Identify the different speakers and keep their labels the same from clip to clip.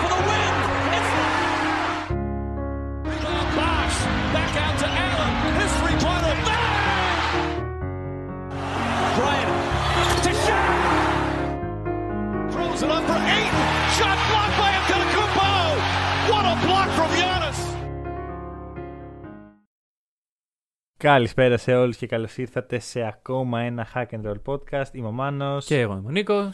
Speaker 1: for the win. It's Box back out to Allen. His three-pointer. Bang! Bryant to Shaq. Throws it up for eight. Shot blocked by Antetokounmpo. What a block from Giannis.
Speaker 2: Καλησπέρα σε όλους και καλώς ήρθατε σε ακόμα ένα Hack and Roll podcast. Είμαι ο Μάνος
Speaker 3: Και εγώ είμαι ο Νίκος.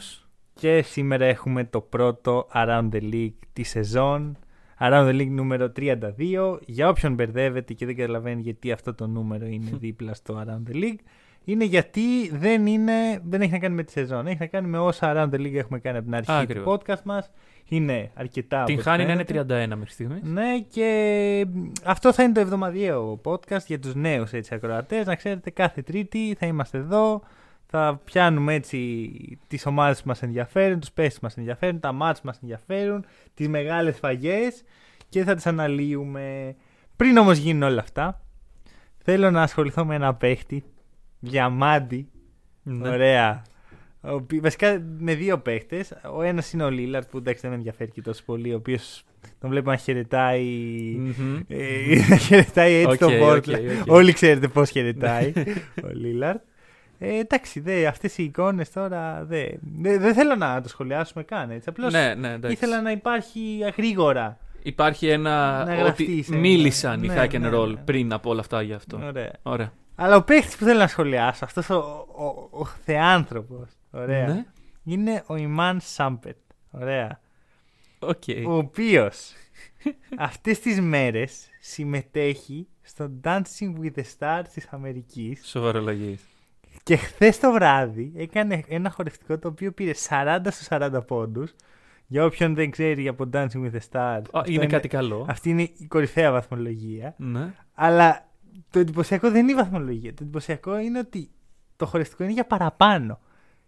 Speaker 2: και σήμερα έχουμε το πρώτο Around the League της σεζόν. Around the League νούμερο 32. Για όποιον μπερδεύεται και δεν καταλαβαίνει γιατί αυτό το νούμερο είναι δίπλα στο Around the League, είναι γιατί δεν, είναι, δεν έχει να κάνει με τη σεζόν. Έχει να κάνει με όσα Around the League έχουμε κάνει από την αρχή
Speaker 3: Ακριβώς.
Speaker 2: του podcast μας. Είναι αρκετά.
Speaker 3: Την
Speaker 2: όπως
Speaker 3: χάνει να είναι
Speaker 2: φαίνεται.
Speaker 3: 31 μέχρι στιγμής.
Speaker 2: Ναι, και μ, αυτό θα είναι το εβδομαδιαίο podcast για τους νέους έτσι ακροατές. Να ξέρετε, κάθε Τρίτη θα είμαστε εδώ. Θα πιάνουμε έτσι τις ομάδες που μας ενδιαφέρουν, τους παίχτες που μας ενδιαφέρουν, τα μάτς που μας ενδιαφέρουν, τις μεγάλες φαγές και θα τις αναλύουμε. Πριν όμως γίνουν όλα αυτά, θέλω να ασχοληθώ με ένα παίχτη, διαμάντη,
Speaker 3: Ναι.
Speaker 2: Ωραία. Ο οποί- Βασικά με δύο παίχτες. Ο ένας είναι ο Λίλαρτ που εντάξει δεν με ενδιαφέρει και τόσο πολύ. Ο οποίος τον βλέπω να χαιρετάει.
Speaker 3: Μμμ.
Speaker 2: ε, να χαιρετάει έτσι
Speaker 3: Οκ,
Speaker 2: τον
Speaker 3: οκ,
Speaker 2: Πόρτλα.
Speaker 3: οκ.
Speaker 2: Όλοι ξέρετε πώς χαιρετάει ο Λίλαρτ. Ε, εντάξει, δε, αυτές οι εικόνες τώρα δε- δε- δεν θέλω να το σχολιάσουμε καν έτσι. Απλώς
Speaker 3: Ναι, ναι, εντάξει.
Speaker 2: ήθελα να υπάρχει γρήγορα.
Speaker 3: Υπάρχει ένα.
Speaker 2: Να γραφτεί
Speaker 3: ότι
Speaker 2: σε ένα-
Speaker 3: μίλησαν οι
Speaker 2: Ναι,
Speaker 3: hack
Speaker 2: ναι,
Speaker 3: and roll
Speaker 2: ναι.
Speaker 3: πριν από όλα αυτά γι' αυτό.
Speaker 2: Ωραία.
Speaker 3: Ωραία.
Speaker 2: Αλλά ο παίχτης που θέλω να σχολιάσω, αυτός ο, ο, ο, θεάνθρωπος, ωραία,
Speaker 3: Ναι.
Speaker 2: είναι ο Ιμάν Σάμπετ. Ωραία.
Speaker 3: Οκ.
Speaker 2: ο οποίος αυτές τις μέρες συμμετέχει στο Dancing with the Stars της Αμερικής
Speaker 3: Σοβαρολογή.
Speaker 2: και χθες το βράδυ έκανε ένα χορευτικό το οποίο πήρε 40 στους 40 πόντους. Για όποιον δεν ξέρει από Dancing with the Stars, αυτό
Speaker 3: Είναι κάτι καλό.
Speaker 2: αυτή είναι η κορυφαία βαθμολογία.
Speaker 3: Ναι.
Speaker 2: Αλλά το εντυπωσιακό δεν είναι η βαθμολογία. Το εντυπωσιακό είναι ότι το χορευτικό είναι για παραπάνω.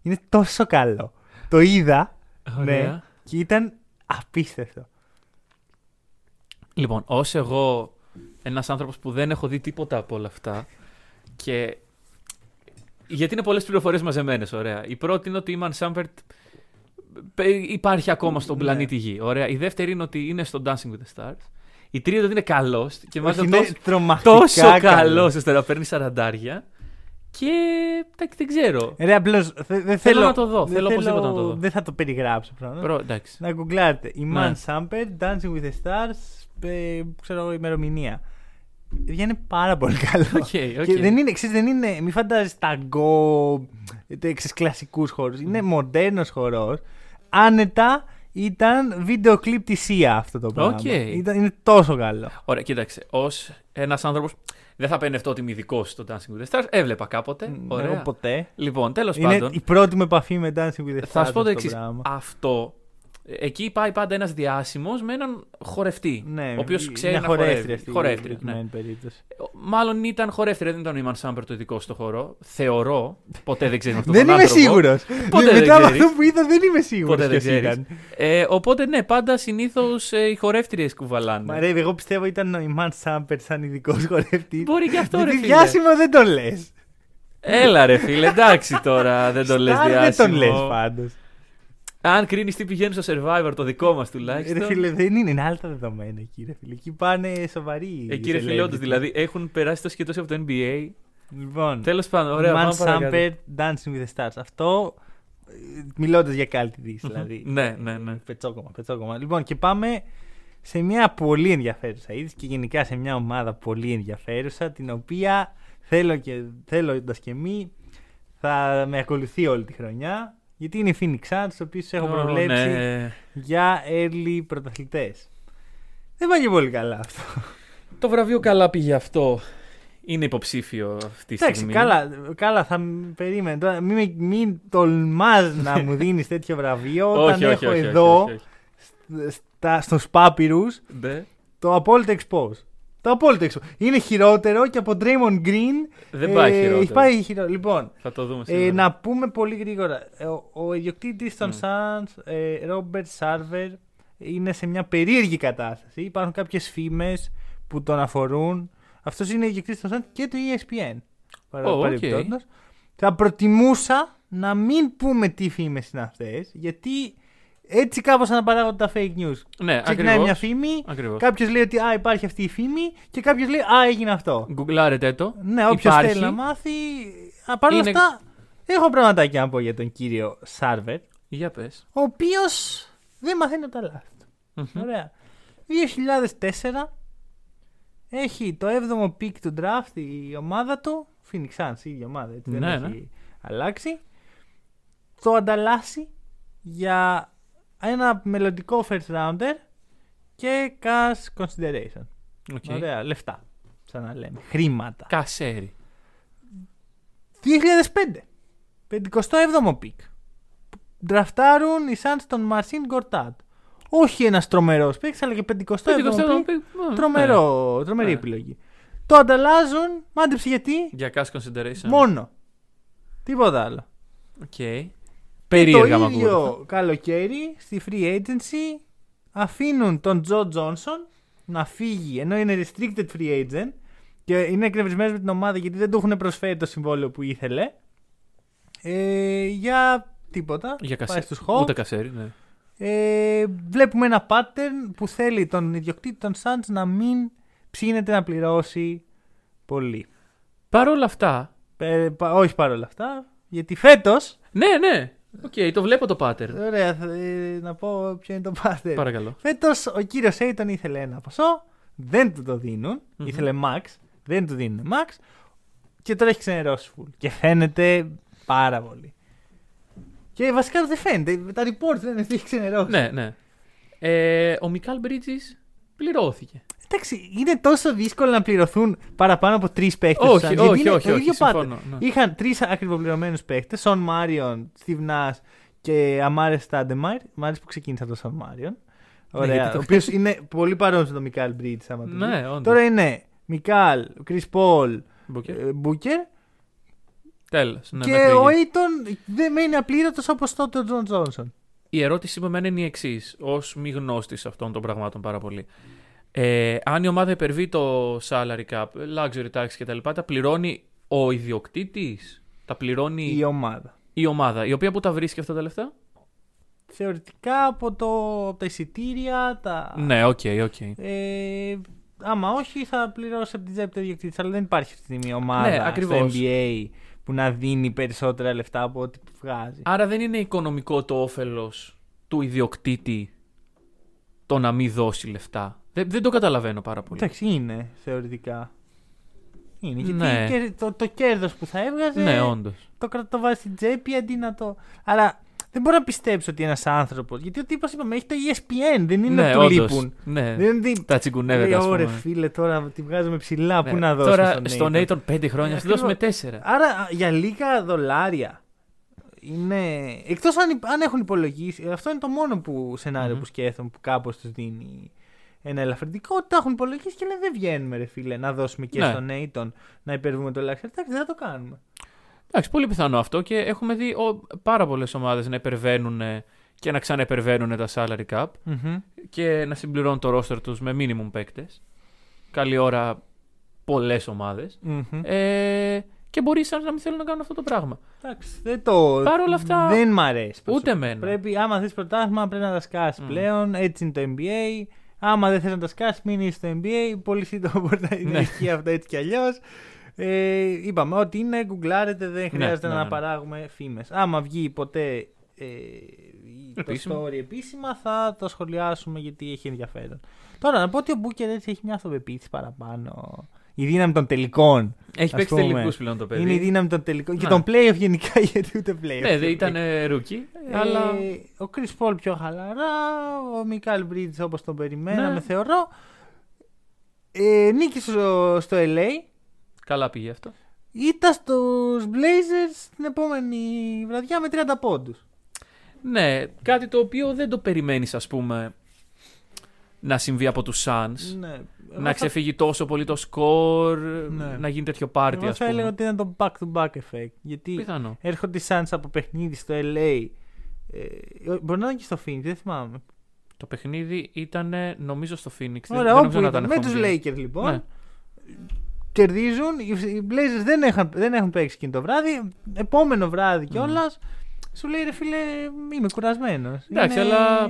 Speaker 2: Είναι τόσο καλό. Το είδα ναι,
Speaker 3: Ωραία.
Speaker 2: και ήταν απίστευτο.
Speaker 3: Λοιπόν, ως εγώ ένας άνθρωπος που δεν έχω δει τίποτα από όλα αυτά και. Γιατί είναι πολλές πληροφορίες μαζεμένες, ωραία. Η πρώτη είναι ότι η Μαν Σάμπερτ πε- υπάρχει ακόμα στον
Speaker 2: Ναι.
Speaker 3: πλανήτη Γη. Ωραία. Η δεύτερη είναι ότι είναι στο Dancing with the Stars. Η τρίτη είναι ότι είναι καλός
Speaker 2: Όχι,
Speaker 3: και μάλιστα
Speaker 2: είναι
Speaker 3: τόσο,
Speaker 2: τρομακτικά
Speaker 3: τόσο καλός ώστε να παίρνει σαραντάρια. Και εντάξει, δεν ξέρω.
Speaker 2: Ρε, απλώς, θε- δεν θέλω,
Speaker 3: να το δω,
Speaker 2: δεν
Speaker 3: θέλω οπωσδήποτε να το δω.
Speaker 2: Δεν θα το περιγράψω πρώτα.
Speaker 3: Προ- εντάξει.
Speaker 2: Ε, Να γκουγκλάρετε. Η Man
Speaker 3: Ναι.
Speaker 2: Samper, Dancing with the Stars, ε, ξέρω εγώ, ημερομηνία. Παιδιά είναι πάρα πολύ καλό.
Speaker 3: Οκ, οκ.
Speaker 2: Και δεν είναι, ξέρεις, δεν είναι, μη φαντάζεσαι ταγκό, ξέρεις, κλασικούς χώρους. Είναι μοντέρνος χορός. Άνετα ήταν βίντεο κλιπ της ΣΥΑ αυτό το πράγμα.
Speaker 3: Οκ.
Speaker 2: Ήταν, είναι τόσο καλό.
Speaker 3: Ωραία, κοίταξε. Ως ένας άνθρωπος. Δεν θα πενευτώ ότι είμαι ειδικός στο Dancing with the Stars. Έβλεπα κάποτε.
Speaker 2: Ναι,
Speaker 3: Ωραία.
Speaker 2: Εγώ Ε, ποτέ.
Speaker 3: Λοιπόν, τέλος
Speaker 2: Είναι
Speaker 3: πάντων.
Speaker 2: η πρώτη μου επαφή με Dancing with the Stars.
Speaker 3: Θα σου πω
Speaker 2: αυτό
Speaker 3: το εξή.
Speaker 2: πράγμα.
Speaker 3: Αυτό. Εκεί πάει πάντα ένας διάσημος με έναν χορευτή.
Speaker 2: Ναι,
Speaker 3: ο οποίος
Speaker 2: είναι
Speaker 3: ξέρει να
Speaker 2: χορεύτρια
Speaker 3: χορεύει.
Speaker 2: στη
Speaker 3: Χορεύτρια, ναι.
Speaker 2: συγκεκριμένη περίπτωση.
Speaker 3: Μάλλον ήταν χορεύτρια, δεν ήταν ο Ιμαν Σάμπερ το ειδικό στο χορό. Θεωρώ. Ποτέ δεν ξέρει αυτό.
Speaker 2: Δεν είμαι σίγουρος.
Speaker 3: Ποτέ δεν
Speaker 2: Μετά από
Speaker 3: ξέρεις.
Speaker 2: αυτό που είδα, δεν είμαι σίγουρο.
Speaker 3: Ποτέ δεν ξέρει. Ε, οπότε ναι, πάντα συνήθως οι χορεύτριες κουβαλάνε.
Speaker 2: Μα ρε, εγώ πιστεύω ήταν ο Ιμάν Σάμπερ σαν ειδικός χορευτής.
Speaker 3: Μπορεί και αυτό, ρε
Speaker 2: Γιατί
Speaker 3: φίλε.
Speaker 2: διάσημο δεν το λες.
Speaker 3: Έλα ρε φίλε, εντάξει τώρα, δεν το λες
Speaker 2: Δεν
Speaker 3: διάσημο.
Speaker 2: τον λες πάντως.
Speaker 3: Αν κρίνεις τι πηγαίνει στο survivor, το δικό μας τουλάχιστον.
Speaker 2: Ρε φίλε, δεν είναι, είναι άλλα τα δεδομένα εκεί. Ρε, φίλε. Εκεί πάνε σοβαροί.
Speaker 3: Ε, κύριε
Speaker 2: celebrity.
Speaker 3: φίλε, όντως, δηλαδή έχουν περάσει τόσο και τόσο από το NBA.
Speaker 2: Λοιπόν,
Speaker 3: Τέλος πάντων, ωραία.
Speaker 2: Ιμάν
Speaker 3: πάμε παρακάτω.
Speaker 2: Σάμπερ, Dancing with the Stars. Αυτό μιλώντας για κάλτη δύση, δηλαδή.
Speaker 3: Ναι, ναι, ναι.
Speaker 2: Πετσόκομα, πετσόκομα. Λοιπόν, και πάμε σε μια πολύ ενδιαφέρουσα είδηση και γενικά σε μια ομάδα πολύ ενδιαφέρουσα, την οποία θέλω και, θέλοντας και μη θα με ακολουθεί όλη τη χρονιά, γιατί είναι η Phoenix Suns, του οποίου έχω
Speaker 3: Ω,
Speaker 2: προβλέψει
Speaker 3: ναι.
Speaker 2: για early πρωταθλητές. Δεν πάει και πολύ καλά αυτό.
Speaker 3: Το βραβείο καλά πήγε αυτό. Είναι υποψήφιο αυτή τη
Speaker 2: Εντάξει,
Speaker 3: στιγμή.
Speaker 2: καλά, καλά, θα μ- περίμενε. Τώρα, μην, με- μην τολμάς να μου δίνεις τέτοιο βραβείο
Speaker 3: Όχι,
Speaker 2: όταν
Speaker 3: όχι,
Speaker 2: έχω
Speaker 3: όχι, όχι,
Speaker 2: εδώ
Speaker 3: όχι, όχι.
Speaker 2: Στα, στους πάπυρους
Speaker 3: Ναι.
Speaker 2: Το απόλυτο expose. Το απόλυτο expose. Είναι χειρότερο και από Draymond Green. Ε,
Speaker 3: Δεν πάει χειρότερο.
Speaker 2: Έχει πάει χειρότερο. Λοιπόν,
Speaker 3: Θα το δούμε
Speaker 2: ε,
Speaker 3: σήμερα.
Speaker 2: να πούμε πολύ γρήγορα. Ε, Ο, ο ιδιοκτήτης των
Speaker 3: Μμ.
Speaker 2: Suns, ε, Robert Sarver, είναι σε μια περίεργη κατάσταση. Υπάρχουν E κάποιες φήμες που τον αφορούν. Αυτός είναι ιδιοκτήτης των Suns και του ESPN. παρα-
Speaker 3: Ω, οκ.
Speaker 2: παρεμπιπτόντως. Θα προτιμούσα να μην πούμε τι φήμες είναι αυτές, γιατί έτσι κάπως αναπαράγονται τα fake news. Ξεκινάει
Speaker 3: Ναι, ακριβώς.
Speaker 2: μια φήμη,
Speaker 3: Ακριβώς.
Speaker 2: κάποιος λέει ότι α, υπάρχει αυτή η φήμη και κάποιος λέει α, έγινε αυτό.
Speaker 3: Γκουγκλάρετε το.
Speaker 2: Ναι, όποιος
Speaker 3: Υπάρχει.
Speaker 2: θέλει να μάθει. Α, Παρ' όλα
Speaker 3: Είναι-
Speaker 2: αυτά, έχω πραγματάκια να πω για τον κύριο Σάρβερ,
Speaker 3: Για πες.
Speaker 2: ο οποίος δεν μαθαίνει από τα λάθη του. Ωραία. 2004 έχει το 7ο πικ του draft η ομάδα του. Phoenix Suns, η ίδια ομάδα, έτσι,
Speaker 3: Ναι,
Speaker 2: δεν
Speaker 3: ναι.
Speaker 2: έχει αλλάξει. Το ανταλλάσσει για ένα μελλοντικό first rounder και cash consideration. Ωραία, λεφτά. Σαν να λέμε. Χρήματα.
Speaker 3: Κασέρι.
Speaker 2: 2005. 57ο πικ. Δραφτάρουν οι Suns τον Μαρσίν Γκορτάτ. Όχι ένας τρομερός πικ, αλλά και 57ο πικ. Τρομερό, τρομερή
Speaker 3: Ναι.
Speaker 2: επιλογή. Το ανταλλάζουν, μάντεψε γιατί,
Speaker 3: Για cash consideration.
Speaker 2: μόνο. Τίποτα άλλο.
Speaker 3: Οκ.
Speaker 2: Ε, Το
Speaker 3: Περίεργα μου ακούγονται.
Speaker 2: ίδιο καλοκαίρι στη free agency αφήνουν τον Τζο Τζόνσον να φύγει ενώ είναι restricted free agent και είναι εκνευρισμένος με την ομάδα γιατί δεν του έχουν προσφέρει το συμβόλαιο που ήθελε ε, για τίποτα.
Speaker 3: Για
Speaker 2: Πάει
Speaker 3: κασέρι.
Speaker 2: στους Hawks.
Speaker 3: Ούτε κασέρι, ναι.
Speaker 2: Ε, βλέπουμε ένα pattern που θέλει τον ιδιοκτήτη των Suns να μην ψήνεται να πληρώσει πολύ.
Speaker 3: Παρ' όλα αυτά.
Speaker 2: Ε, πα- όχι παρόλα αυτά, γιατί φέτος,
Speaker 3: Ναι, ναι. Οκ, το βλέπω το pattern.
Speaker 2: ωραία, θα- ε, να πω ποιο είναι το pattern.
Speaker 3: Παρακαλώ.
Speaker 2: Φέτος ο κύριος Έιτον ήθελε ένα ποσό, δεν του το δινουν Ήθελε max, δεν του δίνουν max. Και τώρα έχει ξενερώσει full. Και φαίνεται πάρα πολύ. Και βασικά δεν φαίνεται. Τα report δεν είναι ότι έχει ξενερώσει.
Speaker 3: Ναι, ναι. Ε, ο Μικάλ Μπρίτζης πληρώθηκε.
Speaker 2: Εντάξει, είναι τόσο δύσκολο να πληρωθούν παραπάνω από τρεις παίχτες.
Speaker 3: Όχι, όχι,
Speaker 2: είναι
Speaker 3: όχι,
Speaker 2: το
Speaker 3: όχι,
Speaker 2: ίδιο
Speaker 3: συμφωνώ,
Speaker 2: pattern.
Speaker 3: ναι.
Speaker 2: Είχαν τρεις ακριβοπληρωμένους παίχτες, Σον Μάριον, Στιβ Νάς και Αμάρε Στάντεμαρ. Μ' άρεσε που ξεκίνησε από τον Σον Μάριον. Ωραία.
Speaker 3: Ναι, γιατί το-
Speaker 2: ο οποίος είναι πολύ παρόν στον Μικάλ Μπρίτ.
Speaker 3: Ναι, όντως.
Speaker 2: Τώρα είναι Μικάλ, Κρι Πολ, ε,
Speaker 3: Μπούκερ.
Speaker 2: Μπούκερ
Speaker 3: Τέλος. Ναι,
Speaker 2: και
Speaker 3: μέχρι
Speaker 2: ο
Speaker 3: εκεί.
Speaker 2: Έιτον δεν μένει απλήρωτος όπως τότε ο Τζον Τζόνσον.
Speaker 3: Η ερώτησή μου εμένα είναι η εξής, ως μη γνώστης αυτών των πραγμάτων πάρα πολύ. Ε, αν η ομάδα υπερβεί το salary cap, luxury tax κτλ., τα πληρώνει ο ιδιοκτήτης, τα πληρώνει
Speaker 2: Η ομάδα.
Speaker 3: η ομάδα, η οποία που τα βρίσκει αυτά τα λεφτά.
Speaker 2: Θεωρητικά από, το, από τα εισιτήρια, τα,
Speaker 3: Ναι, οκ, οκ.
Speaker 2: Ε, άμα όχι, θα πληρώσει από την τσέπη του ιδιοκτήτη. Αλλά δεν υπάρχει αυτή τη στιγμή ομάδα
Speaker 3: Ναι,
Speaker 2: στο
Speaker 3: ακριβώς.
Speaker 2: NBA που να δίνει περισσότερα λεφτά από ό,τι βγάζει.
Speaker 3: Άρα δεν είναι οικονομικό το όφελος του ιδιοκτήτη το να μην δώσει λεφτά. Δεν, δεν το καταλαβαίνω πάρα πολύ.
Speaker 2: Ε, Εντάξει, είναι θεωρητικά. Είναι. Γιατί
Speaker 3: Ναι.
Speaker 2: και το, το κέρδος που θα έβγαζε
Speaker 3: Ναι, όντως.
Speaker 2: το, κρα- το βάζει στην τσέπη αντί να το. Αλλά δεν μπορώ να πιστέψω ότι ένας άνθρωπος. Γιατί ο τύπος είπαμε έχει το E ESPN, δεν είναι
Speaker 3: ναι,
Speaker 2: να του
Speaker 3: όντως.
Speaker 2: λείπουν.
Speaker 3: Ναι.
Speaker 2: Δεν είναι ότι.
Speaker 3: Τα τσιγκουνεύεται,
Speaker 2: Λέει,
Speaker 3: α
Speaker 2: «Ωρε,
Speaker 3: πούμε.
Speaker 2: φίλε, τώρα τη βγάζουμε ψηλά. Πού
Speaker 3: Ναι.
Speaker 2: να δώσουμε
Speaker 3: Τώρα
Speaker 2: στον
Speaker 3: στον
Speaker 2: Nathan?» Ε,
Speaker 3: Nathan πέντε χρόνια, α του
Speaker 2: Ακριβώς.
Speaker 3: δώσουμε τέσσερα.
Speaker 2: Άρα α, για λίγα δολάρια είναι. Εκτός αν, υπ- αν έχουν υπολογίσει. Αυτό είναι το μόνο που, σενάριο
Speaker 3: Μμμ.
Speaker 2: που σκέφτομαι που κάπως τους δίνει ένα ελαφρυντικό. Ότι τα έχουν υπολογίσει και λένε δεν βγαίνουμε, ρε φίλε, να δώσουμε και
Speaker 3: Ναι.
Speaker 2: στον Νέιτον να υπερβούμε το ελάχιστο. Εντάξει, δεν θα το κάνουμε.
Speaker 3: Εντάξει, πολύ πιθανό αυτό και έχουμε δει ο, πάρα πολλές ομάδες να υπερβαίνουν ε, και να ξαναυπερβαίνουν τα salary cap και να συμπληρώνουν το roster τους με minimum παίκτες. Καλή ώρα πολλές ομάδες.
Speaker 2: Μμμ.
Speaker 3: Ε, και μπορεί σαν να μην θέλουν να κάνουν αυτό το πράγμα.
Speaker 2: Εντάξει, δεν το.
Speaker 3: Παρ' όλα αυτά,
Speaker 2: Δεν μ' αρέσει.
Speaker 3: Ούτε εμένα.
Speaker 2: Πρέπει, άμα θες πρωτάθλημα, πρέπει να τα σκάσει
Speaker 3: Μμ.
Speaker 2: πλέον. Έτσι είναι το NBA. Άμα δεν θες να τα σκάσεις, μην είσαι στο NBA. Πολύ σύντομα μπορεί να είναι
Speaker 3: Ναι.
Speaker 2: εκεί αυτό έτσι κι αλλιώς. Ε, είπαμε ότι είναι, γκουγκλάρετε, δεν χρειάζεται
Speaker 3: ναι,
Speaker 2: να
Speaker 3: ναι.
Speaker 2: αναπαράγουμε φήμες. Άμα βγει ποτέ ε,
Speaker 3: Επίσημα.
Speaker 2: το story επίσημα, θα το σχολιάσουμε γιατί έχει ενδιαφέρον. Τώρα να πω ότι ο Μπούκερ έτσι έχει μια αυτοπεποίθηση παραπάνω. Η δύναμη των τελικών.
Speaker 3: Έχει
Speaker 2: ας
Speaker 3: παίξει
Speaker 2: πούμε.
Speaker 3: τελικούς πλέον το παιδί.
Speaker 2: Είναι η δύναμη των τελικών. Και
Speaker 3: Ναι.
Speaker 2: των playoff γενικά, γιατί ούτε playoff.
Speaker 3: Ναι, δεν ήταν ρούκι,
Speaker 2: Ε,
Speaker 3: αλλά.
Speaker 2: Ο Chris Paul πιο χαλαρά, ο Μικάλ Μπρίτζ όπως τον περιμέναμε
Speaker 3: Ναι.
Speaker 2: θεωρώ. Ε, νίκησε στο, στο LA,
Speaker 3: Καλά πήγε αυτό.
Speaker 2: ήταν στους Blazers την επόμενη βραδιά με 30 πόντους.
Speaker 3: Ναι, κάτι το οποίο δεν το περιμένεις, ας πούμε, να συμβεί από τους Suns.
Speaker 2: Ναι. Εγώ
Speaker 3: να
Speaker 2: θα-
Speaker 3: ξεφύγει τόσο πολύ το σκορ,
Speaker 2: Ναι.
Speaker 3: να γίνει τέτοιο πάρτι,
Speaker 2: Εγώ
Speaker 3: ας
Speaker 2: θα
Speaker 3: πούμε.
Speaker 2: έλεγα ότι ήταν το back-to-back effect. Γιατί
Speaker 3: Πιθανό.
Speaker 2: έρχονται οι Suns από παιχνίδι στο LA. Ε, μπορεί να ήταν και στο Phoenix, δεν θυμάμαι.
Speaker 3: Το παιχνίδι ήταν νομίζω στο Phoenix. δεν-
Speaker 2: Ωραία,
Speaker 3: δεν
Speaker 2: όπου
Speaker 3: νομίζω να Ναι.
Speaker 2: ήταν. Με
Speaker 3: home
Speaker 2: τους
Speaker 3: game.
Speaker 2: Lakers λοιπόν.
Speaker 3: Ναι.
Speaker 2: κερδίζουν. οι- Οι Blazers δεν, έχαν, δεν έχουν παίξει εκείνο το βράδυ. Επόμενο
Speaker 3: Ναι.
Speaker 2: βράδυ κιόλας. Σου λέει ρε φίλε, είμαι κουρασμένος.
Speaker 3: Εντάξει, αλλά-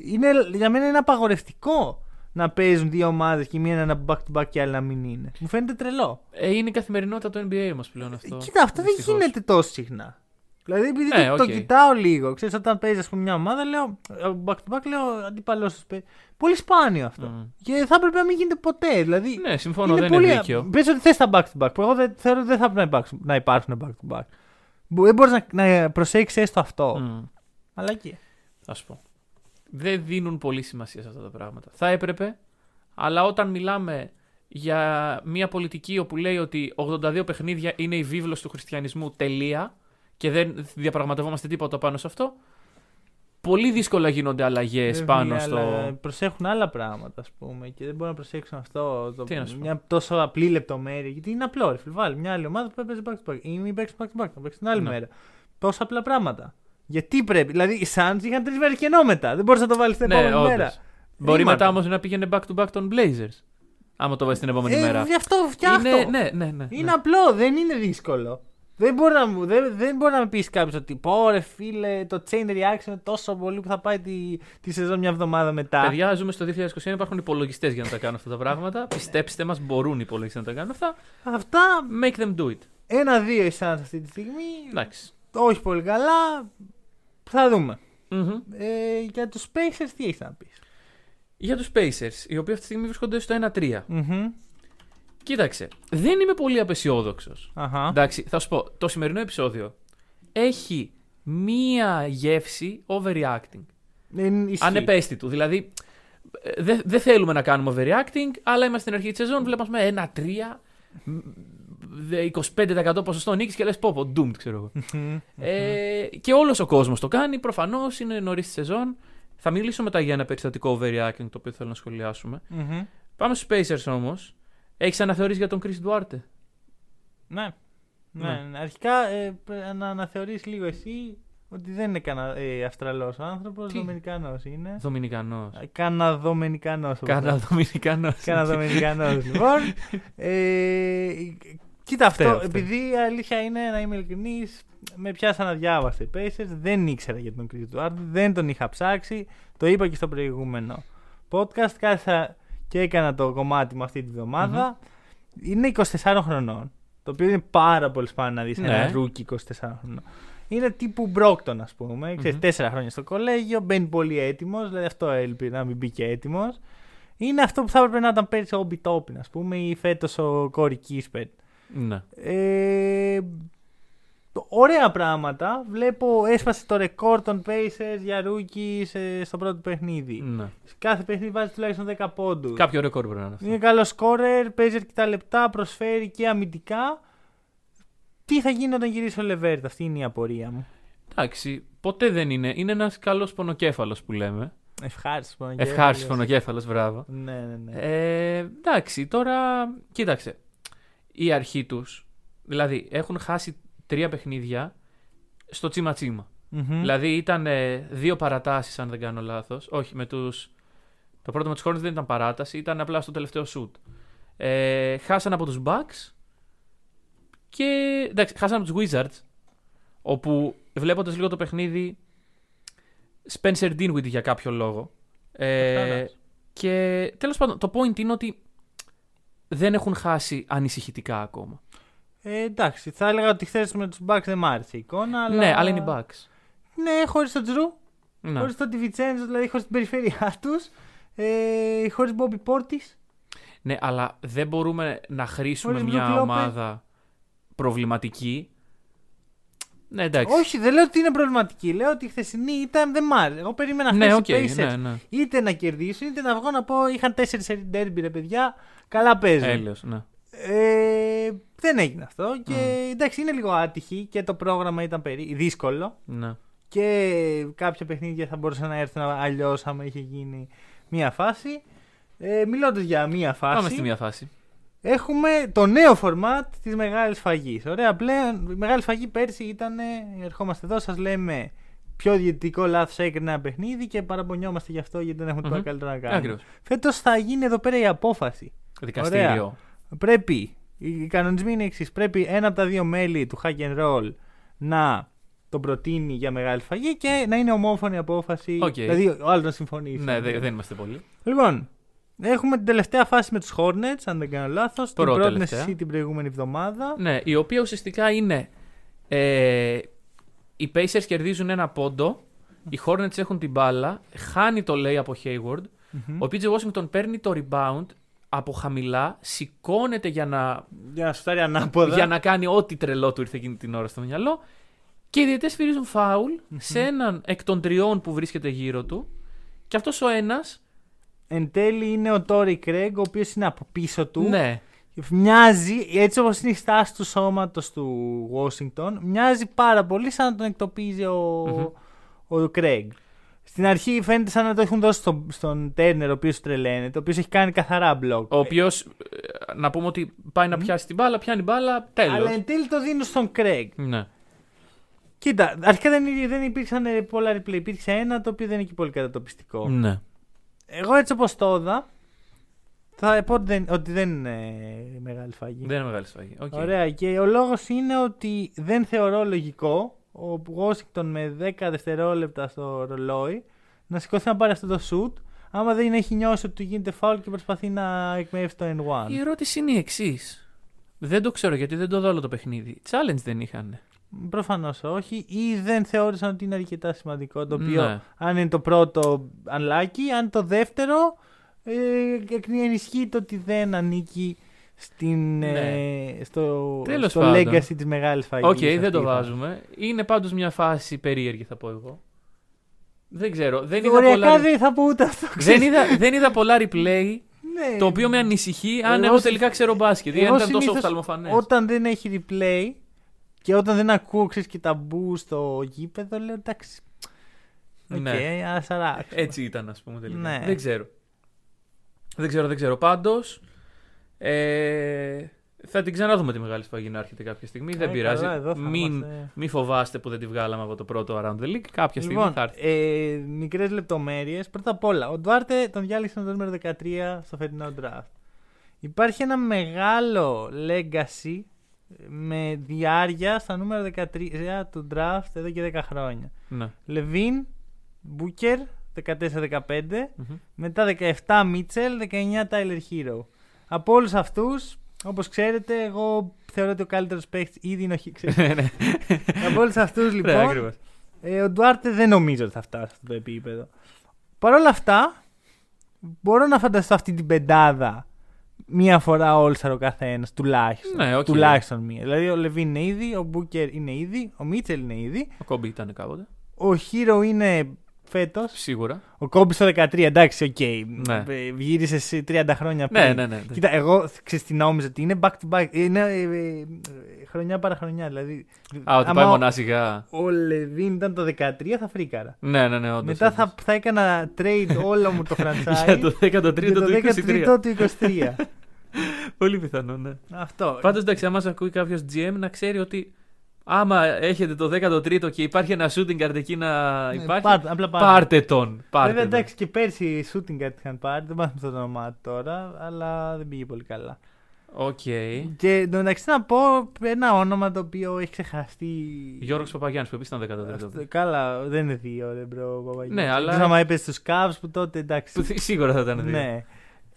Speaker 2: Είναι, για μένα είναι απαγορευτικό να παίζουν δύο ομάδες και η μία να είναι back-to-back και η άλλη να μην είναι. Μου φαίνεται τρελό.
Speaker 3: Ε, είναι η καθημερινότητα του NBA μας πλέον αυτό.
Speaker 2: Ε, Κοίτα, αυτό δεν
Speaker 3: δυστυχώς.
Speaker 2: γίνεται τόσο συχνά. Δηλαδή, επειδή
Speaker 3: Ε,
Speaker 2: το,
Speaker 3: οκ.
Speaker 2: το κοιτάω λίγο, ξέρεις, όταν παίζει ας πούμε, μια ομάδα, λέω ε, back to back, λέω αντιπαλός τους παίζει. Πολύ σπάνιο αυτό.
Speaker 3: Μμ.
Speaker 2: Και θα έπρεπε να μην γίνεται ποτέ. Δηλαδή,
Speaker 3: Mm. Ναι, συμφωνώ, δεν είναι δίκαιο.
Speaker 2: Πες ότι θες τα back to back, που εγώ δεν, θεωρώ ότι δεν θα πρέπει να υπάρξουν, να υπάρχουν back to back. Μπο- Δεν μπορείς να, να προσέξεις έστω αυτό.
Speaker 3: Μμ.
Speaker 2: Αλλά και.
Speaker 3: Ας πω. Δεν δίνουν πολύ σημασία σε αυτά τα πράγματα. Θα έπρεπε, αλλά όταν μιλάμε για μια πολιτική όπου λέει ότι 82 παιχνίδια είναι η βίβλος του χριστιανισμού τελεία και δεν διαπραγματευόμαστε τίποτα πάνω σε αυτό, πολύ δύσκολα γίνονται αλλαγές
Speaker 2: Βέβαια,
Speaker 3: Ε, πάνω στο...
Speaker 2: Ε, ναι, αλλά Προσέχουν άλλα πράγματα, ας πούμε, και δεν μπορούν να προσέξουν αυτό. Το,
Speaker 3: Τι να σου πω.
Speaker 2: μια τόσο απλή λεπτομέρεια. Γιατί είναι απλό, ρε φίλε. Βάλει μια άλλη ομάδα που πρέπει να παίζει back to back. Ή μην παίξεις back to back, να παίξεις την άλλη
Speaker 3: Ναι.
Speaker 2: μέρα. Τόσα απλά πράγματα. Γιατί πρέπει. Δηλαδή, οι Suns είχαν τρεις μέρε κενό μετά. Δεν μπορούσε να το βάλεις την
Speaker 3: Ναι,
Speaker 2: επόμενη
Speaker 3: όντως.
Speaker 2: μέρα.
Speaker 3: Μπορεί
Speaker 2: Ρήματα.
Speaker 3: μετά όμως να πήγαινε back to back των Blazers. Άμα το βάζεις την επόμενη
Speaker 2: Ε,
Speaker 3: μέρα.
Speaker 2: γι' αυτό φτιάχνω.
Speaker 3: Είναι, ναι, ναι, ναι.
Speaker 2: Είναι
Speaker 3: ναι.
Speaker 2: απλό, δεν είναι δύσκολο. Δεν μπορεί να, μου- δεν, δεν μπορεί να με πεις κάποιος ότι πω ρε φίλε, το chain reaction είναι τόσο πολύ που θα πάει τη, τη σεζόν μια εβδομάδα μετά.
Speaker 3: Παιδιά, ζούμε στο 2021, υπάρχουν υπολογιστές για να τα κάνουν αυτά τα πράγματα. Πιστέψτε μας, μπορούν οι υπολογιστές να τα κάνουν αυτά.
Speaker 2: Αυτά
Speaker 3: Make them do it.
Speaker 2: ένα-δύο οι Suns αυτή τη στιγμή.
Speaker 3: Εντάξει.
Speaker 2: όχι πολύ καλά. Θα δούμε.
Speaker 3: Μμμ.
Speaker 2: Ε, για τους Pacers τι έχεις να πεις.
Speaker 3: Για τους Pacers, οι οποίοι αυτή τη στιγμή βρίσκονται στο 1-3. Κοίταξε, δεν είμαι πολύ απεσιόδοξος.
Speaker 2: Αχα.
Speaker 3: Εντάξει, θα σου πω, το σημερινό επεισόδιο έχει μία γεύση overreacting.
Speaker 2: Δεν Ε, ισχύει.
Speaker 3: Ανεπαίσθητου. Δηλαδή, ε, δεν δεν θέλουμε να κάνουμε overreacting, αλλά είμαστε στην αρχή της σεζόν. Βλέπουμε ένα 3, μ, δε- 25% ποσοστό νίκης και λες πω, πω, doomed, ξέρω εγώ.
Speaker 2: Μμμ.
Speaker 3: Ε, και όλος ο κόσμος το κάνει. Προφανώς είναι νωρίς τη σεζόν. Θα μιλήσω μετά για ένα περιστατικό overreacting το οποίο θέλω να σχολιάσουμε.
Speaker 2: Μμμ. Ναι.
Speaker 3: Πάμε στους Pacers όμως. Έχεις αναθεωρήσει για τον Chris Duarte.
Speaker 2: Ναι.
Speaker 3: Ναι.
Speaker 2: Ναι. ναι. Αρχικά ε, πρέ- να αναθεωρείς λίγο εσύ ότι δεν είναι κανα, ε, Αυστραλός άνθρωπος,
Speaker 3: Τι?
Speaker 2: Δομινικανός είναι.
Speaker 3: Δομινικανό.
Speaker 2: Ε, Καναδομενικανός. όπως
Speaker 3: Κάνα
Speaker 2: λέμε.
Speaker 3: Δομινικανό.
Speaker 2: Καναδομενικανός λοιπόν. Ε, κοίτα αυτό,
Speaker 3: Φταίω, φταίω.
Speaker 2: επειδή η αλήθεια είναι να είμαι ειλικρινής, με πιάσαν αδιάβαστα οι Pacers, δεν ήξερα για τον Chris Duarte, δεν τον είχα ψάξει, το είπα και στο προηγούμενο podcast, κάθισα και έκανα το κομμάτι μου αυτή τη βδομαδα Είναι 24 χρονών, το οποίο είναι πάρα πολύ σπάνιο να δεις
Speaker 3: Ναι.
Speaker 2: ένα ρούκι 24 χρονών. Είναι τύπου Μπρόκτον, ας πούμε. Ξέρεις,
Speaker 3: Μμμ.
Speaker 2: τέσσερα χρόνια στο κολέγιο, μπαίνει πολύ έτοιμος. Δηλαδή, αυτό έλπιζε να μην μπει και έτοιμος. Είναι αυτό που θα έπρεπε να ήταν πέρυσι ο Μπιτόπιν, ας πούμε, ή φέτος ο Κόρη Κίσπερ.
Speaker 3: Ναι.
Speaker 2: Ε, το- ωραία πράγματα. Βλέπω, έσπασε το ρεκόρ των Pacers για ρούκι στο πρώτο παιχνίδι.
Speaker 3: ναι.
Speaker 2: Σε Κάθε παιχνίδι βάζει τουλάχιστον 10 πόντους.
Speaker 3: Κάποιο ρεκόρ πρέπει να είναι αυτό.
Speaker 2: Είναι καλός σκόρερ, παίζει αρκετά λεπτά, προσφέρει και αμυντικά. Τι θα γίνει όταν γυρίσει ο Λεβέρτ, αυτή είναι η απορία μου.
Speaker 3: Εντάξει, ποτέ δεν είναι. Είναι ένας καλός πονοκέφαλος που λέμε.
Speaker 2: Ευχάριστο Παναγιώτη.
Speaker 3: Ευχάριστος πονοκέφαλος, μπράβο.
Speaker 2: Ναι, ναι, ναι.
Speaker 3: Ε, εντάξει, τώρα κοίταξε. Η αρχή τους, δηλαδή έχουν χάσει τρία παιχνίδια στο τσίμα τσίμα.
Speaker 2: Μμμ.
Speaker 3: Δηλαδή ήταν ε, δύο παρατάσεις, αν δεν κάνω λάθος. Όχι, με τους. Το πρώτο με τους Hornets δεν ήταν παράταση, ήταν απλά στο τελευταίο σουτ. Ε, χάσαν από τους Bucks και. εντάξει, χάσαν από τους Wizards. Όπου βλέποντας λίγο το παιχνίδι. Spencer Dinwiddie για κάποιο λόγο. Ε,
Speaker 2: Καθένας.
Speaker 3: και τέλος πάντων, το point είναι ότι δεν έχουν χάσει ανησυχητικά ακόμα.
Speaker 2: Ε, εντάξει, θα έλεγα ότι χθες με τους Bucks δεν μ' άρεσε η εικόνα. Αλλά...
Speaker 3: Ναι, αλλά είναι οι Bucks.
Speaker 2: Ναι, χωρίς τον Τζρου,
Speaker 3: Ναι.
Speaker 2: χωρίς τον Τιβιτσέντζο, δηλαδή χωρίς την περιφέρειά τους. Ε, χωρίς Μπόμπι Πόρτη.
Speaker 3: Ναι, αλλά δεν μπορούμε να χρήσουμε
Speaker 2: Χωρίς
Speaker 3: μια
Speaker 2: Brook Lopez.
Speaker 3: ομάδα προβληματική. Ναι, εντάξει.
Speaker 2: Όχι, δεν λέω ότι είναι προβληματική. Λέω ότι η χθεσινή ήταν δεν μ' άρεσε. Εγώ περίμενα χθε
Speaker 3: ναι,
Speaker 2: οι
Speaker 3: οκ,
Speaker 2: Pacers
Speaker 3: ναι, ναι.
Speaker 2: είτε να κερδίσουν είτε να βγω να πω είχαν 4 σερι ντέρμπι ρε παιδιά. Καλά παίζουν.
Speaker 3: Έλεος, ναι.
Speaker 2: Ε, δεν έγινε αυτό. Και εντάξει, είναι λίγο άτυχη και το πρόγραμμα ήταν περί... δύσκολο.
Speaker 3: ναι.
Speaker 2: και κάποια παιχνίδια θα μπορούσαν να έρθουν αλλιώς άμα είχε γίνει μία φάση. Ε, Μιλώντας για μία φάση,
Speaker 3: Πάμε στη μία φάση.
Speaker 2: έχουμε το νέο format της μεγάλης φαγής. Ωραία, πλέον η μεγάλη φαγή πέρσι ήταν. ε, Ερχόμαστε εδώ, σας λέμε ποιο διαιτητικό λάθος έκανε ένα παιχνίδι και παραπονιόμαστε γι' αυτό γιατί δεν έχουμε τίποτα
Speaker 3: Μμμ.
Speaker 2: καλύτερο να κάνουμε.
Speaker 3: Ακριβώς.
Speaker 2: Φέτος θα γίνει εδώ πέρα η απόφαση.
Speaker 3: Δικαστήριο.
Speaker 2: πρέπει, οι κανονισμοί είναι εξής. Πρέπει ένα από τα δύο μέλη του hack and roll να τον προτείνει για μεγάλη φαγή και να είναι ομόφωνη απόφαση.
Speaker 3: Οκ.
Speaker 2: Δηλαδή ο άλλος να συμφωνήσει.
Speaker 3: Ναι, δε- δεν είμαστε πολλοί.
Speaker 2: Λοιπόν, έχουμε την τελευταία φάση με τους Hornets, αν δεν κάνω λάθος. Την
Speaker 3: Πρώτη
Speaker 2: πρότεινε
Speaker 3: τελευταία.
Speaker 2: εσύ την προηγούμενη εβδομάδα.
Speaker 3: Ναι, η οποία ουσιαστικά είναι. Ε, οι Pacers κερδίζουν ένα πόντο. Οι Hornets έχουν την μπάλα. Χάνει το λέει από Hayward. Ο PJ Washington παίρνει το rebound από χαμηλά. Σηκώνεται για να,
Speaker 2: Για να σουτάρει ανάποδα.
Speaker 3: για να κάνει ό,τι τρελό του ήρθε εκείνη την ώρα στο μυαλό. Και οι διαιτέ φυρίζουν φάουλ σε έναν εκ των τριών που βρίσκεται γύρω του. Και αυτός ο ένας.
Speaker 2: Εν τέλει είναι ο Τόρι Κρέγκ, ο οποίος είναι από πίσω του.
Speaker 3: Ναι.
Speaker 2: Μοιάζει, έτσι όπως είναι η στάση του σώματος του Washington, μοιάζει πάρα πολύ σαν να τον εκτοπίζει ο, ο Craig. Στην αρχή φαίνεται σαν να το έχουν δώσει στον, στον Turner, ο οποίος τρελαίνεται, ο οποίος έχει κάνει καθαρά μπλοκ.
Speaker 3: Ο οποίος, να πούμε ότι πάει να πιάσει την μπάλα, πιάνει μπάλα,
Speaker 2: Αλλά
Speaker 3: τέλο.
Speaker 2: εν τέλει το δίνουν στον Craig.
Speaker 3: Ναι.
Speaker 2: Κοίτα, αρχικά δεν, δεν υπήρξαν ε, πολλά replay. Υπήρξε ένα το οποίο δεν είναι και πολύ κατατοπιστικό.
Speaker 3: ναι.
Speaker 2: Εγώ έτσι όπως το είδα, θα πω ότι δεν, ότι δεν είναι μεγάλη φαγή.
Speaker 3: Δεν είναι μεγάλη σφαγή. Οκ.
Speaker 2: Ωραία. Και ο λόγος είναι ότι δεν θεωρώ λογικό ο Washington με 10 δευτερόλεπτα στο ρολόι να σηκωθεί να πάρει αυτό το shoot άμα δεν έχει νιώσει ότι του γίνεται φάουλ και προσπαθεί να εκμεύσει το N1.
Speaker 3: Η ερώτηση είναι η εξής. Δεν το ξέρω γιατί δεν το δω όλο το παιχνίδι. Challenge δεν είχαν.
Speaker 2: Προφανώς όχι, ή δεν θεώρησαν ότι είναι αρκετά σημαντικό. Το οποίο,
Speaker 3: Ναι.
Speaker 2: αν είναι το πρώτο, unlucky, αν το δεύτερο, ε, εκ- ενισχύει το ότι δεν ανήκει στην, ε, στο,
Speaker 3: Ναι. Τέλος
Speaker 2: στο
Speaker 3: πάντων.
Speaker 2: legacy της μεγάλης φαγής.
Speaker 3: Οκ, δεν το βάζουμε. Είναι πάντως μια φάση περίεργη, θα πω εγώ. Δεν ξέρω. Δεν είδα, πολλά...
Speaker 2: Θεωριακά δεν θα πω ούτε αυτό.
Speaker 3: δεν, είδα, δεν είδα πολλά replay
Speaker 2: Ναι.
Speaker 3: το οποίο με ανησυχεί αν
Speaker 2: Εγώ
Speaker 3: εγώ
Speaker 2: συ-
Speaker 3: τελικά ξέρω μπάσκετ. ή
Speaker 2: Εγώ
Speaker 3: Αν ήταν τόσο
Speaker 2: συνήθως
Speaker 3: οφθαλμοφανές.
Speaker 2: Όταν δεν έχει replay και όταν δεν ακούω ξέρεις, και τα μπου στο γήπεδο, λέω εντάξει. Οκ,
Speaker 3: Ναι.
Speaker 2: ας αράξουμε.
Speaker 3: Έτσι ήταν, ας πούμε τελικά.
Speaker 2: Ναι.
Speaker 3: Δεν ξέρω. Δεν ξέρω, δεν ξέρω. Πάντως. Ε, θα την ξαναδούμε τη μεγάλη σφαγή να έρχεται κάποια στιγμή. δεν
Speaker 2: Ε,
Speaker 3: πειράζει.
Speaker 2: καλά, εδώ θα
Speaker 3: μην,
Speaker 2: είμαστε.
Speaker 3: μην φοβάστε που δεν τη βγάλαμε από το πρώτο Around the League. Κάποια στιγμή
Speaker 2: Λοιπόν,
Speaker 3: θα έρθει.
Speaker 2: ε, μικρές λεπτομέρειες. Πρώτα απ' όλα, ο Ντουάρτε τον διάλεξε με το νούμερο 13 στο φετινό draft. Υπάρχει ένα μεγάλο legacy ε, με διάρκεια στα νούμερα 13 του draft εδώ και 10 χρόνια.
Speaker 3: Ναι.
Speaker 2: Λεβίν, Μπούκερ 14-15,
Speaker 3: Μμμ.
Speaker 2: μετά 17 Μίτσελ, 19 Τάιλερ Χίρο. Από όλους αυτούς, όπως ξέρετε, εγώ θεωρώ ότι ο καλύτερος παίχτης ήδη είναι ο Χίξερ.
Speaker 3: Ναι.
Speaker 2: Από όλους αυτούς
Speaker 3: Ναι,
Speaker 2: λοιπόν,
Speaker 3: ακριβώς.
Speaker 2: ε, ο Ντουάρτε δεν νομίζω ότι θα φτάσει σε αυτό το επίπεδο. Παρ' όλα αυτά, μπορώ να φανταστώ αυτή την πεντάδα μία φορά All-Star ο καθένας, τουλάχιστον.
Speaker 3: Ναι, οκ.
Speaker 2: Τουλάχιστον μία. Δηλαδή ο Λεβίν είναι ήδη, ο Μπούκερ είναι ήδη, ο Μίτσελ είναι ήδη,
Speaker 3: Ο Κόμπι ήταν κάποτε.
Speaker 2: ο Χίρο είναι φέτος.
Speaker 3: Σίγουρα.
Speaker 2: Ο Κόμπι στο 13, εντάξει, οκ.
Speaker 3: Ναι.
Speaker 2: Ε, Γύρισε σε 30 χρόνια πριν.
Speaker 3: Ναι, ναι, ναι.
Speaker 2: Κοίτα, εγώ ξέρεις τι νόμιζα ότι είναι back to back. Είναι ε, ε, ε, χρονιά παρά χρονιά. Δηλαδή,
Speaker 3: Α, ότι
Speaker 2: άμα
Speaker 3: πάει
Speaker 2: ο-
Speaker 3: μονάσιγα.
Speaker 2: Ο Λεβίν ήταν το 13, θα φρίκαρα.
Speaker 3: Ναι, ναι, ναι, όντως.
Speaker 2: Μετά
Speaker 3: όντως.
Speaker 2: θα, θα έκανα trade όλο μου το franchise.
Speaker 3: Για το 13ο
Speaker 2: για το
Speaker 3: του
Speaker 2: 13ο
Speaker 3: 23.
Speaker 2: του 23.
Speaker 3: Πολύ πιθανό, ναι.
Speaker 2: Αυτό.
Speaker 3: Πάντως, εντάξει, άμα σα ακούει κάποιος GM να ξέρει ότι άμα έχετε το 13ο και υπάρχει ένα shooting guard εκεί να
Speaker 2: Ναι,
Speaker 3: υπάρχει.
Speaker 2: πάρτε- απλά πάρτε.
Speaker 3: πάρτε τον. Πάρτε
Speaker 2: Βέβαια
Speaker 3: τον.
Speaker 2: εντάξει και πέρσι οι shooting guard είχαν πάρει, δεν μάθαμε το όνομά του τώρα, αλλά δεν πήγε πολύ καλά.
Speaker 3: Οκ.
Speaker 2: Και εν τω μεταξύ να πω ένα όνομα το οποίο έχει ξεχαστεί
Speaker 3: Γιώργος Παπαγιάννης που επίσης ήταν 13ο.
Speaker 2: Αυτό- Καλά, δεν είναι δύο, ρε μπρο. Παπαγιώτη.
Speaker 3: Ναι, αλλά-
Speaker 2: Εκτός άμα είπε στους Cavs που τότε εντάξει.
Speaker 3: Που θυ- Σίγουρα θα ήταν δύο.
Speaker 2: ναι.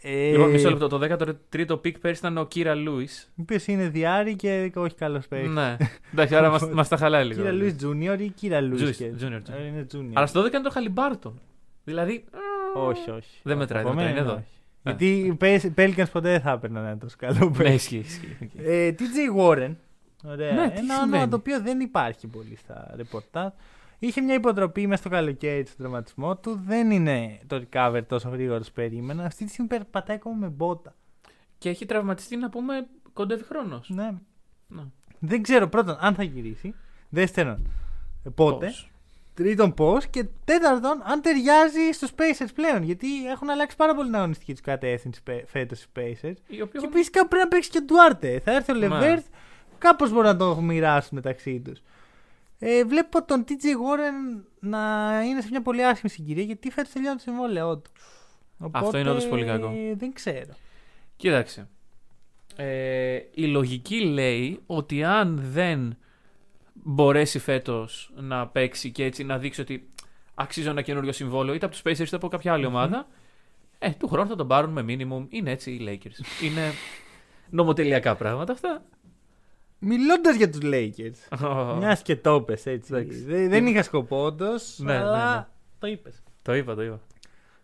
Speaker 2: Ε,
Speaker 3: Λοιπόν, μισό λεπτό. Το 13ο pick πέρυσι ήταν ο Κύρα Λούις.
Speaker 2: Ο οποίος είναι διάρρη και όχι καλός παίκτης.
Speaker 3: Ναι. Εντάξει, άρα μας- μας τα χαλάει λίγο.
Speaker 2: Κύρα Λούι Junior ή κύρα Λούι.
Speaker 3: Junior, junior, junior.
Speaker 2: Ε, Είναι Junior.
Speaker 3: Αλλά στο 12 ήταν το Χαλιμπάρτον. Δηλαδή.
Speaker 2: Όχι, όχι.
Speaker 3: Δεν μετράει,
Speaker 2: Από
Speaker 3: δεν μετράει,
Speaker 2: μένα
Speaker 3: είναι εδώ.
Speaker 2: όχι. Γιατί οι Pels- Pelicans ποτέ δεν θα έπαιρναν ένα τόσο καλό
Speaker 3: Ναι,
Speaker 2: παίκτη.
Speaker 3: ισχύει. ισχύει. Οκ.
Speaker 2: Ε, TJ Warren. Ωραία.
Speaker 3: Ναι, τι
Speaker 2: ένα όνομα
Speaker 3: σημαίνει.
Speaker 2: το οποίο δεν υπάρχει πολύ στα ρεπορτάζ. Είχε μια υποτροπή μέσα στο καλοκαίρι στον τραυματισμό του. Δεν είναι το recover τόσο γρήγορος που περίμενα. Αυτή τη στιγμή περπατάει ακόμα με μπότα.
Speaker 3: Και έχει τραυματιστεί να πούμε κοντεύει χρόνος.
Speaker 2: Ναι.
Speaker 3: Ναι.
Speaker 2: Δεν ξέρω πρώτον αν θα γυρίσει. Δεύτερον, ε, πότε. Τρίτον, πώς. Και τέταρτον, αν ταιριάζει στους Pacers πλέον. Γιατί έχουν αλλάξει πάρα πολύ την αγωνιστική τους κατεύθυνση φέτος οι Pacers.
Speaker 3: Η οποία...
Speaker 2: Και φυσικά πρέπει να παίξει και ο Ντουάρτε. Θα έρθει ο
Speaker 3: Ναι.
Speaker 2: Λεβέρθ, κάπω μπορεί να τον μοιράσουν μεταξύ τους. Ε, βλέπω τον TJ Warren να είναι σε μια πολύ άσχημη συγκυρία γιατί φέτος τελειώνει το συμβόλαιό του. ε,
Speaker 3: Αυτό είναι όντως πολύ κακό.
Speaker 2: Δεν ξέρω.
Speaker 3: Κοίταξε. Ε, η λογική λέει ότι αν δεν μπορέσει φέτος να παίξει και έτσι να δείξει ότι αξίζει ένα καινούριο συμβόλαιο είτε από τους Pacers είτε από κάποια άλλη ομάδα, ε, του χρόνου θα τον πάρουν με minimum. Είναι έτσι οι Lakers. Είναι νομοτελειακά πράγματα αυτά.
Speaker 2: Μιλώντας για τους Lakers. Μιας και το είπες, έτσι.
Speaker 3: Εντάξει.
Speaker 2: Δε- Δεν είχα σκοπό, όντως.
Speaker 3: Ναι, ναι,
Speaker 2: αλλά
Speaker 3: ναι.
Speaker 2: το είπες.
Speaker 3: Το είπα, το είπα.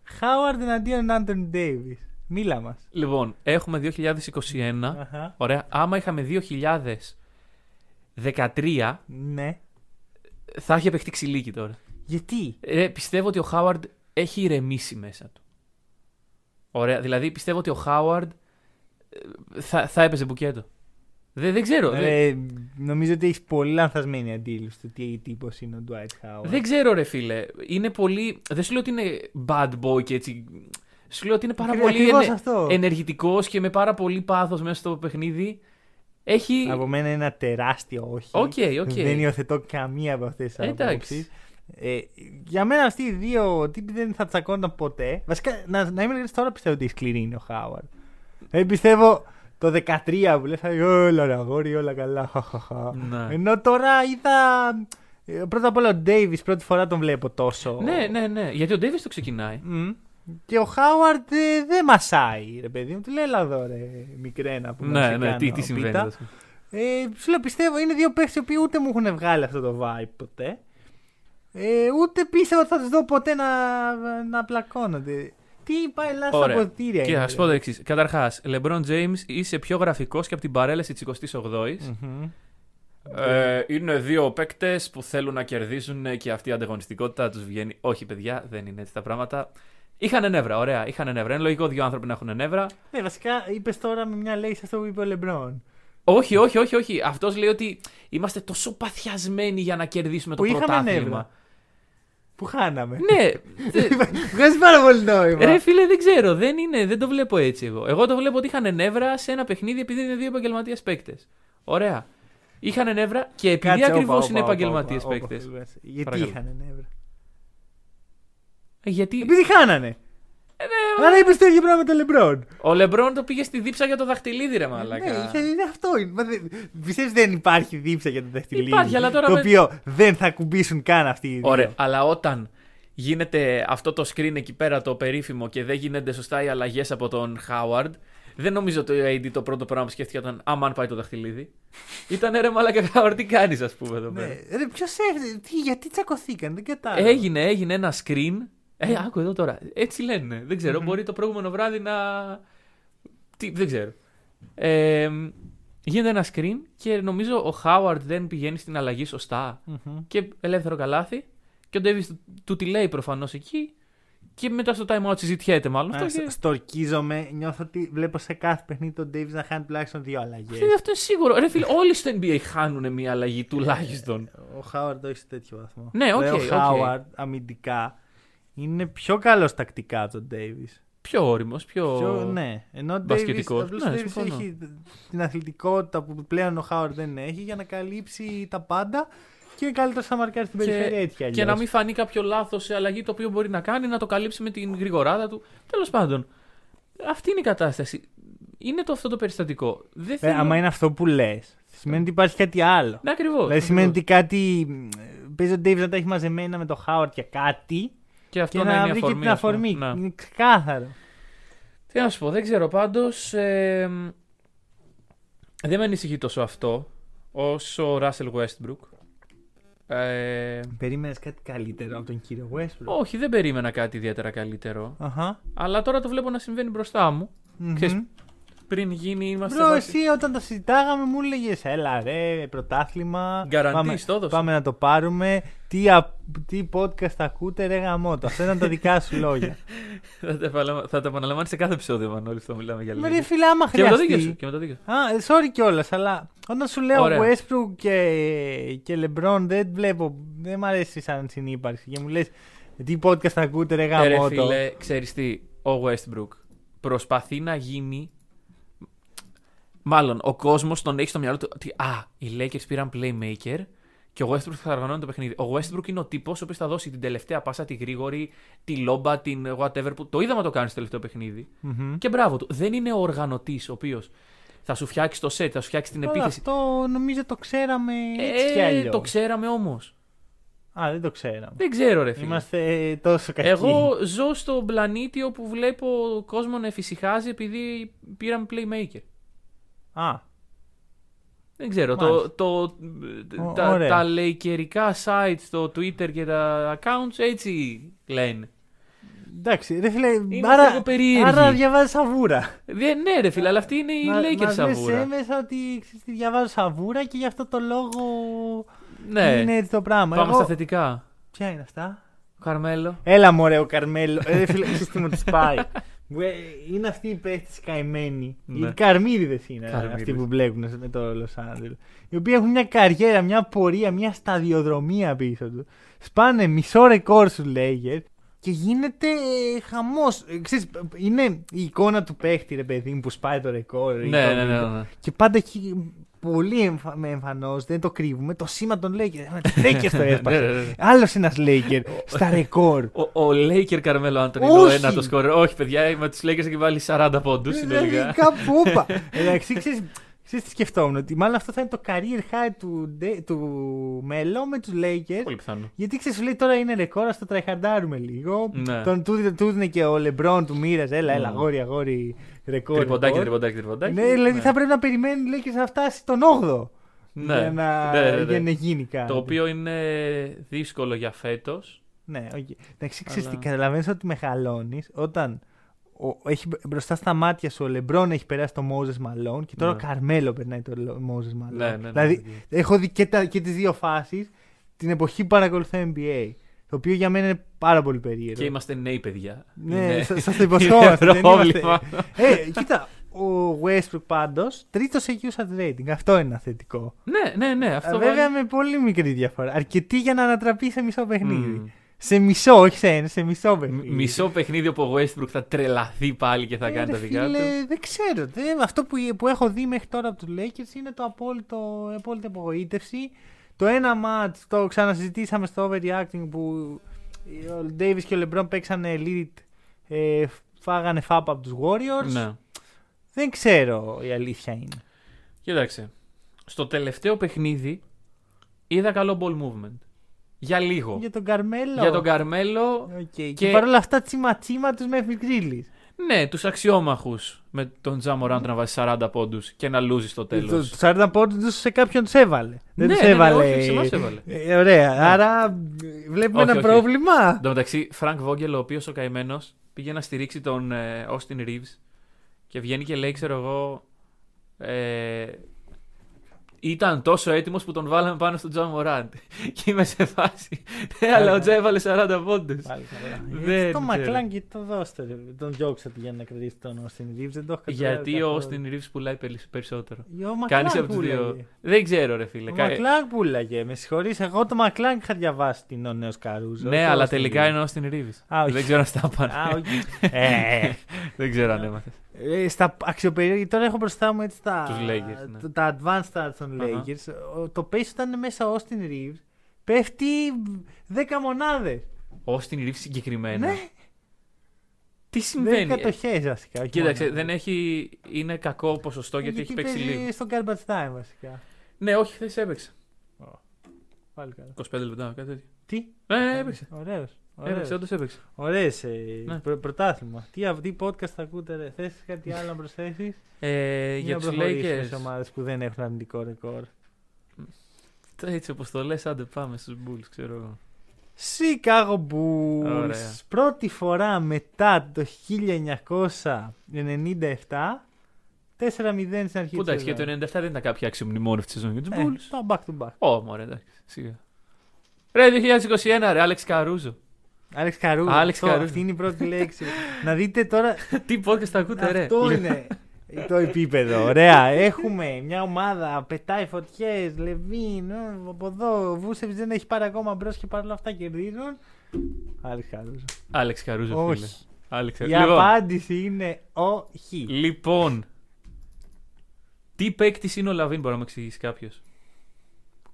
Speaker 2: Χάουαρντ εναντίον Άντων Ντέιβι. Μίλα μας.
Speaker 3: Λοιπόν, έχουμε
Speaker 2: Ναι.
Speaker 3: 2021. Ωραία. Άμα είχαμε 2013,
Speaker 2: Ναι.
Speaker 3: θα είχε παιχτεί ξυλίκι τώρα.
Speaker 2: Γιατί.
Speaker 3: Ε, πιστεύω ότι ο Χάουαρντ έχει ηρεμήσει μέσα του. Ωραία. Δηλαδή πιστεύω ότι ο Χάουαρντ ε, θα, θα έπαιζε μπουκέτο. Δεν, δεν ξέρω. δεν,
Speaker 2: Ρε, νομίζω ότι έχεις πολύ λανθασμένη αντίληψη του τι τύπος είναι ο Ντουάιτ Χάουαρντ.
Speaker 3: δεν ξέρω, ρε φίλε. Είναι πολύ. Δεν σου λέω ότι είναι bad boy και έτσι. Σου λέω ότι είναι πάρα
Speaker 2: Ακρι-
Speaker 3: πολύ
Speaker 2: Ε, ακριβώς αυτό.
Speaker 3: ενεργητικός και με πάρα πολύ πάθος μέσα στο παιχνίδι. Έχει.
Speaker 2: Από μένα είναι ένα τεράστιο όχι.
Speaker 3: Οκ, οκ.
Speaker 2: Δεν υιοθετώ καμία από αυτές τις
Speaker 3: Εντάξει.
Speaker 2: απόψει. Ε, για μένα αυτοί οι δύο τύποι δεν θα τσακώνονταν ποτέ. Βασικά, να, να είμαι ειλικρινής, τώρα πιστεύω ότι η σκληρή είναι ο Χάουαρντ. Δεν πιστεύω το 13 που λες, όλα ρε αγόρι, όλα καλά. χαχαχα».
Speaker 3: Ναι.
Speaker 2: Ενώ τώρα είδα. ε, Πρώτα απ' όλα ο Ντέιβις, πρώτη φορά τον βλέπω τόσο.
Speaker 3: Ναι, ναι, ναι. Γιατί ο Ντέβι το ξεκινάει.
Speaker 2: Μμ. Και ο Χάουαρντ ε, δεν μασάει, ρε παιδί μου. Του λέει, έλα εδώ, ρε, μικρένα που
Speaker 3: Ναι, ναι, τι, τι συμβαίνει.
Speaker 2: Πίτα.
Speaker 3: ας πούμε.
Speaker 2: Ε, σου λέω, πιστεύω, είναι δύο παίχτε οι οποίοι ούτε μου έχουν βγάλει αυτό το vibe ποτέ. Ε, ούτε πίστευα ότι θα τους δω ποτέ να, να πλακώνονται. Τι πάει λάθος
Speaker 3: Ωραία.
Speaker 2: από κτίρια.
Speaker 3: Και α πω το εξής. Καταρχάς, LeBron James είσαι πιο γραφικός και από την παρέλαση της 28η. Ε, είναι δύο παίκτες που θέλουν να κερδίσουν και αυτή η ανταγωνιστικότητα τους βγαίνει. Όχι, παιδιά, δεν είναι έτσι τα πράγματα. Είχαν νεύρα, ωραία. Είχαν νεύρα. Είναι λογικό δύο άνθρωποι να έχουν νεύρα.
Speaker 2: Ναι, βασικά είπες τώρα με μια λέξη αυτό που είπε ο Λεμπρόν.
Speaker 3: Όχι, όχι, όχι. όχι. Αυτός λέει ότι είμαστε τόσο παθιασμένοι για να κερδίσουμε το
Speaker 2: Που είχαμε
Speaker 3: πρωτάθλημα.
Speaker 2: νεύρα. Που χάναμε.
Speaker 3: Ναι, δε-
Speaker 2: Βγάζει πάρα πολύ νόημα.
Speaker 3: Ρε φίλε, δεν ξέρω, δεν, είναι, δεν το βλέπω έτσι εγώ. Εγώ το βλέπω ότι είχαν νεύρα σε ένα παιχνίδι επειδή είναι δύο επαγγελματίες παίκτες. Ωραία. Είχαν νεύρα και επειδή
Speaker 2: Ε, Κάτσε,
Speaker 3: ακριβώς
Speaker 2: όπα,
Speaker 3: είναι
Speaker 2: όπα, όπα,
Speaker 3: επαγγελματίες
Speaker 2: όπα, όπα,
Speaker 3: παίκτες.
Speaker 2: όπα, Γιατί
Speaker 3: Παρακαλώ.
Speaker 2: είχανε νεύρα.
Speaker 3: Ε, Γιατί
Speaker 2: Επειδή χάνανε.
Speaker 3: Ε, ναι,
Speaker 2: Άρα είπε το ίδιο πράγμα με τον Λεμπρόν.
Speaker 3: ο Λεμπρόν το πήγε στη δίψα για το δαχτυλίδι, ρε μαλάκα.
Speaker 2: Ναι, είναι αυτό. είναι. Μα δεν- Πιστεύεις δεν υπάρχει δίψα για το δαχτυλίδι.
Speaker 3: Υπάρχει, αλλά τώρα
Speaker 2: Το
Speaker 3: με-
Speaker 2: οποίο δεν θα κουμπίσουν καν αυτοί οι δύο.
Speaker 3: Ωραία, αλλά όταν γίνεται αυτό το screen εκεί πέρα το περίφημο και δεν γίνονται σωστά οι αλλαγές από τον Χάουαρντ, δεν νομίζω ότι ο AD το πρώτο πράγμα που σκέφτηκε ήταν Αμάν πάει το δαχτυλίδι. Ήταν ρε μαλάκα Χάουαρντ, τι κάνεις, ας πούμε εδώ πέρα.
Speaker 2: Ναι. Ρε, ποιος έφυγε, τι, γιατί τσακωθήκαν, δεν κατάλαβα.
Speaker 3: Έγινε, έγινε ένα screen.
Speaker 2: Ναι.
Speaker 3: Ε, άκου εδώ τώρα. Έτσι λένε. Δεν ξέρω. Μπορεί το προηγούμενο βράδυ να. Τι, δεν ξέρω. Ε, γίνεται ένα screen και νομίζω ο Χάουαρντ δεν πηγαίνει στην αλλαγή σωστά. Και ελεύθερο καλάθι. Και ο Ντέβι του, του τη λέει προφανώς εκεί. Και μετά στο time out συζητιέται μάλλον.
Speaker 2: Α,
Speaker 3: Αυτό
Speaker 2: σ-
Speaker 3: και...
Speaker 2: Στορκίζομαι, νιώθω ότι βλέπω σε κάθε παιχνίδι τον Ντέιβις να χάνει τουλάχιστον δύο αλλαγές.
Speaker 3: Ε, Αυτό είναι σίγουρο. Ρε φίλε, όλοι στο NBA χάνουν μια αλλαγή τουλάχιστον.
Speaker 2: Ο Χάουαρντ όχι σε τέτοιο βαθμό.
Speaker 3: Ναι, οκ,
Speaker 2: Ρε,
Speaker 3: οκ.
Speaker 2: Ο Χάουαρντ αμυντικά είναι πιο καλός τακτικά από τον Ντέιβις.
Speaker 3: Πιο όριμος, πιο.
Speaker 2: Πιο, ναι. Ενώ ο Ντέιβις,
Speaker 3: Μπασκετικός.
Speaker 2: απλώς
Speaker 3: Ναι,
Speaker 2: ο Ντέιβις
Speaker 3: συμφωνώ.
Speaker 2: έχει την αθλητικότητα που πλέον ο Χάουαρντ δεν έχει για να καλύψει τα πάντα και είναι καλύτερο να μαρκάρει στην περιφέρεια έτσι κι
Speaker 3: και,
Speaker 2: αλλιώς.
Speaker 3: να μην φανεί κάποιο λάθος σε αλλαγή το οποίο μπορεί να κάνει, να το καλύψει με την γρηγοράδα του. Τέλος πάντων, αυτή είναι η κατάσταση. Είναι το αυτό το περιστατικό. Δεν
Speaker 2: Ε,
Speaker 3: θέλω...
Speaker 2: άμα είναι αυτό που λες, σημαίνει ότι υπάρχει κάτι άλλο.
Speaker 3: Ναι, ακριβώς.
Speaker 2: δηλαδή σημαίνει ότι κάτι. Παίζει ο Ντέιβις να τα έχει μαζεμένα με το Χάουαρντ για κάτι
Speaker 3: Και αυτό
Speaker 2: και
Speaker 3: να,
Speaker 2: να,
Speaker 3: είναι η
Speaker 2: βρει και
Speaker 3: αφορμή.
Speaker 2: την
Speaker 3: ας
Speaker 2: αφορμή.
Speaker 3: πούμε. ναι. Να.
Speaker 2: Είναι ξεκάθαρο.
Speaker 3: Τι να σου πω, δεν ξέρω πάντως. Ε, δεν με ανησυχεί τόσο αυτό όσο ο Ράσελ Westbrook. Ε,
Speaker 2: Περίμενες κάτι καλύτερο από τον κύριο Westbrook.
Speaker 3: όχι, δεν περίμενα κάτι ιδιαίτερα καλύτερο.
Speaker 2: Αχα.
Speaker 3: Αλλά τώρα το βλέπω να συμβαίνει μπροστά μου.
Speaker 2: Μμμ.
Speaker 3: Ξέρεις, πριν γίνει, είμαστε.
Speaker 2: Μπρο,
Speaker 3: βάση-
Speaker 2: εσύ όταν τα συζητάγαμε μου έλεγες Έλα ρε, πρωτάθλημα.
Speaker 3: Γκαραντής,
Speaker 2: πάμε,
Speaker 3: το έδωσε.
Speaker 2: πάμε να το πάρουμε. Τι, α- τι podcast θα ακούτε, ρε γαμότο. Αυτά ήταν τα δικά σου λόγια.
Speaker 3: θα τα επαναλαμβα- θα τα επαναλαμβάνεις σε κάθε επεισόδιο, αν όλοι αυτό μιλάμε για
Speaker 2: Μα
Speaker 3: λίγο.
Speaker 2: ρε φίλε, άμα
Speaker 3: Και με το δίκιο σου.
Speaker 2: χρειαστεί.
Speaker 3: Και με το δίκιο σου.
Speaker 2: Α, ε, sorry κιόλας, αλλά όταν σου λέω
Speaker 3: Ωραία.
Speaker 2: Westbrook και, και LeBron δεν βλέπω, δεν μ' αρέσει σαν συνύπαρξη. Και μου λες τι podcast θα ακούτε, ρε
Speaker 3: Ε, Ρε
Speaker 2: γαμότο.
Speaker 3: φίλε, ξέρεις τι, ο Westbrook προσπαθεί να γίνει... Μάλλον, ο κόσμος τον έχει στο μυαλό του ότι «Α, οι Lakers πήραν playmaker και ο Westbrook θα οργανώνει το παιχνίδι». Ο Westbrook είναι ο τύπος ο οποίος θα δώσει την τελευταία πάσα, τη γρήγορη, τη λόμπα, την whatever που το είδαμε να το κάνει στο τελευταίο παιχνίδι.
Speaker 2: Μμμ.
Speaker 3: Και μπράβο του. Δεν είναι ο οργανωτής ο οποίος θα σου φτιάξει το σετ, θα σου φτιάξει την
Speaker 2: Τώρα
Speaker 3: επίθεση. Ε,
Speaker 2: Αυτό νομίζω το ξέραμε έτσι κι αλλιώς.
Speaker 3: το ξέραμε όμως.
Speaker 2: Α, δεν το ξέραμε.
Speaker 3: Δεν ξέρω, ρε φίλε.
Speaker 2: Είμαστε τόσο κακοί.
Speaker 3: Εγώ ζω στον πλανήτη όπου βλέπω κόσμο να εφησυχάζει επειδή πήραμε playmaker.
Speaker 2: Α,
Speaker 3: Δεν ξέρω. Το,
Speaker 2: Μάλιστα.
Speaker 3: το,
Speaker 2: Ω,
Speaker 3: τα,
Speaker 2: ωραία.
Speaker 3: τα λέικερικά site στο Twitter και τα accounts έτσι λένε.
Speaker 2: εντάξει, ρε φίλε,
Speaker 3: Είμαστε λίγο
Speaker 2: άρα,
Speaker 3: περίεργοι.
Speaker 2: άρα διαβάζεις σαβούρα.
Speaker 3: Δεν, ναι, ρε φίλε, αλλά αυτή είναι η
Speaker 2: Να- μας
Speaker 3: Lakers
Speaker 2: λες ε,
Speaker 3: σαβούρα.
Speaker 2: έμεσα ότι ξέρεις τι, διαβάζω σαβούρα και γι' αυτό το λόγο
Speaker 3: Ναι,
Speaker 2: είναι έτσι το πράγμα.
Speaker 3: πάμε
Speaker 2: Εγώ-
Speaker 3: στα θετικά.
Speaker 2: Ποια είναι αυτά.
Speaker 3: Καρμέλο.
Speaker 2: Έλα μωρέ ο Καρμέλο. Ε, φίλε, ξέρεις τι μου τους πάει. Μου, ε, Είναι αυτοί οι παίχτες καημένοι.
Speaker 3: Ναι.
Speaker 2: Οι καρμίδιδες είναι
Speaker 3: Καρμίδες.
Speaker 2: αυτοί που μπλέκουν με το Λος Άντζελες. Οι οποίοι έχουν μια καριέρα, μια πορεία, μια σταδιοδρομία πίσω τους. Σπάνε μισό ρεκόρ σου Λέιγερ και γίνεται ε, χαμός. Ε, ξέρεις, είναι η εικόνα του παίχτη ρε παιδί μου που σπάει το ρεκόρ. ή
Speaker 3: Ναι,
Speaker 2: το
Speaker 3: ναι, ναι,
Speaker 2: βίντεο.
Speaker 3: ναι.
Speaker 2: Και πάντα έχει πολύ εμφα... με εμφανώς, δεν το κρύβουμε, το σήμα των Λέικερ. Λέικερ το
Speaker 3: Ναι, ναι, ναι.
Speaker 2: έσπασε. Άλλος ένας Λέικερ στα ρεκόρ.
Speaker 3: Ο, ο Λέικερ Καρμέλο Άντωνη είναι
Speaker 2: Όχι.
Speaker 3: ο ένατο σκορ. Όχι, παιδιά, με του Lakers έχει βάλει 40 πόντου
Speaker 2: Δηλαδή,
Speaker 3: συνολικά.
Speaker 2: Κάπου όπα. Εντάξει, ξέρεις, ξέρεις τι σκεφτόμουν. Ότι μάλλον αυτό θα είναι το career high του, Ντε- του Μελό με τους
Speaker 3: Πολύ
Speaker 2: Lakers.
Speaker 3: πιθανό.
Speaker 2: Γιατί ξέρεις, σου λέει τώρα είναι ρεκόρ, ας το τραϊχαντάρουμε λίγο.
Speaker 3: Ναι.
Speaker 2: Τον του έδινε- του έδινε και ο Λεμπρόν του μοίρας. Έλα, έλα,
Speaker 3: Mm.
Speaker 2: αγόρι, αγόρι, ρεκόρ.
Speaker 3: Τριποντάκι,
Speaker 2: ρεκόρ.
Speaker 3: τριποντάκι, τριποντάκι.
Speaker 2: Ναι, δηλαδή θα πρέπει να περιμένει λέει, και να φτάσει τον 8ο.
Speaker 3: Ναι.
Speaker 2: Για να,
Speaker 3: Ναι, ναι, ναι.
Speaker 2: για να γίνει κάτι.
Speaker 3: Το οποίο είναι δύσκολο για φέτος.
Speaker 2: Ναι, οκ. Εντάξει, ξέρεις
Speaker 3: Αλλά-
Speaker 2: τι, καταλαβαίνεις ότι μεγαλώνεις όταν ο, έχει μπ- μπροστά στα μάτια σου ο Λεμπρόν έχει περάσει το Μόζες Μαλόν και τώρα
Speaker 3: Ναι.
Speaker 2: ο Καρμέλο περνάει το Μόζες Μαλόν.
Speaker 3: Ναι, ναι, ναι,
Speaker 2: δηλαδή,
Speaker 3: ναι.
Speaker 2: έχω δει και, τα, και τις δύο φάσεις την εποχή που παρακολουθώ NBA. Το οποίο για μένα είναι πάρα πολύ περίεργο.
Speaker 3: Και είμαστε νέοι παιδιά.
Speaker 2: Ναι,
Speaker 3: Είναι-
Speaker 2: σα σας το υποσχόμαστε.
Speaker 3: είναι
Speaker 2: δεν είμαστε-
Speaker 3: πρόβλημα.
Speaker 2: Ε, κοίτα, ο Westbrook πάντως τρίτος σε usage rating. Αυτό είναι ένα θετικό.
Speaker 3: Ναι, ναι, ναι. Αυτό
Speaker 2: Ε, Βέβαια
Speaker 3: βάλει-
Speaker 2: με πολύ μικρή διαφορά. Αρκετή για να ανατραπεί σε μισό παιχνίδι.
Speaker 3: Μμμ.
Speaker 2: Σε μισό, όχι σε ένα, σε μισό παιχνίδι.
Speaker 3: Μισό παιχνίδι όπου ο Westbrook θα τρελαθεί πάλι και θα
Speaker 2: Ε,
Speaker 3: κάνει
Speaker 2: ρε
Speaker 3: τα δικά
Speaker 2: φίλε,
Speaker 3: του.
Speaker 2: Δεν ξέρω. Δεν, αυτό που, που έχω δει μέχρι τώρα από τους Lakers είναι το απόλυτο, η απόλυτη απογοήτευση. Το ένα μάτ το ξανασυζητήσαμε στο overreacting που ο Davis και ο LeBron παίξαν elite, ε, φάγανε φάπα από τους Warriors.
Speaker 3: Ναι.
Speaker 2: Δεν ξέρω η αλήθεια είναι.
Speaker 3: Κοίταξε. Στο τελευταίο παιχνίδι είδα καλό ball movement. Για λίγο.
Speaker 2: Για τον Καρμέλο.
Speaker 3: Για τον Καρμέλο,
Speaker 2: Οκ. Και...
Speaker 3: και-
Speaker 2: παρόλα αυτά τσίμα τσίμα τους Memphis Grizzlies.
Speaker 3: ναι, τους αξιόμαχους με τον Τζαμοράντ να βάζει 40 πόντους και να λούζει
Speaker 2: Ε,
Speaker 3: στο τέλο.
Speaker 2: Τους 40 πόντους τους σε κάποιον τους έβαλε. Δεν
Speaker 3: Ναι,
Speaker 2: τους
Speaker 3: ναι, ναι,
Speaker 2: έβαλε.
Speaker 3: όχι, σε εμάς έβαλε. Ναι.
Speaker 2: Ε, ωραία. Άρα ε, βλέπουμε
Speaker 3: Όχι,
Speaker 2: ένα
Speaker 3: όχι.
Speaker 2: πρόβλημα.
Speaker 3: Εν τω μεταξύ, Φρανκ Βόγγελ, ο οποίος ο καημένος πήγε να στηρίξει τον ε, Austin Reeves και βγαίνει και λέει, ξέρω εγώ. Ε, ήταν τόσο έτοιμος που τον βάλαμε πάνω στον Τζον Μοράντ. και είμαι σε φάση. Ναι, αλλά ο Τζα έβαλε 40 πόντου. Δεν
Speaker 2: Ε, Το
Speaker 3: ξέρω.
Speaker 2: Μακλάνγκι το δώστε. ρε. Τον διώξατε για να κρατήσει τον Austin Reeves. Δεν το έχω καταλάβει
Speaker 3: Γιατί ο
Speaker 2: καθόλου.
Speaker 3: Austin Reeves πουλάει περι- περισσότερο.
Speaker 2: Ο
Speaker 3: Κάνεις
Speaker 2: Μακλάνγκ
Speaker 3: από τους
Speaker 2: πουλάγε.
Speaker 3: δύο. Δεν ξέρω, ρε φίλε.
Speaker 2: Ο
Speaker 3: Κα-
Speaker 2: Μακλάνγκ πουλάγε. Με συγχωρείς. Εγώ το Μακλάνγκ είχα διαβάσει την ο νέος Καρούζο. όχι
Speaker 3: Ναι,
Speaker 2: ο
Speaker 3: αλλά
Speaker 2: Austin
Speaker 3: τελικά
Speaker 2: Reeves.
Speaker 3: είναι ο Austin Reeves.
Speaker 2: Α, όχι.
Speaker 3: Δεν ξέρω αν στα
Speaker 2: Α,
Speaker 3: πάνε.
Speaker 2: οκ. Ε,
Speaker 3: Δεν ξέρω αν έμαθες.
Speaker 2: Ε, στα αξιοπερίεργη, τώρα έχω μπροστά μου έτσι τα,
Speaker 3: Τους Lakers, ναι.
Speaker 2: τα- τα advanced stats των
Speaker 3: Αχα.
Speaker 2: Lakers. Ο- Το pace όταν είναι μέσα ο Austin Reeves πέφτει 10 μονάδες.
Speaker 3: Ο Austin Reeves συγκεκριμένα.
Speaker 2: Ναι,
Speaker 3: Τι
Speaker 2: 10
Speaker 3: συμβαίνει.
Speaker 2: κατοχές βασικά. όχι
Speaker 3: Κοίταξε,
Speaker 2: μονάδες.
Speaker 3: δεν έχει. Είναι κακό ποσοστό γιατί έχει παίξει
Speaker 2: παίζει
Speaker 3: λίγο.
Speaker 2: στο garbage time βασικά.
Speaker 3: Ναι, όχι, χθες έπαιξε.
Speaker 2: Πάλι καλά.
Speaker 3: 25 λεπτά, κάτι τέτοιο.
Speaker 2: Τι,
Speaker 3: Ναι, ναι, έπαιξε.
Speaker 2: ωραίος. ωραίος.
Speaker 3: Έπαιξε, όντως έπαιξε.
Speaker 2: Ωραίες ε,
Speaker 3: Ναι.
Speaker 2: πρω- πρωτάθλημα. Τι, α- τι podcast θα ακούτε ρε, θες κάτι άλλο να προσθέσεις
Speaker 3: Ε,
Speaker 2: ή
Speaker 3: για
Speaker 2: να
Speaker 3: τους
Speaker 2: προχωρήσουμε σε
Speaker 3: Lakers.
Speaker 2: ομάδες που δεν έχουν αρνητικό ρεκόρ.
Speaker 3: τα Έτσι όπως το λες, άντε πάμε στους Bulls, ξέρω εγώ.
Speaker 2: Chicago Bulls.
Speaker 3: Ωραία.
Speaker 2: Πρώτη φορά μετά το 1997. 4-0 στην αρχή
Speaker 3: Πού
Speaker 2: της
Speaker 3: εντάξει, για το
Speaker 2: σεζόν.
Speaker 3: 97 δεν ήταν κάποια αξιομνημόνευτη σεζόν για τους
Speaker 2: Ε,
Speaker 3: Bulls.
Speaker 2: Το back to back.
Speaker 3: Ω, μωρέ, εντάξει, σίγουρα. Ρε 2021, ρε, Άλεξ Καρούζο.
Speaker 2: Άλεξ Καρούζο.
Speaker 3: Άλεξ
Speaker 2: Αυτό,
Speaker 3: Καρούζο.
Speaker 2: Αυτή είναι η πρώτη λέξη. να δείτε τώρα.
Speaker 3: Τι podcast θα ακούτε, ρε. Λοιπόν,
Speaker 2: αυτό είναι το επίπεδο. Ωραία. Έχουμε μια ομάδα. Πετάει φωτιές. Λεβίν. ο, Από εδώ. Ο Βούσεβιτ δεν έχει πάρει ακόμα μπρος και παρόλα αυτά κερδίζουν. Άλεξ Καρούζο.
Speaker 3: Άλεξ Καρούζο, φίλε.
Speaker 2: Όχι.
Speaker 3: Άλεξ
Speaker 2: Η
Speaker 3: Καρούζο. Λοιπόν,
Speaker 2: απάντηση είναι όχι.
Speaker 3: λοιπόν, τι παίκτη είναι ο Λαβίν, μπορεί να μου εξηγήσει κάποιος.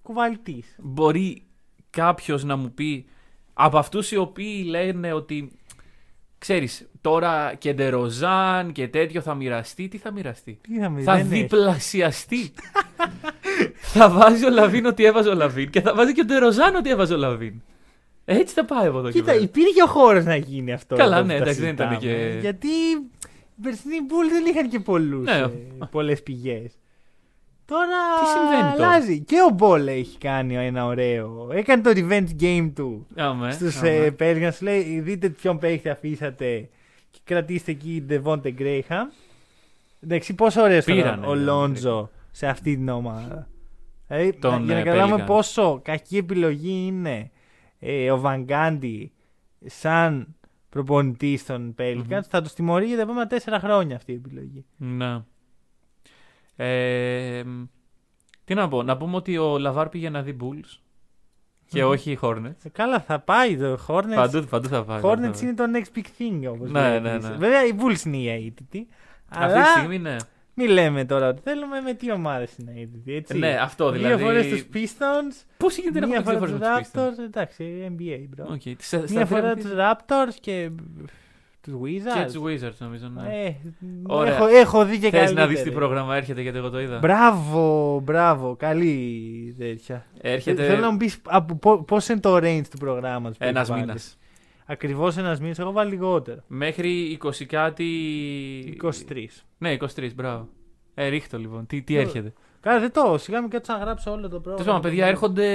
Speaker 2: Κουβαλτής.
Speaker 3: μπορεί κάποιος να μου πει από αυτούς οι οποίοι λένε ότι ξέρεις, τώρα και Ντεροζάν και τέτοιο θα μοιραστεί. Τι θα μοιραστεί.
Speaker 2: Τι θα, μη-
Speaker 3: Θα
Speaker 2: δεν έχει.
Speaker 3: διπλασιαστεί. θα βάζει ο Λαβίν ότι έβαζε ο Λαβίν και θα βάζει και ο Ντεροζάν ότι έβαζε ο Λαβίν. Έτσι θα πάει από εδώ και
Speaker 2: Κοίτα,
Speaker 3: πέρα.
Speaker 2: υπήρχε ο χώρος να γίνει αυτό.
Speaker 3: Καλά,
Speaker 2: εδώ που
Speaker 3: ναι,
Speaker 2: τα
Speaker 3: εντάξει, δεν ήταν
Speaker 2: συζητάμε.
Speaker 3: και-
Speaker 2: ναι. Γιατί οι περσινοί Bulls δεν είχαν και πολλούς.
Speaker 3: Ναι.
Speaker 2: Πολλές πηγές. Τώρα
Speaker 3: Τι συμβαίνει τώρα?
Speaker 2: αλλάζει. Και ο Μπόλ έχει κάνει ένα ωραίο. Έκανε το revenge game του
Speaker 3: Άμε,
Speaker 2: στους
Speaker 3: άμε.
Speaker 2: ε, Pelicans. Σου λέει: Δείτε ποιον παίχτη αφήσατε και κρατήστε εκεί Devonte Graham. Εντάξει, πόσο ωραίος ήταν
Speaker 3: Πήρανε δηλαδή.
Speaker 2: ο
Speaker 3: τον
Speaker 2: Λόντζο σε αυτή την ομάδα. Δηλαδή,
Speaker 3: Τον,
Speaker 2: να- για να
Speaker 3: ε,
Speaker 2: καταλάβουμε
Speaker 3: Pelicans.
Speaker 2: πόσο κακή επιλογή είναι ε, ο Βαγκάντι σαν προπονητής των Pelicans,
Speaker 3: Μμμ.
Speaker 2: θα τους τιμωρεί για τα επόμενα τέσσερα χρόνια αυτή η επιλογή.
Speaker 3: Ναι. Ε, μ, τι να πω, να πούμε ότι ο Λαβάρ πήγε να δει Bulls και όχι Hornets.
Speaker 2: Ε, καλά, θα πάει το Hornets.
Speaker 3: Παντού, παντού θα πάει. παντού θα
Speaker 2: Hornets
Speaker 3: πάει.
Speaker 2: είναι το next big thing, όπως
Speaker 3: Ναι, ναι, ναι.
Speaker 2: Βέβαια, οι Bulls είναι οι αίτητοι.
Speaker 3: Αυτή
Speaker 2: αλλά-
Speaker 3: τη στιγμή, ναι.
Speaker 2: Μη λέμε τώρα ότι θέλουμε με τι ομάδες είναι ADD, έτσι.
Speaker 3: Ναι, αυτό
Speaker 2: Δύο
Speaker 3: δηλαδή.
Speaker 2: φορές τους Pistons,
Speaker 3: Πώς γίνεται να
Speaker 2: μία
Speaker 3: έχω
Speaker 2: φορά
Speaker 3: τόξε
Speaker 2: του
Speaker 3: φορέ τους
Speaker 2: Raptors. Εντάξει, NBA, bro.
Speaker 3: Pistons. Οκ, στα-
Speaker 2: Μία
Speaker 3: στα
Speaker 2: φορά
Speaker 3: τρία-
Speaker 2: τους Raptors και τους
Speaker 3: Και
Speaker 2: Wizards.
Speaker 3: τους Wizards νομίζω. Ναι.
Speaker 2: Ε,
Speaker 3: Ωραία.
Speaker 2: έχω, έχω δει και
Speaker 3: Θες
Speaker 2: καλύτερα.
Speaker 3: να δεις τι πρόγραμμα έρχεται γιατί εγώ το είδα.
Speaker 2: Μπράβο, μπράβο, καλή τέτοια. Θέλω να
Speaker 3: Έρχεται
Speaker 2: μου πεις πώς είναι το range του προγράμματος.
Speaker 3: ένα μήνα.
Speaker 2: Ακριβώς ένας μήνας, εγώ βάλει λιγότερο.
Speaker 3: Μέχρι 20 κάτι. Ε,
Speaker 2: 23.
Speaker 3: Ναι, 23, μπράβο. Ε, ρίχτω λοιπόν. Τι, τι
Speaker 2: Ε,
Speaker 3: έρχεται.
Speaker 2: Καλά, δεν το. Σιγά μην κάτσω να γράψω όλο το
Speaker 3: Τέλος
Speaker 2: πρόγραμμα.
Speaker 3: πάντων, παιδιά, έρχονται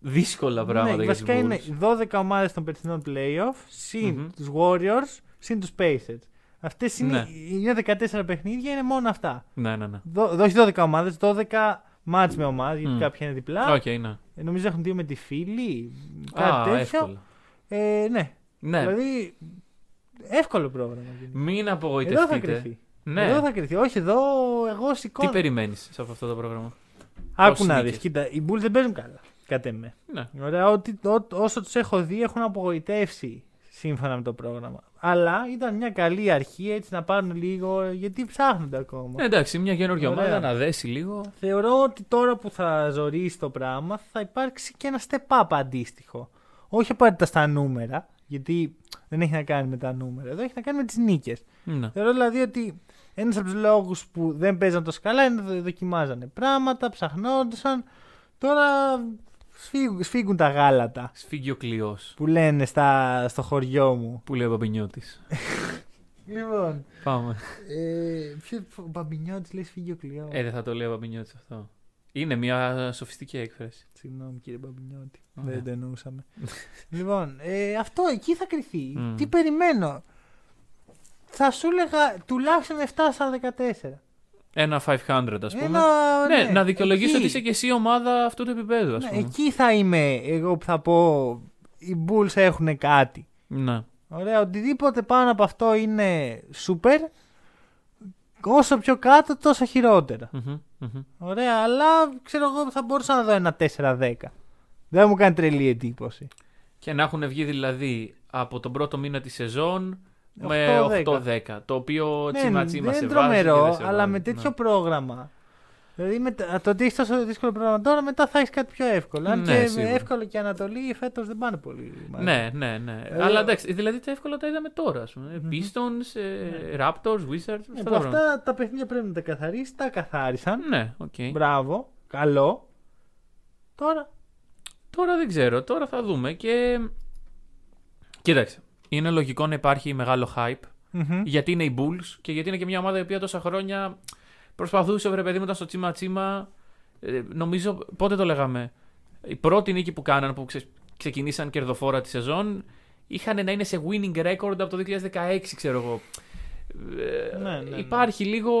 Speaker 3: δύσκολα πράγματα
Speaker 2: ναι,
Speaker 3: για
Speaker 2: βασικά
Speaker 3: τους
Speaker 2: είναι
Speaker 3: Bulls.
Speaker 2: 12 ομάδες των περσινών playoff, συν
Speaker 3: Μμμ.
Speaker 2: τους Warriors, συν τους Pacers. Αυτές είναι,
Speaker 3: Ναι.
Speaker 2: είναι 14 παιχνίδια, είναι μόνο αυτά.
Speaker 3: Ναι, ναι, ναι.
Speaker 2: Δο, δο- όχι 12 ομάδε, 12 μάτς με ομάδες, γιατί
Speaker 3: Μμ.
Speaker 2: κάποια είναι διπλά.
Speaker 3: Οκ, ναι.
Speaker 2: Ε, νομίζω έχουν δύο με τη φίλη. Κάτι
Speaker 3: Α,
Speaker 2: τέτοιο.
Speaker 3: εύκολα.
Speaker 2: Ε, ναι.
Speaker 3: Ναι,
Speaker 2: Δηλαδή. Εύκολο πρόγραμμα. γενικά.
Speaker 3: μην
Speaker 2: Εδώ θα
Speaker 3: απογοητευτείτε.
Speaker 2: κρυθεί. Εδώ
Speaker 3: Ναι,
Speaker 2: θα κρυθεί. Όχι, εδώ εγώ
Speaker 3: τι
Speaker 2: σηκώνω.
Speaker 3: περιμένεις από αυτό το πρόγραμμα.
Speaker 2: Άκου
Speaker 3: πώς
Speaker 2: να δεις.
Speaker 3: νίκες.
Speaker 2: Κοίτα, οι Bulls δεν παίζουν καλά. Κατά με.
Speaker 3: Ναι.
Speaker 2: Ωραία, ότι, ό, όσο τους έχω δει έχουν απογοητεύσει σύμφωνα με το πρόγραμμα. Αλλά ήταν μια καλή αρχή έτσι να πάρουν λίγο γιατί ψάχνονται ακόμα.
Speaker 3: Ε, εντάξει, μια καινούργια
Speaker 2: Ωραία.
Speaker 3: ομάδα να δέσει λίγο.
Speaker 2: Θεωρώ ότι τώρα που θα ζωρίσει το πράγμα θα υπάρξει και ένα step up αντίστοιχο. Όχι απαραίτητα στα νούμερα, γιατί δεν έχει να κάνει με τα νούμερα. Εδώ έχει να κάνει με τις νίκες.
Speaker 3: Ναι.
Speaker 2: Θεωρώ δηλαδή ότι ένας από τους λόγους που δεν παίζαν τόσο καλά είναι ότι δοκιμάζανε πράγματα, ψαχνόντουσαν. Τώρα σφίγγουν, σφίγγουν τα γάλατα
Speaker 3: Σφίγγει ο κλειός
Speaker 2: που λένε στα, στο χωριό μου.
Speaker 3: που λέει ο Παπινιώτη.
Speaker 2: Λοιπόν,
Speaker 3: Πάμε.
Speaker 2: ε, ποιο ο Μπαμπινιώτης λέει σφίγγει ο κλειός.
Speaker 3: Ε, δεν θα το λέει ο Παπινιώτη αυτό. Είναι μια σοφιστική έκφραση.
Speaker 2: Συγγνώμη κύριε Μπαμπινιώτη,
Speaker 3: Ωραία.
Speaker 2: δεν το εννοούσαμε. λοιπόν, ε, αυτό εκεί θα κρυθεί.
Speaker 3: Μμμ.
Speaker 2: Τι περιμένω. Θα σου έλεγα τουλάχιστον 7 στα 14.
Speaker 3: Ένα 500, ας πούμε.
Speaker 2: Ένα,
Speaker 3: ναι, να δικαιολογήσω
Speaker 2: εκεί.
Speaker 3: ότι είσαι και εσύ ομάδα αυτού του επίπεδου, ας
Speaker 2: Ναι,
Speaker 3: πούμε.
Speaker 2: εκεί θα είμαι εγώ που θα πω οι Bulls έχουν κάτι.
Speaker 3: Ναι.
Speaker 2: Ωραία, οτιδήποτε πάνω από αυτό είναι super. Όσο πιο κάτω, τόσο χειρότερα.
Speaker 3: Μμμ, μμμ.
Speaker 2: Ωραία, αλλά ξέρω εγώ θα μπορούσα να δω ένα 4-10. Δεν μου κάνει τρελή εντύπωση.
Speaker 3: Και να έχουν βγει δηλαδή από τον πρώτο μήνα της σεζόν με
Speaker 2: 8-10.
Speaker 3: 8-10. Το οποίο
Speaker 2: Ναι,
Speaker 3: τσίμα
Speaker 2: δεν
Speaker 3: τσίμα σε
Speaker 2: είναι
Speaker 3: βάζει και
Speaker 2: τρομερό,
Speaker 3: δεν σε
Speaker 2: αλλά
Speaker 3: βάζει. ναι.
Speaker 2: με τέτοιο πρόγραμμα. Δηλαδή με, το ότι έχεις τόσο δύσκολο πρόγραμμα τώρα, μετά θα έχεις κάτι πιο εύκολο. Αν
Speaker 3: Ναι,
Speaker 2: και
Speaker 3: σίγουρα.
Speaker 2: εύκολο και Ανατολή, φέτος δεν πάνε πολύ.
Speaker 3: Ναι,
Speaker 2: μάλλον.
Speaker 3: ναι, ναι. ναι.
Speaker 2: Ε,
Speaker 3: αλλά εντάξει, δηλαδή τα εύκολα τα είδαμε τώρα. Ας πούμε. Pistons, ε, Raptors, Wizards.
Speaker 2: Ναι,
Speaker 3: αυτά
Speaker 2: που
Speaker 3: τα πράγματα.
Speaker 2: αυτά τα παιχνίδια πρέπει να τα καθαρίσει, τα καθάρισαν.
Speaker 3: Ναι, οκ.
Speaker 2: Μπράβο, καλό. Τώρα.
Speaker 3: Τώρα δεν ξέρω, τώρα θα δούμε και. Κοίταξε. Είναι λογικό να υπάρχει μεγάλο hype
Speaker 2: Μμμ.
Speaker 3: γιατί είναι οι Bulls και γιατί είναι και μια ομάδα η οποία τόσα χρόνια προσπαθούσε, βρε παιδί μου, ήταν στο τσίμα τσίμα. Ε, νομίζω, πότε το λέγαμε. Η πρώτη νίκη που κάναν, που ξε- ξεκινήσαν κερδοφόρα τη σεζόν, είχαν να είναι σε winning record από το 2016, ξέρω εγώ. Ε,
Speaker 2: Ναι, ναι, ναι.
Speaker 3: Υπάρχει λίγο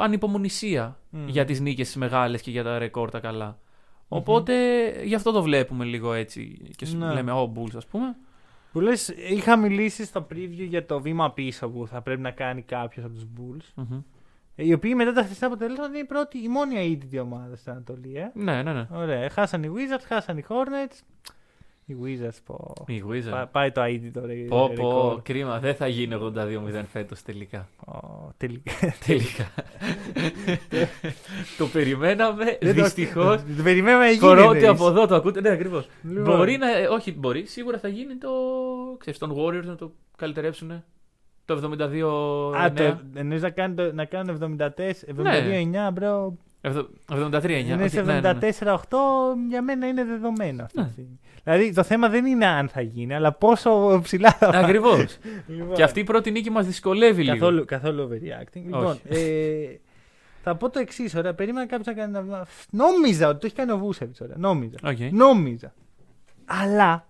Speaker 3: ανυπομονησία
Speaker 2: Μμμ.
Speaker 3: για τις νίκες τις μεγάλες και για τα ρεκόρ τα καλά. Οπότε, γι' αυτό το βλέπουμε λίγο έτσι και σου
Speaker 2: Ναι.
Speaker 3: λέμε «Ω, Bulls» ας πούμε.
Speaker 2: Που λες, είχα μιλήσει στο preview για το βήμα πίσω που θα πρέπει να κάνει κάποιος από τους Bulls.
Speaker 3: Μμμ.
Speaker 2: ε, Οι οποίοι μετά τα χθεσινά αποτελέσματα είναι η πρώτη, η μόνη αίτητη ομάδα στην Ανατολή. Ε.
Speaker 3: Ναι, ναι, ναι.
Speaker 2: Ωραία. Χάσαν οι Wizards, χάσαν οι Hornets. Οι Wizards πω.
Speaker 3: Οι Wizards.
Speaker 2: Πα- πάει το αίτητο ρε.
Speaker 3: Πω,
Speaker 2: ρεκόρ.
Speaker 3: πω, κρίμα. Δεν θα γίνει 82-0 φέτος τελικά.
Speaker 2: Ω, τελικά.
Speaker 3: τελικά. το περιμέναμε.
Speaker 2: Ε, Δεν το-
Speaker 3: Δυστυχώς.
Speaker 2: Δεν Περιμέναμε να γίνει.
Speaker 3: Θεωρώ ότι
Speaker 2: εννοείς.
Speaker 3: από εδώ το ακούτε. Ναι, ακριβώς.
Speaker 2: Λοιπόν.
Speaker 3: Μπορεί να. ε, Όχι, μπορεί. Σίγουρα θα γίνει το. ξέρεις, τον Warriors να το καλυτερέψουν Το 72.
Speaker 2: Α, το, ναι. εννοείς να κάνουν, το- να κάνουν 74, 72-9, μπρο.
Speaker 3: 73-9.
Speaker 2: Είναι Ναι, σε 74-8, για μένα είναι δεδομένο αυτή. τη
Speaker 3: Ναι.
Speaker 2: στιγμή. Δηλαδή το θέμα δεν είναι αν θα γίνει, αλλά πόσο ψηλά θα πάει.
Speaker 3: Ακριβώς.
Speaker 2: Λοιπόν,
Speaker 3: Και αυτή η πρώτη νίκη μας δυσκολεύει λίγο.
Speaker 2: καθόλου, καθόλου overreacting. Λοιπόν, ε, θα πω το εξής, ωραία. Περίμενα κάποιος να κάνει ένα βήμα. Νόμιζα ότι το έχει κάνει ο Βούσεβιτ, ωραία. Νόμιζα.
Speaker 3: Οκ.
Speaker 2: Νόμιζα. Αλλά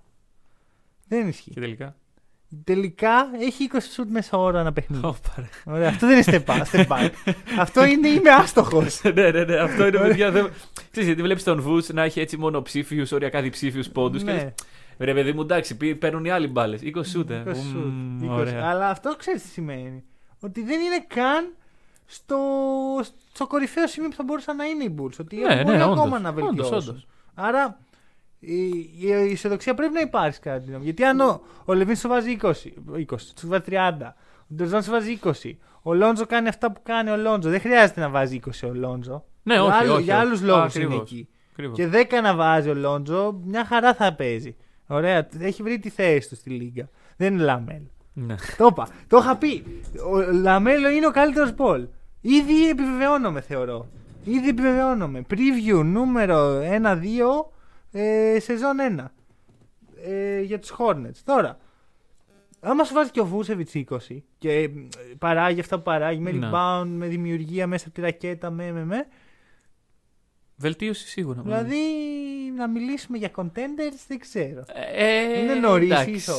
Speaker 2: δεν ισχύει.
Speaker 3: Και τελικά.
Speaker 2: Τελικά έχει 20 σουτ μέσα ώρα ένα παιχνίδι.
Speaker 3: Ωπα, ρε.
Speaker 2: Ωραία, αυτό δεν είναι step back. step back. αυτό είναι είμαι άστοχος.
Speaker 3: ναι, ναι, ναι, αυτό είναι παιδιά. Δεν... Ξέρεις, γιατί βλέπεις τον Βούτ να έχει έτσι μονοψήφιους, οριακά διψήφιους πόντους. Και λες,
Speaker 2: ναι,
Speaker 3: ρε, παιδί μου, εντάξει, πι- παίρνουν οι άλλοι μπάλες. 20 σούτ.
Speaker 2: 20 shoot, 20. Αλλά αυτό ξέρεις τι σημαίνει. Ότι δεν είναι καν στο, στο κορυφαίο σημείο που θα μπορούσαν να είναι οι Bulls. Ότι
Speaker 3: Ναι,
Speaker 2: έχουν
Speaker 3: ναι,
Speaker 2: ακόμα
Speaker 3: όντως,
Speaker 2: να
Speaker 3: όντως,
Speaker 2: βελτιώσουν.
Speaker 3: όντως.
Speaker 2: Άρα η, η ισοδοξία πρέπει να υπάρχει κατά τη γνώμη μου. Γιατί αν ο, ο Λεβίν σου βάζει 20, 20 σου βάζει 30, ο Ντεζόν σου βάζει 20, ο Λόντζο κάνει αυτά που κάνει ο Λόντζο. Δεν χρειάζεται να βάζει 20 ο Λόντζο.
Speaker 3: Ναι, όχι,
Speaker 2: για άλλου-
Speaker 3: όχι,
Speaker 2: για
Speaker 3: όχι.
Speaker 2: άλλους λόγους είναι
Speaker 3: Ακριβώς.
Speaker 2: εκεί.
Speaker 3: Ακριβώς.
Speaker 2: Και 10 να βάζει ο Λόντζο, μια χαρά θα παίζει. Ωραία, έχει βρει τη θέση του στη λίγα. Δεν είναι Λαμέλ.
Speaker 3: Ναι.
Speaker 2: το είπα. Το είχα πει. Ο Λαμέλο είναι ο καλύτερος μπολ. Ήδη επιβεβαιώνομαι, θεωρώ. Ήδη επιβεβαιώνομαι. Preview νούμερο 1-2 ε, σεζόν 1. Ε, για τους Hornets. Τώρα, άμα σου βάζει και ο Βούσεβιτ 20 και ε, παράγει αυτά που παράγει με
Speaker 3: Ναι.
Speaker 2: rebound, με δημιουργία μέσα από τη ρακέτα, με, με, με.
Speaker 3: Βελτίωση σίγουρα.
Speaker 2: Δηλαδή, να μιλήσουμε για contenders δεν ξέρω.
Speaker 3: Ε,
Speaker 2: Είναι νωρίς
Speaker 3: εντάξει.
Speaker 2: ίσως.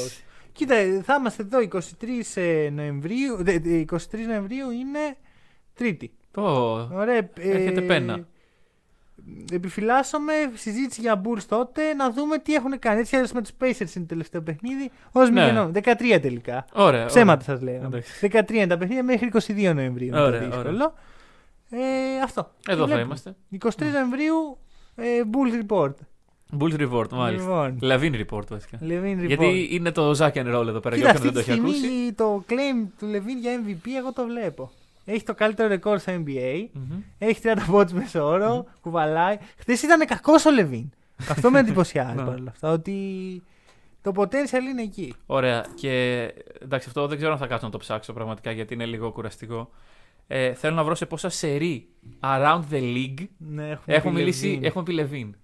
Speaker 2: Κοίτα, ε, θα είμαστε εδώ 23 ε, Νοεμβρίου. δε- δε- 23 Νοεμβρίου είναι Τρίτη.
Speaker 3: Πω,
Speaker 2: Ωραία. ε,
Speaker 3: Έρχεται πένα.
Speaker 2: Επιφυλάσσομαι συζήτηση για Bulls τότε να δούμε τι έχουν κάνει. Έτσι άλλως με τους Pacers είναι το τελευταίο παιχνίδι. Ως
Speaker 3: Ναι. Ε,
Speaker 2: μηδενό. 13 τελικά.
Speaker 3: Ωραία.
Speaker 2: Ψέματα σας λέω.
Speaker 3: Εντάξει.
Speaker 2: 13 είναι τα παιχνίδια μέχρι 22 Νοεμβρίου. είναι το
Speaker 3: Ωραία,
Speaker 2: δύσκολο.
Speaker 3: ωραία.
Speaker 2: Ε, αυτό.
Speaker 3: ωραία. Εδώ
Speaker 2: Τι
Speaker 3: θα
Speaker 2: βλέπουμε.
Speaker 3: είμαστε.
Speaker 2: 23 Νοεμβρίου ε, Bulls Report.
Speaker 3: Bulls Report, μάλιστα.
Speaker 2: Λοιπόν.
Speaker 3: Λαβίν Report, βασικά.
Speaker 2: Λεβίν Report.
Speaker 3: Γιατί είναι το Zack and Roll εδώ πέρα
Speaker 2: Κοίτα,
Speaker 3: για όποιον
Speaker 2: αυτή
Speaker 3: δεν
Speaker 2: τη
Speaker 3: το έχει
Speaker 2: στιγμή
Speaker 3: ακούσει.
Speaker 2: το claim του Λεβίν για MVP εγώ το βλέπω. Έχει το καλύτερο ρεκόρ στο NBA.
Speaker 3: Μμμ.
Speaker 2: Έχει 30 πόντους μέσω όρο, Κουβαλάει. Χθες ήταν κακός ο Λεβίν. Αυτό με εντυπωσιάζει
Speaker 3: Ναι.
Speaker 2: παρόλα αυτά. Ότι το potential είναι εκεί.
Speaker 3: Ωραία. Και εντάξει, αυτό δεν ξέρω αν θα κάτσω να το ψάξω πραγματικά γιατί είναι λίγο κουραστικό. Ε, θέλω να βρω σε πόσα σερή around the league
Speaker 2: Ναι, έχουμε
Speaker 3: έχουμε
Speaker 2: πει
Speaker 3: μιλήσει.
Speaker 2: Levine.
Speaker 3: Έχουμε πει Λεβίν.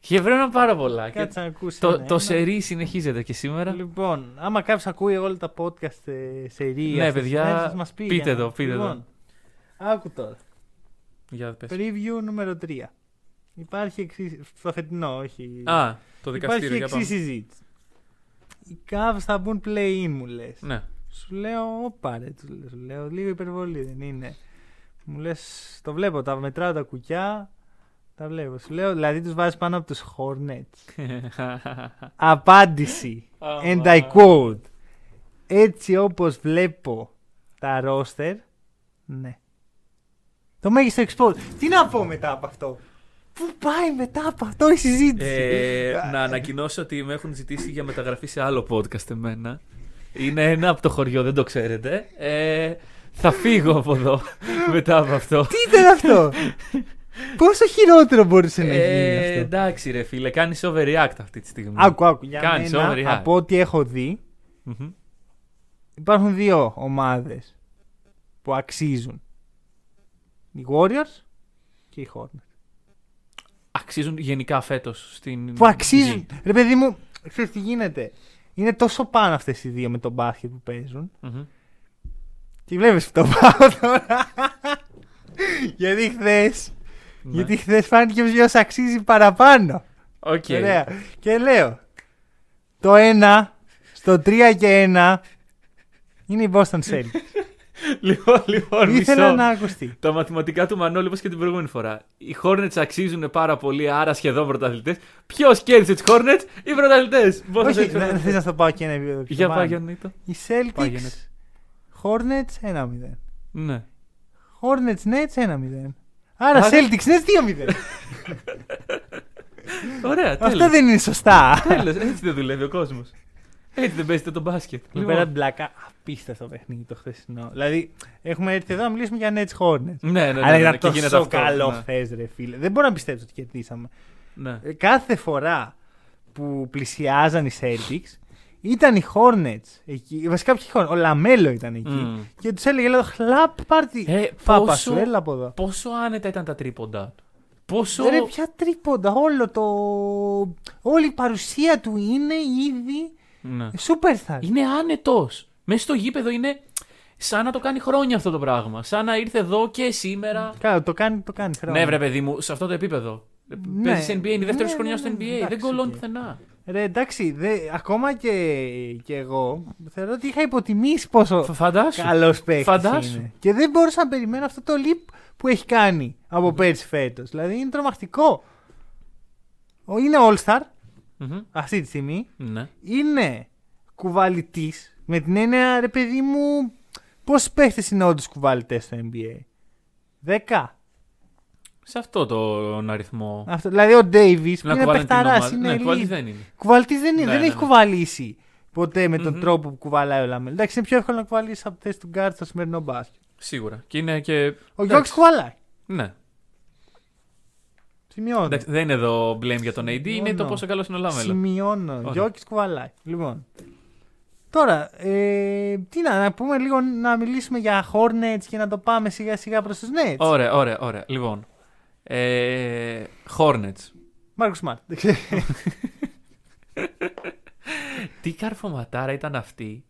Speaker 3: Και βρέω πάρα πολλά. Και
Speaker 2: Κάτσε να ακούσει.
Speaker 3: το,
Speaker 2: ένα,
Speaker 3: το
Speaker 2: ένα.
Speaker 3: σερή συνεχίζεται και σήμερα.
Speaker 2: Λοιπόν, άμα κάποιος ακούει όλα τα podcast ε, σε ρία,
Speaker 3: Ναι, παιδιά,
Speaker 2: μας πει
Speaker 3: πείτε
Speaker 2: για να-
Speaker 3: το, πείτε το.
Speaker 2: λοιπόν, Άκου τώρα.
Speaker 3: Για πες.
Speaker 2: Preview νούμερο 3. Υπάρχει εξή. Στο φετινό, όχι.
Speaker 3: Α, το δικαστήριο. Για
Speaker 2: Υπάρχει
Speaker 3: πάμε.
Speaker 2: εξή συζήτηση. Οι Cavs θα μπουν play-in, μου λες.
Speaker 3: Ναι.
Speaker 2: Σου λέω, όπα ρε, του λέω, σου λέω, λίγο υπερβολή δεν είναι. Μου λες, το βλέπω, τα μετράω τα κουκιά, τα βλέπω. Σου λέω, δηλαδή τους βάζεις πάνω από τους Hornets. Απάντηση. And I quote. Έτσι όπως βλέπω τα roster, ναι. Το μέγιστο expose. Τι να πω μετά από αυτό. Πού πάει μετά από αυτό η συζήτηση.
Speaker 3: Ε, να ανακοινώσω ότι με έχουν ζητήσει για μεταγραφή σε άλλο podcast εμένα. Είναι ένα από το χωριό, δεν το ξέρετε. Ε, θα φύγω από εδώ μετά από αυτό.
Speaker 2: Τι ήταν αυτό. Πόσο χειρότερο μπορούσε να γίνει
Speaker 3: Ε,
Speaker 2: αυτό.
Speaker 3: εντάξει ρε φίλε, κάνεις overreact αυτή τη στιγμή.
Speaker 2: Άκου, άκου. Για
Speaker 3: Κάνεις
Speaker 2: μένα,
Speaker 3: overreact.
Speaker 2: από ό,τι έχω δει,
Speaker 3: Μμμ.
Speaker 2: υπάρχουν δύο ομάδες που αξίζουν. Οι Warriors και οι Hornets.
Speaker 3: Αξίζουν γενικά φέτος στην
Speaker 2: Που αξίζουν.
Speaker 3: γη.
Speaker 2: Ρε παιδί μου, ξέρεις τι γίνεται. Είναι τόσο πάνω αυτές οι δύο με τον μπάσκετ που παίζουν.
Speaker 3: Μμμ.
Speaker 2: Και βλέπεις που το πάω τώρα. γιατί χθες.
Speaker 3: Ναι.
Speaker 2: Γιατί χθες φάνηκε ποιος αξίζει παραπάνω.
Speaker 3: Οκ.
Speaker 2: Ωραία. Και λέω. Το 1 στο 3 και 1 είναι η Boston Celtics.
Speaker 3: Λοιπόν, λοιπόν,
Speaker 2: Ήθελα
Speaker 3: μισό.
Speaker 2: να ακουστεί.
Speaker 3: Τα μαθηματικά του Μανώλη, όπως και την προηγούμενη φορά. Οι Hornets αξίζουν πάρα πολύ, άρα σχεδόν πρωταθλητές. Ποιος κέρδισε τους Hornets, οι πρωταθλητές. Πώς θα
Speaker 2: Όχι, ναι,
Speaker 3: έτσι
Speaker 2: δεν
Speaker 3: πρωταθλητές.
Speaker 2: θε να το πάω και ένα επίπεδο πιο
Speaker 3: Για
Speaker 2: πάνω.
Speaker 3: πάει Γιοννίτο.
Speaker 2: Οι
Speaker 3: Πάει,
Speaker 2: Celtics
Speaker 3: Γιοννίτο.
Speaker 2: Hornets 1-0.
Speaker 3: Ναι.
Speaker 2: Hornets Nets 1-0. Άρα
Speaker 3: Άρα-
Speaker 2: Celtics Nets 2-0.
Speaker 3: Ωραία,
Speaker 2: Αυτά
Speaker 3: τέλος.
Speaker 2: δεν είναι σωστά.
Speaker 3: Τέλος, έτσι δεν δουλεύει ο κόσμος. Έτσι δεν παίζεται το μπάσκετ. Λοιπόν.
Speaker 2: Εδώ πέρα μπλακά απίστευτο παιχνίδι το χθεσινό. Δηλαδή, έχουμε έρθει εδώ να μιλήσουμε για Nets Hornets.
Speaker 3: Ναι, ναι, ναι,
Speaker 2: Αλλά
Speaker 3: ναι,
Speaker 2: ήταν
Speaker 3: ναι, και γίνεται
Speaker 2: τόσο
Speaker 3: αυτό.
Speaker 2: καλό
Speaker 3: Ναι,
Speaker 2: χθες, ρε φίλε. Δεν μπορώ να πιστέψω ότι κερδίσαμε.
Speaker 3: ναι.
Speaker 2: Ε, κάθε φορά που πλησιάζαν οι Celtics Ήταν οι Hornets εκεί. Βασικά ποιοι Hornets. Ο Λαμέλο ήταν εκεί.
Speaker 3: Μμμ.
Speaker 2: Και τους έλεγε: Λέω, χλαπ, πάρτι.
Speaker 3: Ε,
Speaker 2: Πάπα
Speaker 3: πόσο-
Speaker 2: σου, έλα από εδώ.
Speaker 3: Πόσο άνετα ήταν τα τρίποντα του. Πόσο.
Speaker 2: Ρε, ποια τρίποντα. Όλο το. Όλη η παρουσία του είναι ήδη
Speaker 3: Ναι.
Speaker 2: super star.
Speaker 3: Είναι άνετος. Μέσα στο γήπεδο είναι σαν να το κάνει χρόνια αυτό το πράγμα. Σαν να ήρθε εδώ και σήμερα.
Speaker 2: Καλά, το κάνει, το κάνει. Χρόνο.
Speaker 3: Ναι, βρε παιδί μου, σε αυτό το επίπεδο.
Speaker 2: Ναι.
Speaker 3: Παίζεις NBA, είναι η δεύτερη
Speaker 2: Ναι,
Speaker 3: σου χρονιά
Speaker 2: ναι,
Speaker 3: στο
Speaker 2: ναι,
Speaker 3: NBA.
Speaker 2: εντάξει,
Speaker 3: δεν κολλώνει
Speaker 2: οκ.
Speaker 3: πουθενά.
Speaker 2: Ρε, εντάξει, δε, ακόμα και, και εγώ θεωρώ ότι είχα υποτιμήσει πόσο
Speaker 3: Φ- Φαντάσου.
Speaker 2: καλός παίκτης
Speaker 3: Φαντάσου.
Speaker 2: είναι. Και δεν μπορούσα να περιμένω αυτό το leap που έχει κάνει από πέρσι φέτος. Δηλαδή είναι τρομακτικό. Ο- Είναι all-star
Speaker 3: Μμμ.
Speaker 2: αυτή τη στιγμή.
Speaker 3: Ναι.
Speaker 2: Είναι κουβαλητής με την έννοια, ρε παιδί μου, πόσοι παίχτες είναι όντως κουβαλητές στο NBA. Δέκα.
Speaker 3: Σε αυτό τον αριθμό.
Speaker 2: Αυτό, δηλαδή ο Ντέιβι που
Speaker 3: Να
Speaker 2: είναι
Speaker 3: κουβαλάνε την
Speaker 2: παιχταράς,
Speaker 3: ομάδα.
Speaker 2: είναι
Speaker 3: Ναι, κουβαλή
Speaker 2: elite.
Speaker 3: δεν είναι.
Speaker 2: Κουβαλτής δεν είναι,
Speaker 3: Ναι,
Speaker 2: δεν
Speaker 3: ναι,
Speaker 2: έχει
Speaker 3: ναι.
Speaker 2: κουβαλήσει ποτέ με τον
Speaker 3: Μμμ.
Speaker 2: τρόπο που κουβαλάει ο Λαμέλ. Εντάξει, είναι πιο εύκολο να κουβαλήσει από τη θέση του Γκάρτ στο σημερινό μπάσκετ.
Speaker 3: Σίγουρα. Και είναι και.
Speaker 2: Ο Γιώργη
Speaker 3: Εντάξει.
Speaker 2: κουβαλάει.
Speaker 3: Ναι.
Speaker 2: Σημειώνω.
Speaker 3: Εντάξει, δεν είναι εδώ blame για τον AD, είναι το
Speaker 2: Συμφωνώ.
Speaker 3: πόσο καλός είναι ο Λάμελο.
Speaker 2: Σημειώνω.
Speaker 3: Ωραία.
Speaker 2: Γιώργης κουβαλάει. Λοιπόν. Τώρα, ε, τι να, να πούμε λίγο να μιλήσουμε για Hornets και να το πάμε σιγά σιγά προς τους Nets.
Speaker 3: Ωραία, ωραία, ωραία. Λοιπόν. Ε, Hornets.
Speaker 2: Μάρκο Σμαρτ.
Speaker 3: Τι καρφωματάρα ήταν αυτή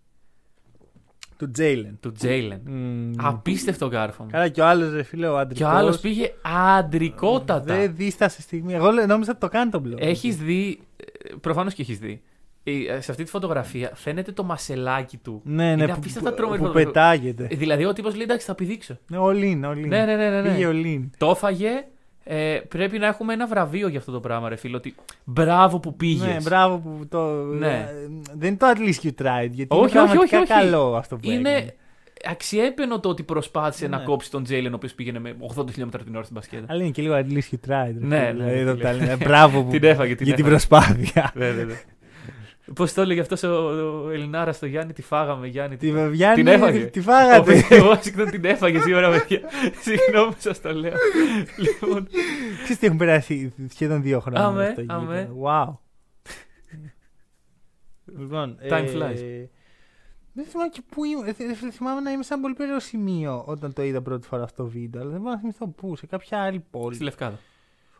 Speaker 2: του Τζέιλεν.
Speaker 3: του Τζέιλεν. Απίστευτο κάρφωμα.
Speaker 2: Ναι. Καλά, και ο άλλος ρε φίλε, ο
Speaker 3: Και
Speaker 2: αντρικό.
Speaker 3: ο άλλος πήγε αντρικότατα.
Speaker 2: Δεν δίστασε στιγμή. Εγώ λέ- νόμιζα ότι το κάνει τον μπλοκ.
Speaker 3: Έχεις δει. Προφανώς και έχεις δει. Ε, ε, Σε αυτή τη φωτογραφία φαίνεται το μασελάκι του.
Speaker 2: Ναι, ναι,
Speaker 3: είναι
Speaker 2: που,
Speaker 3: απίστευτα
Speaker 2: που-
Speaker 3: τρομερή
Speaker 2: που
Speaker 3: φωτογραφία.
Speaker 2: πετάγεται.
Speaker 3: Ε, Δηλαδή ο τύπος λέει εντάξει θα πηδήξω.
Speaker 2: Ναι, ο Λίν, ο Λίν.
Speaker 3: Ναι, ναι, ναι, ναι, ναι.
Speaker 2: Πήγε ο Λίν.
Speaker 3: Το έφαγε. Ε, πρέπει να έχουμε ένα βραβείο για αυτό το πράγμα, ρε φίλο. Ότι μπράβο που πήγες.
Speaker 2: Ναι, μπράβο που το.
Speaker 3: Ναι.
Speaker 2: ε, Δεν είναι το at least you tried. Γιατί
Speaker 3: Όχι,
Speaker 2: είναι
Speaker 3: όχι, όχι,
Speaker 2: πραγματικά
Speaker 3: όχι.
Speaker 2: καλό αυτό που
Speaker 3: Είναι
Speaker 2: έκανε.
Speaker 3: αξιέπαινο το ότι προσπάθησε
Speaker 2: Ναι.
Speaker 3: να κόψει τον Τζέιλεν, ο οποίος πήγαινε με 80 χιλιόμετρα την ώρα στην μπασκέτα.
Speaker 2: Αλλά είναι και λίγο at least you tried. ρε
Speaker 3: Ναι,
Speaker 2: φίλε,
Speaker 3: ναι,
Speaker 2: δηλαδή,
Speaker 3: ρε
Speaker 2: το
Speaker 3: φίλε.
Speaker 2: ταλέντα. Μπράβο που.
Speaker 3: Την έφαγε, την
Speaker 2: Για την
Speaker 3: έφαγε.
Speaker 2: προσπάθεια.
Speaker 3: Πώς το έλεγε αυτός ο, ο Ελληνάρα στο Γιάννη, τη φάγαμε, Γιάννη.
Speaker 2: Τη
Speaker 3: Τη...
Speaker 2: Βεβιάννη.
Speaker 3: Την έφαγε.
Speaker 2: Τη φάγατε.
Speaker 3: Ο Washington την έφαγε σήμερα, παιδιά. Συγγνώμη που σας το λέω. λοιπόν,
Speaker 2: Ξέρετε τι έχουν περάσει σχεδόν δύο χρόνια.
Speaker 3: Αμέ,
Speaker 2: στο γήπεδο.
Speaker 3: αμέ.
Speaker 2: Wow. λοιπόν.
Speaker 3: Time flies.
Speaker 2: Δεν θυμάμαι και πού ήμουν. Ε, θε- θε- Θυμάμαι να είμαι σε ένα πολύ περίεργο σημείο όταν το είδα πρώτη φορά αυτό το βίντεο. Αλλά δεν μπορώ να θυμηθώ πού. Σε κάποια άλλη πόλη.
Speaker 3: στη Λευκάδα.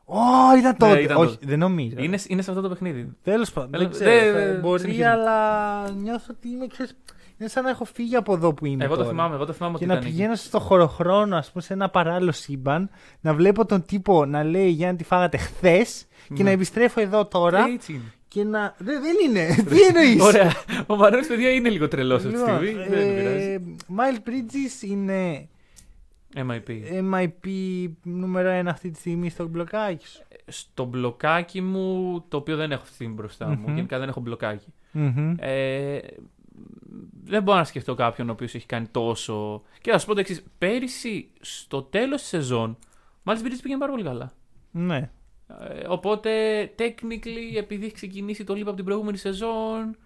Speaker 2: Ω, ήταν τότε.
Speaker 3: ήταν
Speaker 2: Όχι,
Speaker 3: τότε.
Speaker 2: δεν νομίζω.
Speaker 3: Είναι, είναι σε αυτό το παιχνίδι.
Speaker 2: Τέλος πάντων. Δεν
Speaker 3: Τέλος-
Speaker 2: ξέρω.
Speaker 3: δεν-
Speaker 2: θα-
Speaker 3: δεν-
Speaker 2: μπορεί,
Speaker 3: συνεχίζουμε.
Speaker 2: αλλά νιώθω ότι είμαι, ξέρεις, είναι σαν να έχω φύγει από εδώ που είμαι.
Speaker 3: Εγώ το
Speaker 2: τώρα.
Speaker 3: θυμάμαι, εγώ το θυμάμαι ότι
Speaker 2: Και να
Speaker 3: ήταν. εκεί.
Speaker 2: πηγαίνω στο χωροχρόνο, ας πούμε, σε ένα παράλληλο σύμπαν, να βλέπω τον τύπο να λέει Γιάννη τη φάγατε χθες και
Speaker 3: Ναι.
Speaker 2: να επιστρέφω εδώ τώρα
Speaker 3: Έτσι είναι.
Speaker 2: και να. Δε- δεν είναι! Τι Λοιπόν, εννοείς!
Speaker 3: Ωραία. Ο Μανώλη, παιδιά, είναι λίγο τρελός αυτή τη στιγμή.
Speaker 2: ε,
Speaker 3: Δεν πειράζει.
Speaker 2: Μάιλ Bridges είναι
Speaker 3: MIP.
Speaker 2: MIP νούμερο 1 αυτή τη στιγμή στο μπλοκάκι σου.
Speaker 3: Στο μπλοκάκι μου, το οποίο δεν έχω αυτή τη στιγμή μπροστά μου,
Speaker 2: Μμμ.
Speaker 3: γενικά δεν έχω μπλοκάκι.
Speaker 2: Μμμ.
Speaker 3: Ε, δεν μπορώ να σκεφτώ κάποιον ο οποίος έχει κάνει τόσο. Και να σου πω το εξής. Πέρυσι, στο τέλος της σεζόν, μάλιστα Bridges πήγαινε πάρα πολύ καλά.
Speaker 2: Ναι.
Speaker 3: Ε, οπότε, technically, επειδή έχει ξεκινήσει το λίπα από την προηγούμενη σεζόν.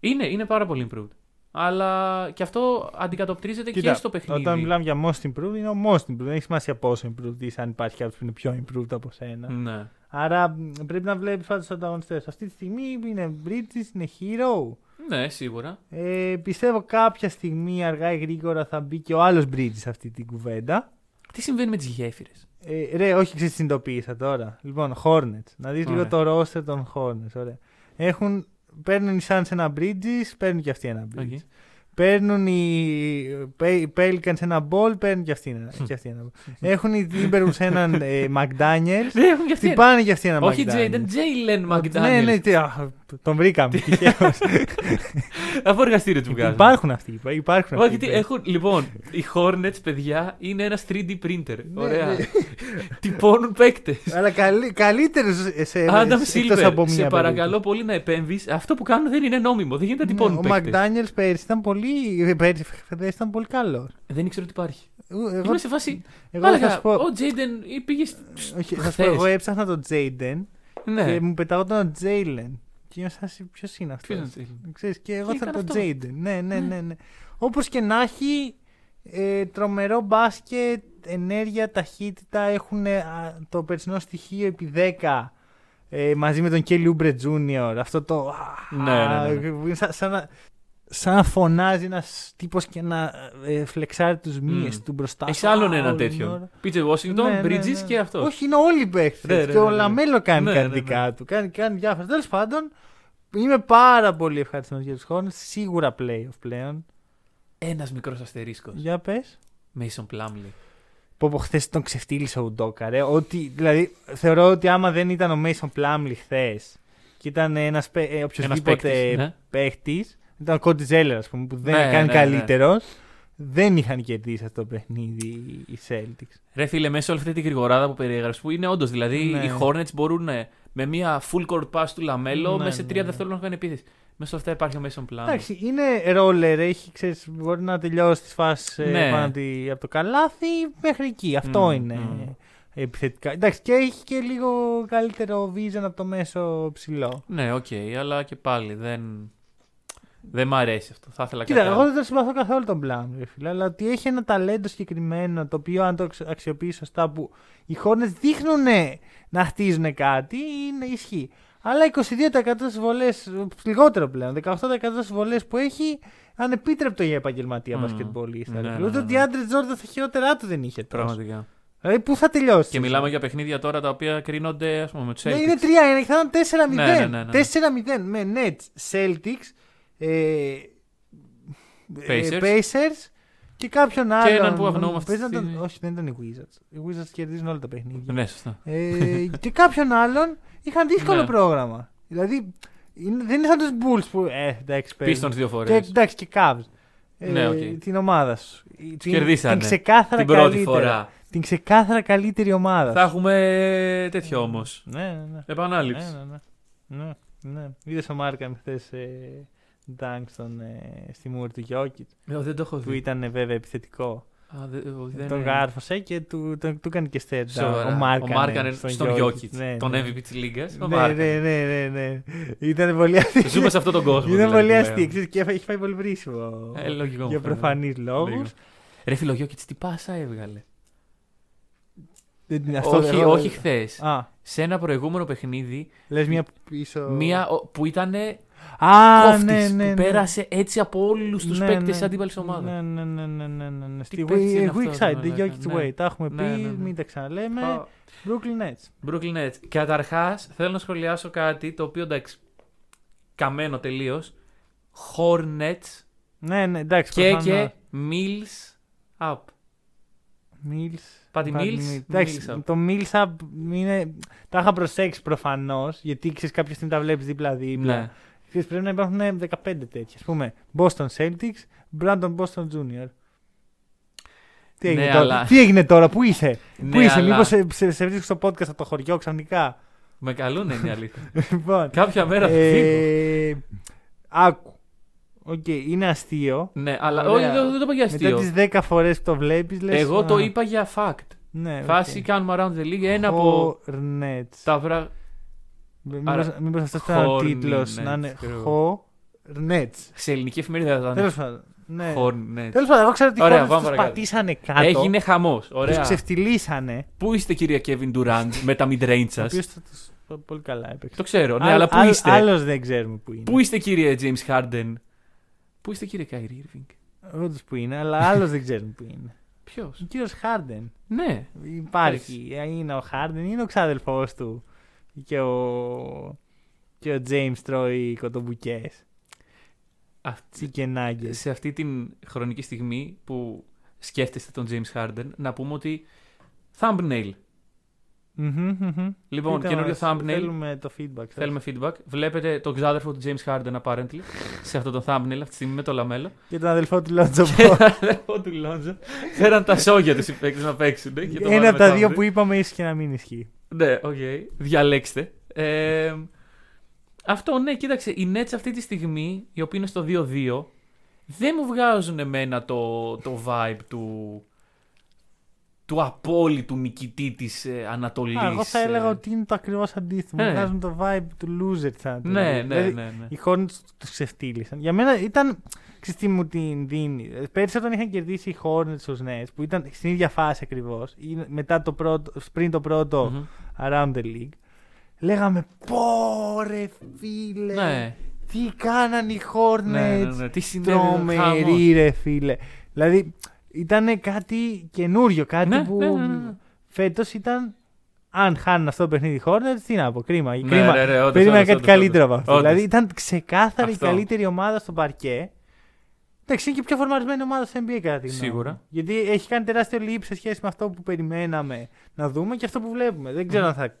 Speaker 3: Είναι, είναι πάρα πολύ improved. Αλλά και αυτό αντικατοπτρίζεται και στο παιχνίδι.
Speaker 2: Όταν μιλάμε για most improved, είναι ο most improved. Δεν έχει σημασία πόσο improved είσαι, αν υπάρχει κάποιος που είναι πιο improved από σένα.
Speaker 3: Ναι.
Speaker 2: Άρα μ, πρέπει να βλέπεις πάντα τους ανταγωνιστές. Αυτή τη στιγμή είναι Bridges, είναι Hero.
Speaker 3: ναι, σίγουρα.
Speaker 2: Ε, πιστεύω κάποια στιγμή αργά ή γρήγορα θα μπει και ο άλλος Bridges σε αυτή την κουβέντα.
Speaker 3: Τι συμβαίνει με τις γέφυρες.
Speaker 2: Ε, ρε, όχι ξέρεις τι συνειδητοποίησα τώρα. Λοιπόν, Hornets. Να δεις λίγο
Speaker 3: Ωραία.
Speaker 2: το roster των Hornets. Ωραία. Έχουν, παίρνουν οι Suns ένα Bridges, παίρνουν και αυτοί ένα Bridges.
Speaker 3: Okay.
Speaker 2: Παίρνουν οι, οι Pelicans ένα ball, παίρνουν και αυτοί ένα, και αυτοί ένα ball. Έχουν οι Timberwolves έναν ε, McDaniels,
Speaker 3: Δεν έχουν και αυτοί.
Speaker 2: χτυπάνε και αυτοί ένα
Speaker 3: Όχι
Speaker 2: McDaniels.
Speaker 3: Τζέιντεν, Τζέιλεν
Speaker 2: Ναι, ναι,
Speaker 3: Μακδάνιελ.
Speaker 2: τι, α, τον βρήκαμε. τυχαίως.
Speaker 3: Αφού εργαστήριο τους βγάζουν.
Speaker 2: υπάρχουν αυτοί. Υπάρχουν
Speaker 3: Όχι,
Speaker 2: αυτοί. ναι.
Speaker 3: τι έχουν. Λοιπόν, οι Hornets, παιδιά, είναι ένας 3D printer.
Speaker 2: Ναι,
Speaker 3: Ωραία.
Speaker 2: ναι.
Speaker 3: Τυπώνουν παίκτες.
Speaker 2: Αλλά καλύ, καλύτερου σε
Speaker 3: Άνταμ
Speaker 2: σε- εκτός από μία
Speaker 3: Σίλβερ, σε παρακαλώ
Speaker 2: περίπτωση.
Speaker 3: πολύ να επέμβεις. Αυτό που κάνουν δεν είναι νόμιμο. Δεν γίνεται να τυπώνουν
Speaker 2: Ναι, Ο
Speaker 3: παίκτες.
Speaker 2: Μακδάνιελ πέρυσι ήταν πολύ. ε, Πέρυσι χθες ήταν πολύ καλός.
Speaker 3: Δεν ήξερα ότι υπάρχει.
Speaker 2: Εγώ,
Speaker 3: Είμαι σε φάση.
Speaker 2: εγώ θα σου πω.
Speaker 3: Ο Τζέιντεν πήγε. σ-
Speaker 2: Όχι, θα σου πω,
Speaker 3: χθες.
Speaker 2: εγώ έψαχνα τον Τζέιντεν
Speaker 3: Ναι.
Speaker 2: και μου πεταγόταν ο Τζέιλεν. Και είμαι σαν ποιος είναι αυτό.
Speaker 3: Ποιος είναι ο Τζέιλεν?
Speaker 2: Ξέρεις, και εγώ
Speaker 3: Τι
Speaker 2: θα
Speaker 3: έκανε
Speaker 2: τον
Speaker 3: αυτό?
Speaker 2: Τζέιντεν. Ναι, ναι,
Speaker 3: Ναι.
Speaker 2: ναι. ναι. Όπως και να έχει, ε, τρομερό μπάσκετ, ενέργεια, ταχύτητα. Έχουν το περσινό στοιχείο επί 10 ε, μαζί με τον Κέλι Ούμπρε Τζούνιορ. Αυτό το. α, ε,
Speaker 3: Ναι, ναι, ναι,
Speaker 2: Σαν, σαν να, σαν να φωνάζει ένας τύπος και να ε, φλεξάρει τους μύες
Speaker 3: Μμμ.
Speaker 2: του μπροστά.
Speaker 3: Έχεις
Speaker 2: σου.
Speaker 3: άλλον
Speaker 2: Α,
Speaker 3: ένα
Speaker 2: όλη την ώρα.
Speaker 3: τέτοιο. Πίτσε Washington,
Speaker 2: Ναι, ναι,
Speaker 3: Bridges
Speaker 2: ναι.
Speaker 3: και αυτός.
Speaker 2: Όχι, είναι όλοι οι
Speaker 3: Ναι,
Speaker 2: παίχτες.
Speaker 3: ναι,
Speaker 2: και
Speaker 3: ναι,
Speaker 2: ο
Speaker 3: ναι.
Speaker 2: Λαμέλο κάνει
Speaker 3: Ναι,
Speaker 2: κάτι
Speaker 3: ναι, ναι.
Speaker 2: δικά του. Κάνει, κάνει διάφορα. Τέλος πάντων, είμαι πάρα πολύ ευχαριστημένος για τους Hornets. Σίγουρα playoff πλέον.
Speaker 3: Ένας μικρός αστερίσκος.
Speaker 2: Για πες.
Speaker 3: Mason Plumlee.
Speaker 2: Πω πω χθες τον ξεφτύλισε ο Ουντόκα ρε. Ότι, δηλαδή θεωρώ ότι άμα δεν ήταν ο Mason Plumlee χθες και ήταν ένας, παι- ε, οποιοσδήποτε
Speaker 3: Ένας παίκτης,
Speaker 2: παίχτης,
Speaker 3: ναι.
Speaker 2: ήταν ο Κόντι Ζέλερ ας πούμε που δεν
Speaker 3: Ναι,
Speaker 2: έκανε
Speaker 3: ναι,
Speaker 2: καλύτερος δεν είχαν κερδίσει αυτό το παιχνίδι οι Celtics.
Speaker 3: Ρε φίλε, μέσα σε όλη αυτή τη γρηγοράδα που περιέγραψε, που είναι όντως δηλαδή
Speaker 2: Ναι.
Speaker 3: οι Hornets μπορούν ε, με μια full court pass του Λαμέλο
Speaker 2: Ναι,
Speaker 3: μέσα σε
Speaker 2: ναι,
Speaker 3: 30
Speaker 2: ναι.
Speaker 3: δευτερόλεπτα να κάνει επίθεση. Μέσα σε αυτά υπάρχει ο Mason Plumlee.
Speaker 2: Εντάξει, είναι ρόλερ, έχει, ξέρεις, μπορεί να τελειώσει τις φάσεις ε,
Speaker 3: Ναι.
Speaker 2: πάνω τη- από το καλάθι μέχρι εκεί. Αυτό
Speaker 3: Μμμ,
Speaker 2: είναι
Speaker 3: μμμ.
Speaker 2: επιθετικά. Εντάξει, και έχει και λίγο καλύτερο vision από το μέσο ψηλό.
Speaker 3: Ναι, οκ, αλλά και πάλι δεν. Δεν μ' αρέσει αυτό. Θα ήθελα
Speaker 2: Κοίτα,
Speaker 3: κάτι
Speaker 2: εγώ
Speaker 3: άλλο.
Speaker 2: δεν τον συμπαθώ καθόλου τον Μπλάμ, ρε φίλε, αλλά ότι έχει ένα ταλέντο συγκεκριμένο το οποίο αν το αξι- αξιοποιείς σωστά που οι χώρε δείχνουν να χτίζουν κάτι, είναι ισχύει. Αλλά 22% στις βολές, λιγότερο πλέον, 18% στις βολές που έχει, ανεπίτρεπτο για επαγγελματία
Speaker 3: Μμμ.
Speaker 2: μπασκετμπολίστα. ρε
Speaker 3: Ναι,
Speaker 2: φίλε.
Speaker 3: ναι,
Speaker 2: Ούτε
Speaker 3: ναι,
Speaker 2: ότι
Speaker 3: ναι.
Speaker 2: άντρε Τζόρνταν στα χειρότερά του δεν είχε τώρα.
Speaker 3: Πραγματικά.
Speaker 2: Δηλαδή, πού θα τελειώσει.
Speaker 3: Και μιλάμε για παιχνίδια τώρα τα οποία κρίνονται ας πούμε, με τους
Speaker 2: Ναι,
Speaker 3: Celtics.
Speaker 2: είναι 3-1 και θα ήταν 4-0.
Speaker 3: Ναι, ναι, ναι, ναι.
Speaker 2: 4-0 με Nets, Celtics, ε,
Speaker 3: Pacers.
Speaker 2: ε, Pacers και κάποιον άλλον.
Speaker 3: έναν που αγνοούμε αυτή τη
Speaker 2: Παίζαν
Speaker 3: στιγμή.
Speaker 2: τον- Όχι, δεν ήταν οι Wizards. Οι Wizards κερδίζουν όλα τα παιχνίδια.
Speaker 3: Ναι, σωστά.
Speaker 2: Ε, και κάποιον άλλον είχαν δύσκολο
Speaker 3: Ναι.
Speaker 2: πρόγραμμα. Δηλαδή είναι- δεν είναι σαν τους Bulls που. Ε, εντάξει, παίζουν.
Speaker 3: Πίστον δύο
Speaker 2: Και,
Speaker 3: φορέ.
Speaker 2: εντάξει, και Cavs. Ε,
Speaker 3: Ναι, οκ.
Speaker 2: Την ομάδα σου. Την,
Speaker 3: κερδίσανε
Speaker 2: Την ξεκάθαρα
Speaker 3: Την πρώτη
Speaker 2: καλύτερα.
Speaker 3: φορά.
Speaker 2: Την ξεκάθαρα καλύτερη ομάδα.
Speaker 3: Θα
Speaker 2: σου.
Speaker 3: έχουμε ε, τέτοιο όμως.
Speaker 2: Ναι, ναι, ναι.
Speaker 3: Επανάληψη.
Speaker 2: Ναι, ναι, ναι. ναι, ναι. Είδες ο Μάρκαμ χθες ε, dunk στον, ε, στη μούρη του Γιώκητ
Speaker 3: Ε, δεν το έχω
Speaker 2: που
Speaker 3: δει.
Speaker 2: ήταν ε, βέβαια επιθετικό.
Speaker 3: Α, δε- ο- δεν
Speaker 2: τον
Speaker 3: είναι.
Speaker 2: γάρφωσε και του, τον, του έκανε και step down.
Speaker 3: Σοβαρά.
Speaker 2: Ο Μάρκαμ.
Speaker 3: Μάρκανεν στον Γιώκητ.
Speaker 2: Ναι,
Speaker 3: Τον
Speaker 2: ναι.
Speaker 3: MVP τη Λίγκα.
Speaker 2: Ναι, ναι, ναι, ναι, ναι. Ήταν πολύ αστείο.
Speaker 3: Ζούμε σε αυτόν τον κόσμο.
Speaker 2: Ήταν
Speaker 3: δηλαδή,
Speaker 2: πολύ
Speaker 3: που
Speaker 2: αστείο.
Speaker 3: λέμε.
Speaker 2: ξέρεις, Και έφαγε- έχει φάει πολύ βρίσιμο.
Speaker 3: Ε,
Speaker 2: Για
Speaker 3: λογικό. μου φαίνεται.
Speaker 2: προφανείς λόγους.
Speaker 3: Λογικό. Ρε φίλο, ο Γιώκητς τι πάσα έβγαλε.
Speaker 2: Δεν την- αυτό
Speaker 3: Όχι,
Speaker 2: δεν-
Speaker 3: όχι χθες.
Speaker 2: Α,
Speaker 3: Σε ένα προηγούμενο παιχνίδι,
Speaker 2: λες μία πίσω...
Speaker 3: μία ο- που ήταν
Speaker 2: Α,
Speaker 3: κόφτη.
Speaker 2: ναι, ναι, ναι.
Speaker 3: Που πέρασε έτσι από όλους τους παίκτε τη αντίπαλη ομάδας.
Speaker 2: Ναι, ναι, ναι, ναι, ναι, ναι, ναι. Στη
Speaker 3: παίκτης είναι
Speaker 2: Weak
Speaker 3: αυτός,
Speaker 2: weak Side,
Speaker 3: ναι,
Speaker 2: the Jokic
Speaker 3: ναι.
Speaker 2: Way. Τα έχουμε
Speaker 3: Ναι, ναι,
Speaker 2: πει,
Speaker 3: ναι.
Speaker 2: μην τα ξαναλέμε.
Speaker 3: Πάω.
Speaker 2: Brooklyn Nets.
Speaker 3: Brooklyn Nets. Καταρχάς, θέλω να σχολιάσω κάτι το οποίο εντάξει. Καμένο τελείως. Hornets
Speaker 2: Ναι, ναι, εντάξει,
Speaker 3: και,
Speaker 2: προφανώς.
Speaker 3: και Mills Up.
Speaker 2: Mills.
Speaker 3: Πάτη
Speaker 2: Πάτη
Speaker 3: Mills, Millsap.
Speaker 2: Εντάξει, το Mills Up είναι... Τα είχα προσέξει προφανώς, γιατί ξέρεις κάποια στιγμή τα βλέπεις δίπλα-δίπλα.
Speaker 3: Ναι.
Speaker 2: Ξέρεις, πρέπει να υπάρχουν 15 τέτοια. Ας πούμε, Boston Celtics, Brandon Boston Jr. Τι έγινε,
Speaker 3: Ναι,
Speaker 2: τώρα,
Speaker 3: αλλά-
Speaker 2: τι έγινε τώρα, πού είσαι,
Speaker 3: Ναι,
Speaker 2: πού είσαι,
Speaker 3: αλλά-
Speaker 2: μήπως σε, σε, σε βρίσκω στο podcast από το χωριό ξαφνικά.
Speaker 3: Με καλούν είναι η αλήθεια.
Speaker 2: λοιπόν,
Speaker 3: Κάποια μέρα θα φύγω.
Speaker 2: Ε, άκου. Οκ, είναι αστείο.
Speaker 3: Ναι, αλλά
Speaker 2: ωραία.
Speaker 3: όχι, δεν, δεν το είπα για αστείο.
Speaker 2: Μετά τι 10 φορές που το βλέπεις, λες.
Speaker 3: Εγώ το είπα για fact.
Speaker 2: Ναι,
Speaker 3: Φάση κάνουμε around the league. Ένα από
Speaker 2: Hornets.
Speaker 3: τα βρα... άρα-
Speaker 2: Μήπως αυτός ήταν ο
Speaker 3: Hornets,
Speaker 2: τίτλος. Να είναι.
Speaker 3: κρύο.
Speaker 2: Hornets.
Speaker 3: Σε ελληνική εφημερίδα θα ήταν.
Speaker 2: Τέλος πάντων. Ναι.
Speaker 3: Hornets.
Speaker 2: Τέλος πάντων, εγώ ξέρω ότι οι
Speaker 3: Ωραία,
Speaker 2: Hornets
Speaker 3: πάμε
Speaker 2: τους
Speaker 3: παρακάτω.
Speaker 2: πατήσανε κάτω.
Speaker 3: Έγινε χαμός.
Speaker 2: Τους
Speaker 3: Ωραία.
Speaker 2: ξεφτυλίσανε.
Speaker 3: Πού είστε, κυρία Kevin Durant, με τα mid-range
Speaker 2: Ο
Speaker 3: σα.
Speaker 2: οποίος θα τους πολύ καλά έπαιξε.
Speaker 3: Το ξέρω, ναι, αλλά πού είστε.
Speaker 2: Άλλος δεν ξέρουμε που είναι.
Speaker 3: Πού είστε, κύριε James Harden. Πού είστε, κύριε Kyrie Irving.
Speaker 2: Όντω που είναι, αλλά άλλος δεν ξέρουμε που είναι.
Speaker 3: Ποιος.
Speaker 2: Ο κύριος Χάρντεν.
Speaker 3: Ναι.
Speaker 2: Υπάρχει. Ε, Είναι ο Χάρντεν, είναι ο ξάδελφός του. Και ο. Και ο James τρώει κοτομπουκέ.
Speaker 3: Αυτή-
Speaker 2: Τσικενάγκε.
Speaker 3: σε αυτή την χρονική στιγμή που σκέφτεστε τον James Harden, να πούμε ότι. Thumbnail. Λοιπόν, καινούριο thumbnail.
Speaker 2: Θέλουμε το feedback. σας.
Speaker 3: Θέλουμε feedback. Βλέπετε τον ξάδερφο του James Harden, apparently, σε αυτό το thumbnail αυτή τη στιγμή με το λαμέλο.
Speaker 2: Και τον αδελφό του Λότζο
Speaker 3: και τον αδερφό του Λόντζο. Φέραν τα σόγια τους οι παίκτες να παίξουν. ε, Και
Speaker 2: Ένα
Speaker 3: το βάλαμε
Speaker 2: από τα
Speaker 3: thumbnail.
Speaker 2: δύο που είπαμε ίσω και να μην ισχύει.
Speaker 3: Ναι, οκ. Διαλέξτε. Ε, αυτό, ναι, κοίταξε. Οι Nets αυτή τη στιγμή, οι οποίοι είναι στο 2-2, δεν μου βγάζουν εμένα το, το vibe του, του απόλυτου νικητή της ε, Ανατολής.
Speaker 2: Α, εγώ θα
Speaker 3: ε.
Speaker 2: έλεγα ότι είναι το ακριβώς αντίθετο.
Speaker 3: ναι.
Speaker 2: Μου βγάζουν το vibe του loser σαν
Speaker 3: Ναι, ναι,
Speaker 2: Δηλαδή,
Speaker 3: ναι, ναι.
Speaker 2: Οι Hornets τους ξεφτύλισαν. Για μένα ήταν. Ξέρεις τι μου την δίνει. Ε, Πέρσι όταν είχαν κερδίσει οι Hornets στους Nets που ήταν στην ίδια φάση ακριβώς, μετά το πρώτο, πριν το πρώτο
Speaker 3: Μμμ.
Speaker 2: Around the League, Λέγαμε πόρε φίλε.
Speaker 3: Ναι.
Speaker 2: Τι κάνανε οι Hornets.
Speaker 3: Ναι, ναι, ναι. Τι συνέβη, χαμός.
Speaker 2: Τρομερή ρε φίλε. Δηλαδή ήταν κάτι καινούριο, κάτι
Speaker 3: Ναι,
Speaker 2: που
Speaker 3: ναι, ναι, ναι, ναι.
Speaker 2: φέτος ήταν. Αν χάνουν αυτό το παιχνίδι οι Hornets, τι να πω, κρίμα.
Speaker 3: Ναι,
Speaker 2: κρίμα.
Speaker 3: ρε, ρε, όντως,
Speaker 2: Περίμενα
Speaker 3: όντως,
Speaker 2: κάτι
Speaker 3: όντως,
Speaker 2: καλύτερο
Speaker 3: όντως.
Speaker 2: από αυτό.
Speaker 3: Όντως.
Speaker 2: Δηλαδή ήταν ξεκάθαρα
Speaker 3: Αυτό.
Speaker 2: η καλύτερη ομάδα στο παρκέ. Εντάξει, είναι και η πιο φορμαρισμένη ομάδα στο NBA κατά τη γνώμη
Speaker 3: Σίγουρα.
Speaker 2: μου. Γιατί έχει κάνει τεράστιο leap σε σχέση με αυτό που περιμέναμε να δούμε και αυτό που βλέπουμε. Δεν ξέρω αν θα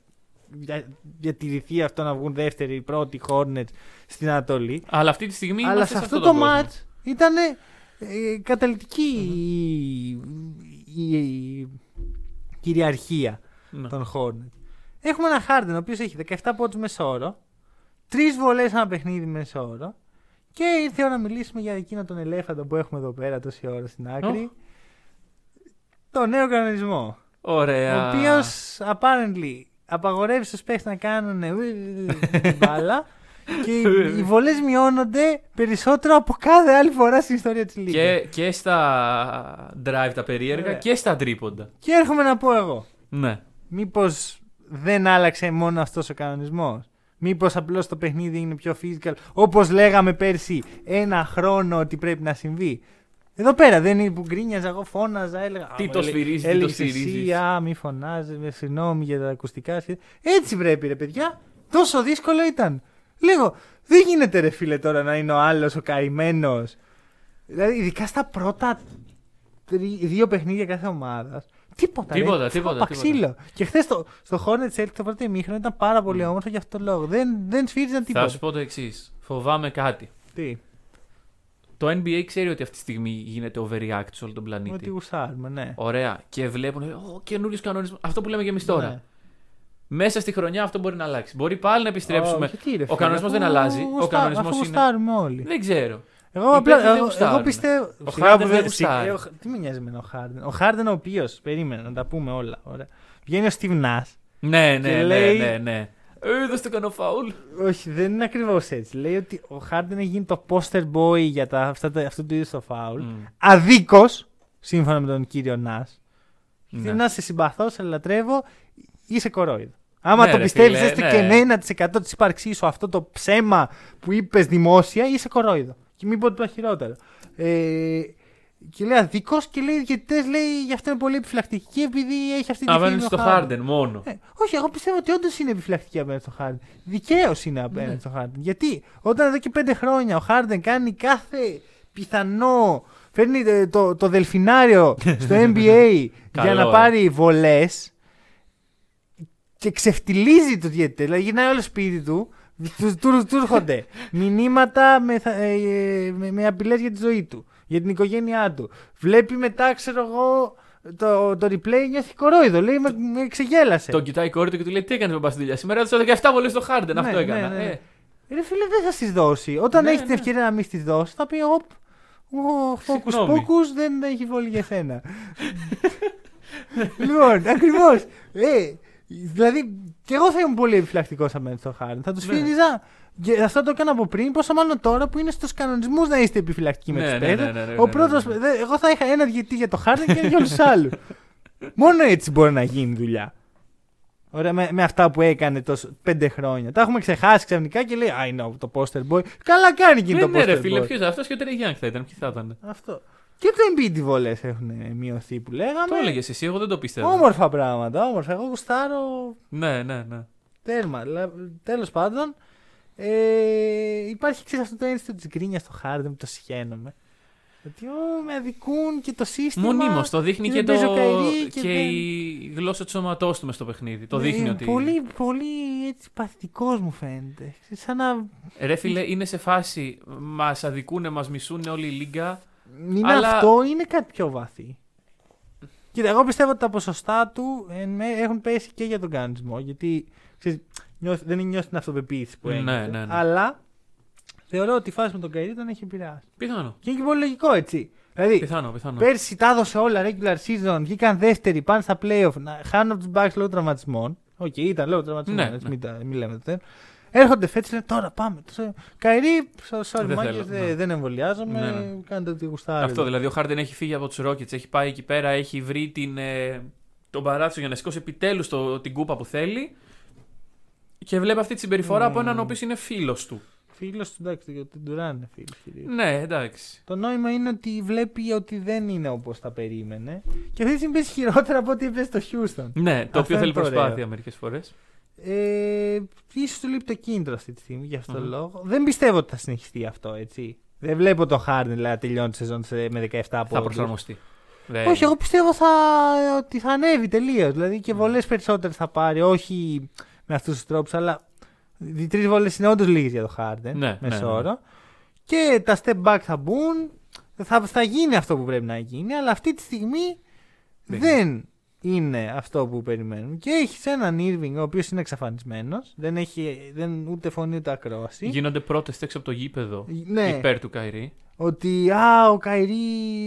Speaker 2: δια- διατηρηθεί αυτό να βγουν δεύτεροι ή πρώτοι οι Hornets στην Ανατολή.
Speaker 3: Αλλά αυτή τη στιγμή.
Speaker 2: Αλλά
Speaker 3: είμαστε
Speaker 2: σε αυτό
Speaker 3: τον
Speaker 2: το
Speaker 3: κόσμο.
Speaker 2: match ήταν ε, καταλητική η, η- η κυριαρχία
Speaker 3: Ναι.
Speaker 2: των Hornets. Έχουμε ένα Harden ο οποίος έχει 17 πόντου μεσόωρο, τρεις βολές ένα παιχνίδι μεσόωρο και ήρθε η ώρα να μιλήσουμε για εκείνο τον ελέφαντα που έχουμε εδώ πέρα τόση ώρα στην άκρη.
Speaker 3: Οχ.
Speaker 2: Το νέο κανονισμό. Ο
Speaker 3: Ωραία.
Speaker 2: οποίος apparently απαγορεύει στους παίχτες να κάνουν ε, μπάλα και οι, οι βολές μειώνονται περισσότερο από κάθε άλλη φορά στην ιστορία της Λίγκας.
Speaker 3: Και, και στα drive τα περίεργα
Speaker 2: Ωραία.
Speaker 3: και στα τρίποντα.
Speaker 2: και έρχομαι να πω εγώ.
Speaker 3: Ναι.
Speaker 2: Μήπως δεν άλλαξε μόνο αυτός ο κανονισμός. Μήπως απλώς το παιχνίδι είναι πιο physical. Όπως λέγαμε πέρσι, ένα χρόνο ότι πρέπει να συμβεί. Εδώ πέρα δεν είναι που γκρίνιαζα, εγώ φώναζα, έλεγα.
Speaker 3: Τι
Speaker 2: «Α,
Speaker 3: το
Speaker 2: μα, λέει,
Speaker 3: σφυρίζεις, τι το
Speaker 2: έλεγες εσύ,
Speaker 3: σφυρίζεις».
Speaker 2: Α, μη φωνάζει, συγγνώμη για τα ακουστικά. σχε- Έτσι πρέπει, ρε παιδιά. Τόσο δύσκολο ήταν. Λίγο. Δεν γίνεται, ρε φίλε, τώρα να είναι ο άλλος ο καημένος. Δηλαδή, ειδικά στα πρώτα τρι- δύο παιχνίδια κάθε ομάδας. Τίποτα. ρε.
Speaker 3: Τίποτα, τίποτα,
Speaker 2: Φάπα
Speaker 3: τίποτα.
Speaker 2: ξύλο. Και χθες στο, στο Hornets Celtics το πρώτο ημίχρονο ήταν πάρα πολύ όμορφο για αυτό το λόγο. Δεν, δεν σφύριζαν τίποτα.
Speaker 3: Mm. Θα σου πω το εξής. Φοβάμαι κάτι.
Speaker 2: Τι,
Speaker 3: Το NBA ξέρει ότι αυτή τη στιγμή γίνεται overreact σε όλο τον πλανήτη.
Speaker 2: ότι γουσάρουμε, ναι.
Speaker 3: Ωραία. Και βλέπουν ο καινούριο κανονισμό. Αυτό που λέμε και εμείς τώρα.
Speaker 2: Ναι.
Speaker 3: Μέσα στη χρονιά αυτό μπορεί να αλλάξει. Μπορεί πάλι να επιστρέψουμε.
Speaker 2: Όχι, τι, ρε,
Speaker 3: ο
Speaker 2: φίλε,
Speaker 3: κανονισμός
Speaker 2: αφού
Speaker 3: δεν αλλάζει. Ο
Speaker 2: γουστά-
Speaker 3: κανονισμός
Speaker 2: αφού
Speaker 3: είναι.
Speaker 2: γουστάρουμε όλοι.
Speaker 3: Δεν ξέρω.
Speaker 2: Εγώ,
Speaker 3: Οι
Speaker 2: απλά,
Speaker 3: παίκτες δεν
Speaker 2: εγώ,
Speaker 3: γουστάρουν.
Speaker 2: εγώ πιστεύω.
Speaker 3: Ο
Speaker 2: Σιγά
Speaker 3: Harden
Speaker 2: που
Speaker 3: δεν
Speaker 2: σιγά-
Speaker 3: γουστάρει.
Speaker 2: ε, ο Χ- Τι με νοιάζει με ο Χάρντεν. Ο Χάρντεν, ο οποίος. Περίμενε να τα πούμε όλα. Ωραία. Βγαίνει ο Steve Nash.
Speaker 3: Ναι, ναι, ναι,
Speaker 2: λέει-
Speaker 3: ναι, ναι. Ε, δεν στο κάνω φαούλ.
Speaker 2: Όχι, δεν είναι ακριβώς έτσι. Λέει ότι ο Χάρντεν έχει γίνει το poster boy για τα, αυτά, τα, αυτού του είδους το φάουλ.
Speaker 3: Μμ,
Speaker 2: Αδίκως, σύμφωνα με τον κύριο Νάσ.
Speaker 3: ναι.
Speaker 2: Να σε συμπαθώ, σε λατρεύω, είσαι κορόιδο. Άμα
Speaker 3: Ναι,
Speaker 2: το
Speaker 3: ρε
Speaker 2: πιστεύεις
Speaker 3: φίλε,
Speaker 2: έστω
Speaker 3: ναι.
Speaker 2: και 1% της ύπαρξής σου αυτό το ψέμα που είπες δημόσια, είσαι κορόιδο. Και μην πω το χειρότερο. Ε, και λέει αδικό και λέει οι διαιτητές λέει γι' αυτό είναι πολύ επιφυλακτική επειδή έχει αυτή τη
Speaker 3: Απέναντι
Speaker 2: φήμη ο
Speaker 3: στο
Speaker 2: Harden.
Speaker 3: Harden μόνο.
Speaker 2: Ε, όχι, εγώ πιστεύω ότι όντως είναι επιφυλακτική απέναντι στο Χάρντεν. Δικαίως είναι
Speaker 3: Ναι.
Speaker 2: απέναντι στο Χάρντεν. Γιατί όταν εδώ και πέντε χρόνια ο Χάρντεν κάνει κάθε πιθανό. Φέρνει ε, το, το δελφινάριο στο NBA για
Speaker 3: Καλό, ε.
Speaker 2: να πάρει βολές. Και ξεφτιλίζει του διαιτητέ. Δηλαδή γυρνάει όλο σπίτι του. Τους του- τους έρχονται μηνύματα με, θα- ε, ε, με, με απειλές για τη ζωή του, για την οικογένειά του. Βλέπει μετά, ξέρω εγώ, το, το replay νιώθει κορόιδο. Λέει, με, με ξεγέλασε.
Speaker 3: Τον κοιτάει η κόρη του και του λέει: Τι έκανες με πα στη δουλειά. Σήμερα έδωσα 17 βολές στο Harden.
Speaker 2: Ναι,
Speaker 3: αυτό
Speaker 2: ναι,
Speaker 3: έκανα.
Speaker 2: ναι.
Speaker 3: Ε,
Speaker 2: Ρε φίλε, δεν θα στις δώσει. Όταν
Speaker 3: Ναι,
Speaker 2: έχεις την
Speaker 3: ναι.
Speaker 2: ευκαιρία να μην στις δώσει, θα πει οπ. Ο φόκους
Speaker 3: Συγγνώμη.
Speaker 2: πόκους δεν έχει βόλει για σένα. λοιπόν, ακριβώς. Ε, δηλαδή, και εγώ θα ήμουν πολύ επιφυλακτικός απέναντι στο Χάρντ. Θα τους
Speaker 3: Ναι.
Speaker 2: φύριζα. Και αυτό το έκανα από πριν, πόσο μάλλον τώρα που είναι στους κανονισμούς να είστε επιφυλακτικοί με
Speaker 3: Ναι,
Speaker 2: τους
Speaker 3: ναι, ναι, ναι, ναι,
Speaker 2: Ο
Speaker 3: ναι,
Speaker 2: πρώτος,
Speaker 3: ναι, ναι.
Speaker 2: δε- εγώ θα είχα ένα διαιτή για το Χάρντ και ένα για όλους τους άλλους. Μόνο έτσι μπορεί να γίνει δουλειά. Ωραία, με, με αυτά που έκανε τόσο, πέντε χρόνια. Τα έχουμε ξεχάσει ξαφνικά και λέει I know το poster boy. Καλά κάνει και είναι
Speaker 3: ναι,
Speaker 2: το
Speaker 3: ναι,
Speaker 2: poster
Speaker 3: ρε
Speaker 2: boy.
Speaker 3: φίλε, ποιος αυτός και ο Τρέι Γιάνγκ θα ήταν. Ποιοι θα ήταν.
Speaker 2: Αυτό. Και το Embiid οι βολές έχουν μειωθεί που λέγαμε.
Speaker 3: Το έλεγες εσύ, εγώ δεν το πίστευα.
Speaker 2: Όμορφα πράγματα, όμορφα. Εγώ γουστάρω
Speaker 3: Ναι, ναι, ναι.
Speaker 2: Τέρμα. Τέλος πάντων, ε, υπάρχει ξέρεις, αυτό το ένστικτο της γκρίνιας στο Χάρντεν που το συχαίνομαι. Ότι «Ω, με αδικούν και το σύστημα.
Speaker 3: Μονίμως το δείχνει
Speaker 2: και
Speaker 3: και,
Speaker 2: δεν
Speaker 3: το...
Speaker 2: παίζει ο Καϊρή
Speaker 3: και,
Speaker 2: και δεν-
Speaker 3: η γλώσσα του σώματός του μες στο παιχνίδι. Το
Speaker 2: Ναι,
Speaker 3: δείχνει
Speaker 2: είναι
Speaker 3: ότι.
Speaker 2: Πολύ, πολύ έτσι παθητικός μου φαίνεται. Ξέρεις, Σαν να.
Speaker 3: Ρε φίλε, είναι σε φάση. Μας αδικούνε, μας μισούνε όλη η λίγκα.
Speaker 2: Είναι
Speaker 3: Αλλά-
Speaker 2: αυτό, είναι κάτι πιο βαθύ. Κοίτα, εγώ πιστεύω ότι τα ποσοστά του εν μέ- έχουν πέσει και για τον κανονισμό. Γιατί ξέρεις, νιώθ- δεν νιώθει την αυτοπεποίθηση που
Speaker 3: Ναι,
Speaker 2: έχει.
Speaker 3: ναι, ναι.
Speaker 2: Αλλά θεωρώ ότι η φάση με τον Καϊρή τον έχει επηρεάσει.
Speaker 3: Πιθανό.
Speaker 2: Και είναι και πολύ λογικό έτσι. Δηλαδή,
Speaker 3: Πιθανό, πιθανό.
Speaker 2: Πέρσι τα έδωσε όλα regular season, βγήκαν δεύτεροι, πάνε στα playoff, να χάνουν από τους Bucks λόγω τραυματισμών. Οκ, ήταν λόγω τραυματισμών,
Speaker 3: Ναι,
Speaker 2: έτσι,
Speaker 3: ναι.
Speaker 2: Μην, τα- μην λέμε το τέλος. Έρχονται φέτος, λένε τώρα πάμε. Τους- Καϊρή, so- sorry,
Speaker 3: Δεν
Speaker 2: μάγκες,
Speaker 3: θέλω,
Speaker 2: δεν,
Speaker 3: ναι.
Speaker 2: δεν εμβολιάζομαι.
Speaker 3: Ναι, ναι.
Speaker 2: Κάντε ό,τι γουστάρετε.
Speaker 3: Αυτό δηλαδή. Ο Χάρντεν έχει φύγει από τους Ρόκετ, έχει πάει εκεί πέρα, έχει βρει την, ε, τον παράδεισο για να σηκώσει επιτέλους την κούπα που θέλει. Και βλέπει αυτή τη συμπεριφορά από έναν ο οποίος είναι φίλος του.
Speaker 2: Φίλος του, εντάξει, γιατί του Ντουράν είναι φίλος κυρίω.
Speaker 3: Ναι, εντάξει.
Speaker 2: Το νόημα είναι ότι βλέπει ότι δεν είναι όπως τα περίμενε. Και αυτή τη στιγμή παίζει χειρότερα από ό,τι έπαιζε στο Χιούστον.
Speaker 3: Ναι, το οποίο
Speaker 2: είναι
Speaker 3: θέλει
Speaker 2: το ωραίο.
Speaker 3: προσπάθεια μερικές φορές.
Speaker 2: Ε, ίσως του λείπει το κίνητρο αυτή τη στιγμή, γι' αυτόν τον
Speaker 3: Μμμ.
Speaker 2: λόγο. Δεν πιστεύω ότι θα συνεχιστεί αυτό, έτσι. Δεν βλέπω τον Χάρντεν δηλαδή, να τελειώνει τη σεζόν σε- με 17 από
Speaker 3: Θα προσαρμοστεί. Δεν-
Speaker 2: Όχι, εγώ πιστεύω θα, ότι θα ανέβει τελείως. Δηλαδή
Speaker 3: Mm.
Speaker 2: και βολές περισσότερες θα πάρει. Όχι με αυτούς τους τρόπους, αλλά οι τρεις βολές είναι όντως λίγες για το Harden.
Speaker 3: Ναι, ναι, ναι.
Speaker 2: μεσόωρο. Και τα step back θα μπουν. Θα, θα γίνει αυτό που πρέπει να γίνει, αλλά αυτή τη στιγμή
Speaker 3: Δεν
Speaker 2: δεν, είναι αυτό που περιμένουν. Και έχει έναν Irving ο οποίος είναι εξαφανισμένος. Δεν έχει δεν, ούτε φωνή ούτε ακρόαση.
Speaker 3: Γίνονται πρώτες έξω από το γήπεδο
Speaker 2: Ναι.
Speaker 3: υπέρ του Καϊρή.
Speaker 2: Ότι α, ο Καϊρή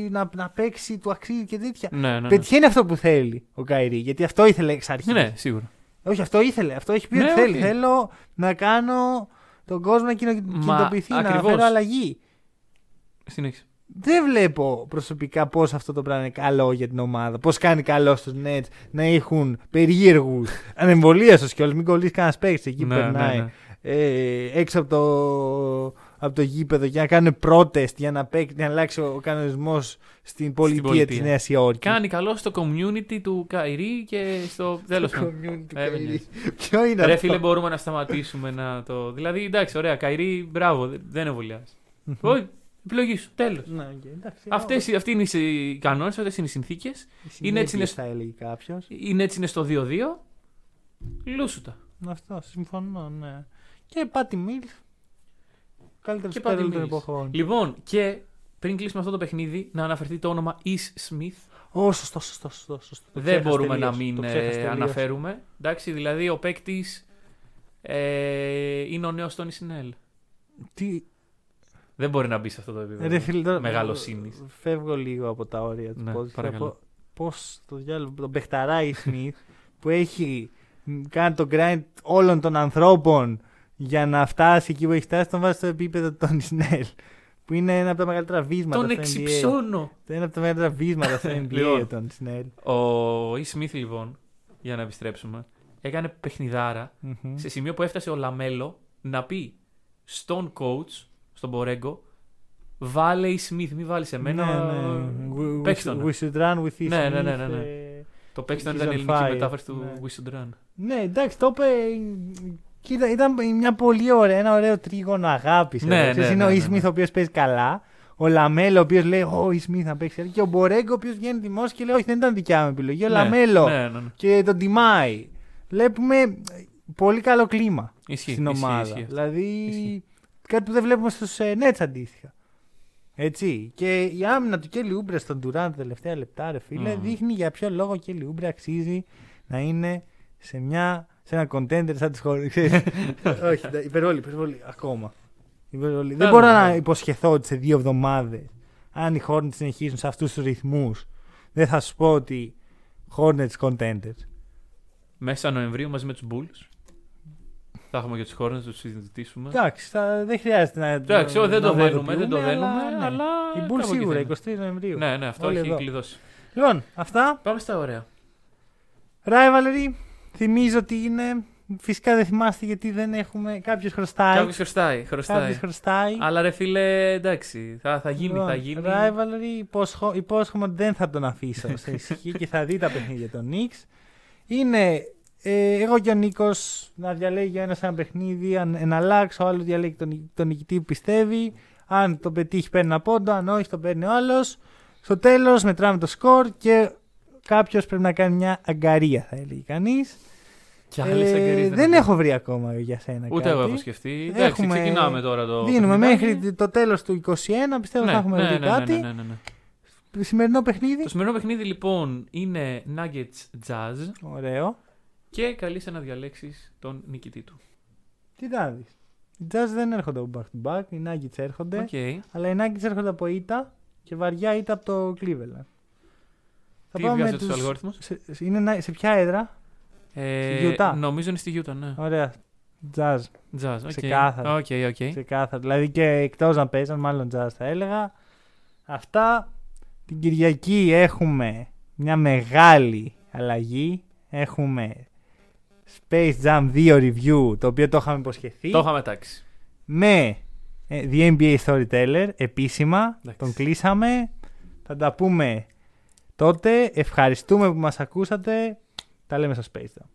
Speaker 2: να, να παίξει, του αξίζει και τέτοια.
Speaker 3: Ναι, ναι. ναι.
Speaker 2: Πετυχαίνει αυτό που θέλει ο Καϊρή. Γιατί αυτό ήθελε εξ αρχής.
Speaker 3: Ναι, σίγουρα.
Speaker 2: Όχι, αυτό ήθελε. Αυτό έχει πει
Speaker 3: Ναι,
Speaker 2: ότι θέλει.
Speaker 3: όχι.
Speaker 2: Θέλω να κάνω τον κόσμο να κοινο-
Speaker 3: Μα,
Speaker 2: κινητοποιηθεί, να
Speaker 3: ακριβώς.
Speaker 2: φέρω αλλαγή.
Speaker 3: Συνέχισε.
Speaker 2: Δεν βλέπω προσωπικά πώς αυτό το πράγμα είναι καλό για την ομάδα. Πώς κάνει καλό στους Nets να έχουν περίεργους, ανεμβολίαστου κιόλα. Μην κολλήσεις κανένας παίκτης εκεί που
Speaker 3: Ναι, ναι,
Speaker 2: περνάει.
Speaker 3: ναι.
Speaker 2: Ε, έξω από το, από το γήπεδο για να κάνουν πρότεστ για να, παίκ- να αλλάξει ο κανονισμός στην πολιτεία
Speaker 3: πολιτεία.
Speaker 2: της Νέας Υόρκης.
Speaker 3: Κάνει καλό στο community του Καϊρή και στο τέλο.
Speaker 2: Community
Speaker 3: Ε,
Speaker 2: Kyrie.
Speaker 3: ναι.
Speaker 2: Ποιο είναι
Speaker 3: Ρε
Speaker 2: αυτό.
Speaker 3: φίλε, μπορούμε να σταματήσουμε να το. Δηλαδή, εντάξει, ωραία, Καϊρή, μπράβο, δε- δεν εμβολιάζει. Όχι, επιλογή σου, τέλος.
Speaker 2: Ναι, οκ, εντάξει,
Speaker 3: Αυτές, οι- αυτοί είναι οι κανόνες, αυτές είναι οι συνθήκες.
Speaker 2: οι
Speaker 3: είναι έτσι,
Speaker 2: συνέπειες,
Speaker 3: είναι-
Speaker 2: θα έλεγε κάποιος.
Speaker 3: Είναι έτσι είναι στο 2-2. Λούσουτα.
Speaker 2: Αυτό, συμφωνώ, ναι. Και Πάτι Μίλ. Καλύτερος
Speaker 3: Και
Speaker 2: παίκτη
Speaker 3: Patty
Speaker 2: των
Speaker 3: Mills.
Speaker 2: εποχών.
Speaker 3: Λοιπόν, και πριν κλείσουμε αυτό το παιχνίδι, να αναφερθεί το όνομα Is Smith.
Speaker 2: Ω, σωστό, σωστό, σωστό. σωστό. Το
Speaker 3: δεν
Speaker 2: ξέχασα
Speaker 3: μπορούμε
Speaker 2: τελείως,
Speaker 3: να μην
Speaker 2: το
Speaker 3: ε,
Speaker 2: ξέχασα τελείως.
Speaker 3: αναφέρουμε. Εντάξει, δηλαδή ο παίκτης ε, είναι ο νέος Τόνι Σινέλ.
Speaker 2: Τι...
Speaker 3: Δεν μπορεί να μπει σε αυτό το
Speaker 2: Ε, Ρε,
Speaker 3: επίπεδο.
Speaker 2: φίλε, τώρα...
Speaker 3: Μεγαλοσύνης.
Speaker 2: Φεύγω λίγο από τα όρια του
Speaker 3: Ναι,
Speaker 2: podcast. Θα
Speaker 3: παρακαλώ.
Speaker 2: πω Πώς το διάλογο, τον Μπεχταράη Σμιθ που έχει μ, κάνει το grind όλων των ανθρώπων για να φτάσει εκεί που έχει φτάσει, τον βάζει στο επίπεδο του Τόνι Σνέλ. Που είναι ένα από τα μεγαλύτερα βίσματα.
Speaker 3: Τον
Speaker 2: στο NBA.
Speaker 3: εξυψώνω.
Speaker 2: Ένα από τα μεγαλύτερα βίσματα στο NBA
Speaker 3: Λοιπόν.
Speaker 2: τον Σνέλ.
Speaker 3: Ο Ι Σμιθ, λοιπόν, για να επιστρέψουμε, έκανε παιχνιδάρα
Speaker 2: Μμμ.
Speaker 3: σε σημείο που έφτασε ο Λαμέλο να πει στον coach, στον Πορέγκο, βάλε Ι Σμιθ, μην βάλεις εμένα.
Speaker 2: Ναι, ναι. We- we
Speaker 3: Παίξτε
Speaker 2: should-
Speaker 3: τον.
Speaker 2: We should run with this.
Speaker 3: Ναι, ναι, ναι, ναι, ναι.
Speaker 2: ε,
Speaker 3: Το παίξτε
Speaker 2: He's
Speaker 3: ήταν
Speaker 2: on
Speaker 3: ελληνική
Speaker 2: fire.
Speaker 3: μετάφραση του
Speaker 2: Ναι.
Speaker 3: We Should Run.
Speaker 2: Ναι, εντάξει, το είπε. Κοίτα, ήταν μια πολύ ωραία, ένα ωραίο τρίγωνο αγάπης.
Speaker 3: Ναι, ναι,
Speaker 2: είναι
Speaker 3: ναι,
Speaker 2: ο
Speaker 3: ναι,
Speaker 2: Ισμιθ
Speaker 3: ναι.
Speaker 2: ο οποίος παίζει καλά. Ο Λαμέλο ο οποίος λέει: Ω, ο Ισμιθ θα παίξει. καλά». Και ο Μπορέγκο ο οποίος βγαίνει δημόσιος και λέει: Όχι, δεν ήταν δικιά μου επιλογή. Ο
Speaker 3: Ναι,
Speaker 2: Λαμέλο
Speaker 3: Ναι, ναι, ναι.
Speaker 2: και τον τιμάει. Βλέπουμε ε, πολύ καλό κλίμα
Speaker 3: Ισχύει,
Speaker 2: στην
Speaker 3: ισχύει,
Speaker 2: ομάδα.
Speaker 3: ισχύει αυτό.
Speaker 2: Δηλαδή
Speaker 3: Ισχύει.
Speaker 2: κάτι που δεν βλέπουμε στους ε, Nets αντίστοιχα. Έτσι. Και η άμυνα του Κέλλη Ούμπρε στον Τουράν τα τελευταία λεπτά, ρε φίλε,
Speaker 3: Μμμ.
Speaker 2: δείχνει για ποιο λόγο ο Κέλλη Ούμπρε αξίζει να είναι σε, μια, σε ένα contender σαν τη χώρα. Όχι, ντα- υπερβολή, υπερβολή. Ακόμα. Υπερβολή. Δεν
Speaker 3: Τέλος,
Speaker 2: μπορώ να
Speaker 3: ναι.
Speaker 2: υποσχεθώ ότι σε δύο εβδομάδες, αν οι Hornets συνεχίσουν σε αυτούς τους ρυθμούς, δεν θα σου πω ότι Hornets contenders.
Speaker 3: Μέσα Νοεμβρίου μαζί με τους Bulls. Θα έχουμε και του χώρε να τους συζητήσουμε.
Speaker 2: Εντάξει, θα- δεν χρειάζεται να.
Speaker 3: Εντάξει, όχι, δεν
Speaker 2: να
Speaker 3: το δένουμε, δεν το
Speaker 2: ομαδοποιούμε,
Speaker 3: δένουμε,
Speaker 2: ναι.
Speaker 3: αλλά
Speaker 2: Η Bull
Speaker 3: κάπου εκεί θα
Speaker 2: σίγουρα,
Speaker 3: είναι.
Speaker 2: 23 Νοεμβρίου.
Speaker 3: Ναι, ναι, αυτό
Speaker 2: Όλοι
Speaker 3: έχει
Speaker 2: εδώ.
Speaker 3: κλειδώσει.
Speaker 2: Λοιπόν, αυτά.
Speaker 3: Πάμε στα ωραία.
Speaker 2: Rivalry, θυμίζω ότι είναι. Φυσικά δεν θυμάστε γιατί δεν έχουμε. Κάποιος χρωστάει.
Speaker 3: Κάποιος χρωστάει. χρωστάει.
Speaker 2: Κάποιος χρωστάει.
Speaker 3: Αλλά ρε φίλε, εντάξει, θα, θα γίνει,
Speaker 2: Λοιπόν,
Speaker 3: θα γίνει.
Speaker 2: Rivalry, υπόσχο, υπόσχομαι ότι δεν θα τον αφήσω σε ησυχία και θα δει τα παιχνίδια των Knicks. Είναι ε, εγώ και ο Νίκος να διαλέγει ο ένα ένα παιχνίδι, αν εναλλάξω, ο άλλος διαλέγει τον, νικη- τον νικητή που πιστεύει. Αν τον πετύχει, παίρνει ένα πόντο. Αν όχι, τον παίρνει ο άλλος. Στο τέλος, μετράμε το σκορ και κάποιος πρέπει να κάνει μια αγκαρία, θα έλεγε κανείς.
Speaker 3: Και άλλες εγκαιρίες
Speaker 2: Ε, δεν έχω βρει ακόμα για σένα
Speaker 3: Ούτε
Speaker 2: κάτι.
Speaker 3: εγώ έχω σκεφτεί. Εντάξει,
Speaker 2: Έχουμε-
Speaker 3: ξεκινάμε τώρα το.
Speaker 2: Δίνουμε
Speaker 3: παιχνιδάκι.
Speaker 2: μέχρι το τέλος του 21, πιστεύω
Speaker 3: Ναι,
Speaker 2: θα έχουμε
Speaker 3: ναι,
Speaker 2: βρει
Speaker 3: ναι,
Speaker 2: κάτι.
Speaker 3: ναι, ναι, ναι, ναι.
Speaker 2: Σημερινό παιχνίδι.
Speaker 3: Το σημερινό παιχνίδι λοιπόν είναι Nuggets Jazz
Speaker 2: Ωραίο.
Speaker 3: και καλείσαι να διαλέξεις τον νικητή του.
Speaker 2: Τι να δεις. Οι Jazz δεν έρχονται από back to back, οι Nuggets έρχονται.
Speaker 3: Οκ.
Speaker 2: Αλλά οι Nuggets έρχονται από ήττα και βαριά ήττα από το Cleveland. Θα
Speaker 3: Τι
Speaker 2: πάμε με
Speaker 3: βγάζει τους
Speaker 2: τους-
Speaker 3: αλγόριθμους.
Speaker 2: σε- σε- είναι να- σε ποια έδρα.
Speaker 3: Ε,
Speaker 2: Utah.
Speaker 3: νομίζω είναι στη Utah, ναι.
Speaker 2: Ωραία. Jazz.
Speaker 3: Jazz. οκ.
Speaker 2: Ξεκάθαρα.
Speaker 3: Οκ, οκ.
Speaker 2: Ξεκάθαρα. Δηλαδή και εκτός να παίζαν, μάλλον Jazz θα έλεγα. Αυτά. Την Κυριακή έχουμε μια μεγάλη αλλαγή. Έχουμε Space Jam 2 review, το οποίο το είχαμε υποσχεθεί.
Speaker 3: Το είχαμε τάξει.
Speaker 2: Με ε, The NBA Storyteller, επίσημα.
Speaker 3: Εντάξει.
Speaker 2: Τον κλείσαμε. Θα τα πούμε τότε. Ευχαριστούμε που μας ακούσατε. Τα λέμε στο Space Jam.